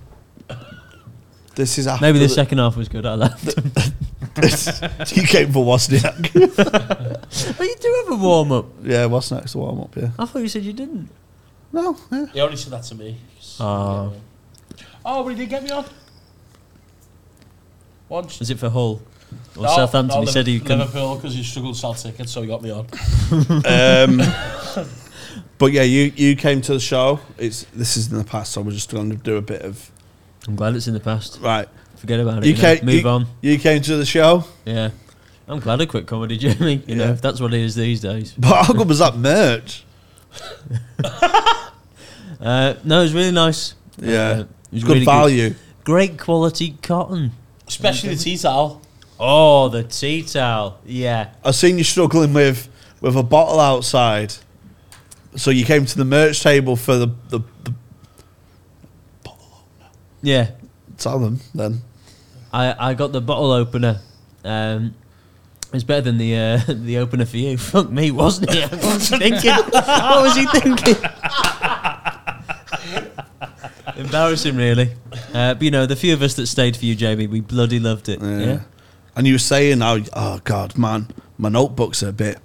[SPEAKER 2] This is after
[SPEAKER 1] Maybe the second half was good. I left.
[SPEAKER 2] second. [laughs] you came for Wozniak.
[SPEAKER 1] [laughs] but you do have a warm up.
[SPEAKER 2] yeah, Wozniak's the warm up. Yeah.
[SPEAKER 1] I thought you said you didn't.
[SPEAKER 2] No. Yeah.
[SPEAKER 4] He only said that to me.
[SPEAKER 1] Oh.
[SPEAKER 4] Oh, but he did get me on. Once.
[SPEAKER 1] Was it for Hull or
[SPEAKER 4] No,
[SPEAKER 1] Southampton?
[SPEAKER 4] no,
[SPEAKER 1] he said he
[SPEAKER 4] Liverpool,
[SPEAKER 1] couldn't.
[SPEAKER 4] Liverpool because he struggled to sell tickets, so he got me on.
[SPEAKER 2] Um, but yeah, you you came to the show. It's this is in the past, so we're just going to do a bit of
[SPEAKER 1] I'm glad it's in the past.
[SPEAKER 2] right.
[SPEAKER 1] Forget about it.
[SPEAKER 2] You
[SPEAKER 1] You, know,
[SPEAKER 2] can't-
[SPEAKER 1] move on.
[SPEAKER 2] You came to the show,
[SPEAKER 1] Yeah. I'm glad I quit comedy, [laughs] Jimmy. You know,
[SPEAKER 2] Yeah.
[SPEAKER 1] if that's what it is these days.
[SPEAKER 2] but how good was that merch?
[SPEAKER 1] Uh, no, it was really nice.
[SPEAKER 2] Yeah,
[SPEAKER 1] Uh,
[SPEAKER 2] it
[SPEAKER 1] it
[SPEAKER 2] was
[SPEAKER 1] was
[SPEAKER 2] good
[SPEAKER 1] really good.
[SPEAKER 2] value.
[SPEAKER 1] Great quality cotton.
[SPEAKER 4] Especially the tea towel.
[SPEAKER 1] Oh, the tea towel. Yeah.
[SPEAKER 2] I've seen you struggling with with a bottle outside, so you came to the merch table for the the, the
[SPEAKER 1] Yeah.
[SPEAKER 2] tell them then.
[SPEAKER 1] I, I got the bottle opener. Um, it's better than the uh, [laughs] the opener for you. Fuck me, wasn't it? [laughs] I was thinking. what was he thinking? [laughs] Embarrassing, really. Uh, but you know, the few of us that stayed for you, Jamie, we bloody loved it. Yeah.
[SPEAKER 2] And you were saying, how, oh God, man, my notebooks are a bit,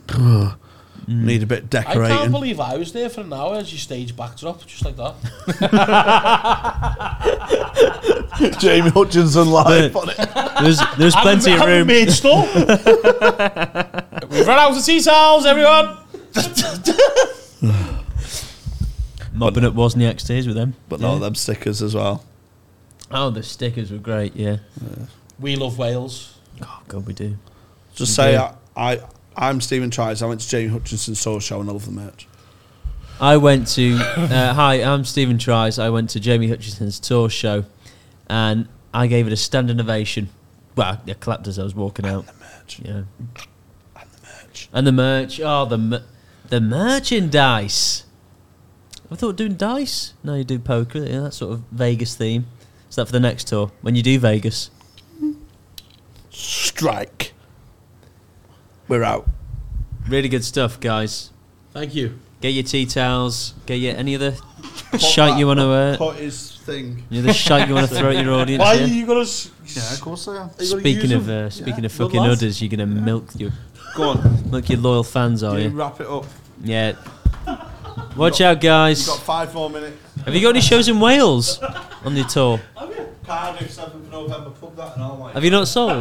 [SPEAKER 2] need a bit
[SPEAKER 4] I can't
[SPEAKER 2] decorating. [laughs]
[SPEAKER 4] believe I was there for an hour as your stage backdrop, just like that.
[SPEAKER 2] Jamie Hutchinson live on it.
[SPEAKER 1] There's there's plenty of room.
[SPEAKER 4] made snow.
[SPEAKER 1] [laughs]
[SPEAKER 4] We've run out of tea towels, everyone.
[SPEAKER 1] Mopping up Wozniak stays with them.
[SPEAKER 2] But no, them stickers as well.
[SPEAKER 1] Oh, the stickers were great. Yeah.
[SPEAKER 4] We love Wales.
[SPEAKER 1] Oh God, we do.
[SPEAKER 2] Just say, I, I, I'm Stephen Tries. I went to Jamie Hutchinson's soul show and I love the merch.
[SPEAKER 1] I went to uh, hi, I'm Stephen Tries. I went to Jamie Hutchison's tour show, and I gave it a standing ovation. Well, I clapped as I was walking out.
[SPEAKER 2] merch.
[SPEAKER 1] Yeah. And the merch. Oh, the mer- the merchandise. I thought doing dice. No, you do poker. Yeah, that sort of Vegas theme. Is that for the next tour? When you do Vegas,
[SPEAKER 2] Strike. We're out.
[SPEAKER 1] really good stuff, guys.
[SPEAKER 4] Thank you.
[SPEAKER 1] Get your tea towels. Get your any other shite you want to wear.
[SPEAKER 2] Put his thing.
[SPEAKER 1] Any other shite you want to throw at your
[SPEAKER 2] [laughs]
[SPEAKER 1] audience.
[SPEAKER 2] Why
[SPEAKER 1] yeah?
[SPEAKER 2] are you gonna? s-
[SPEAKER 8] Yeah, of course I am.
[SPEAKER 2] you gonna
[SPEAKER 1] Speaking
[SPEAKER 2] use
[SPEAKER 1] of
[SPEAKER 2] them?
[SPEAKER 1] uh, speaking
[SPEAKER 2] good
[SPEAKER 1] of fucking
[SPEAKER 2] lads.
[SPEAKER 1] udders, you're gonna milk your
[SPEAKER 2] Go on,
[SPEAKER 1] milk your loyal fans, are
[SPEAKER 2] you
[SPEAKER 1] you?
[SPEAKER 2] wrap it up. [laughs]
[SPEAKER 1] Yeah. Watch out,
[SPEAKER 2] You
[SPEAKER 1] guys.
[SPEAKER 2] got five more minutes.
[SPEAKER 1] Have you got any shows in Wales on your tour?
[SPEAKER 2] Cardiff, seventh of November. Pub that and all like.
[SPEAKER 1] Have you not sold?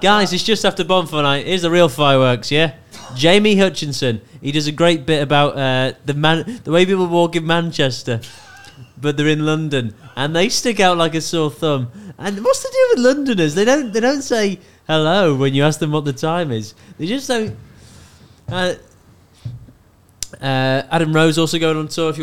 [SPEAKER 1] Guys, it's just after Bonfire Night. Here's the real fireworks, yeah? Jamie Hutchinson. He does a great bit about uh, the man, the way people walk in Manchester, but they're in London and they stick out like a sore thumb. And what's the deal with Londoners? They don't they don't say hello when you ask them what the time is. They just don't. Uh, uh, Adam Rose also going on tour. If you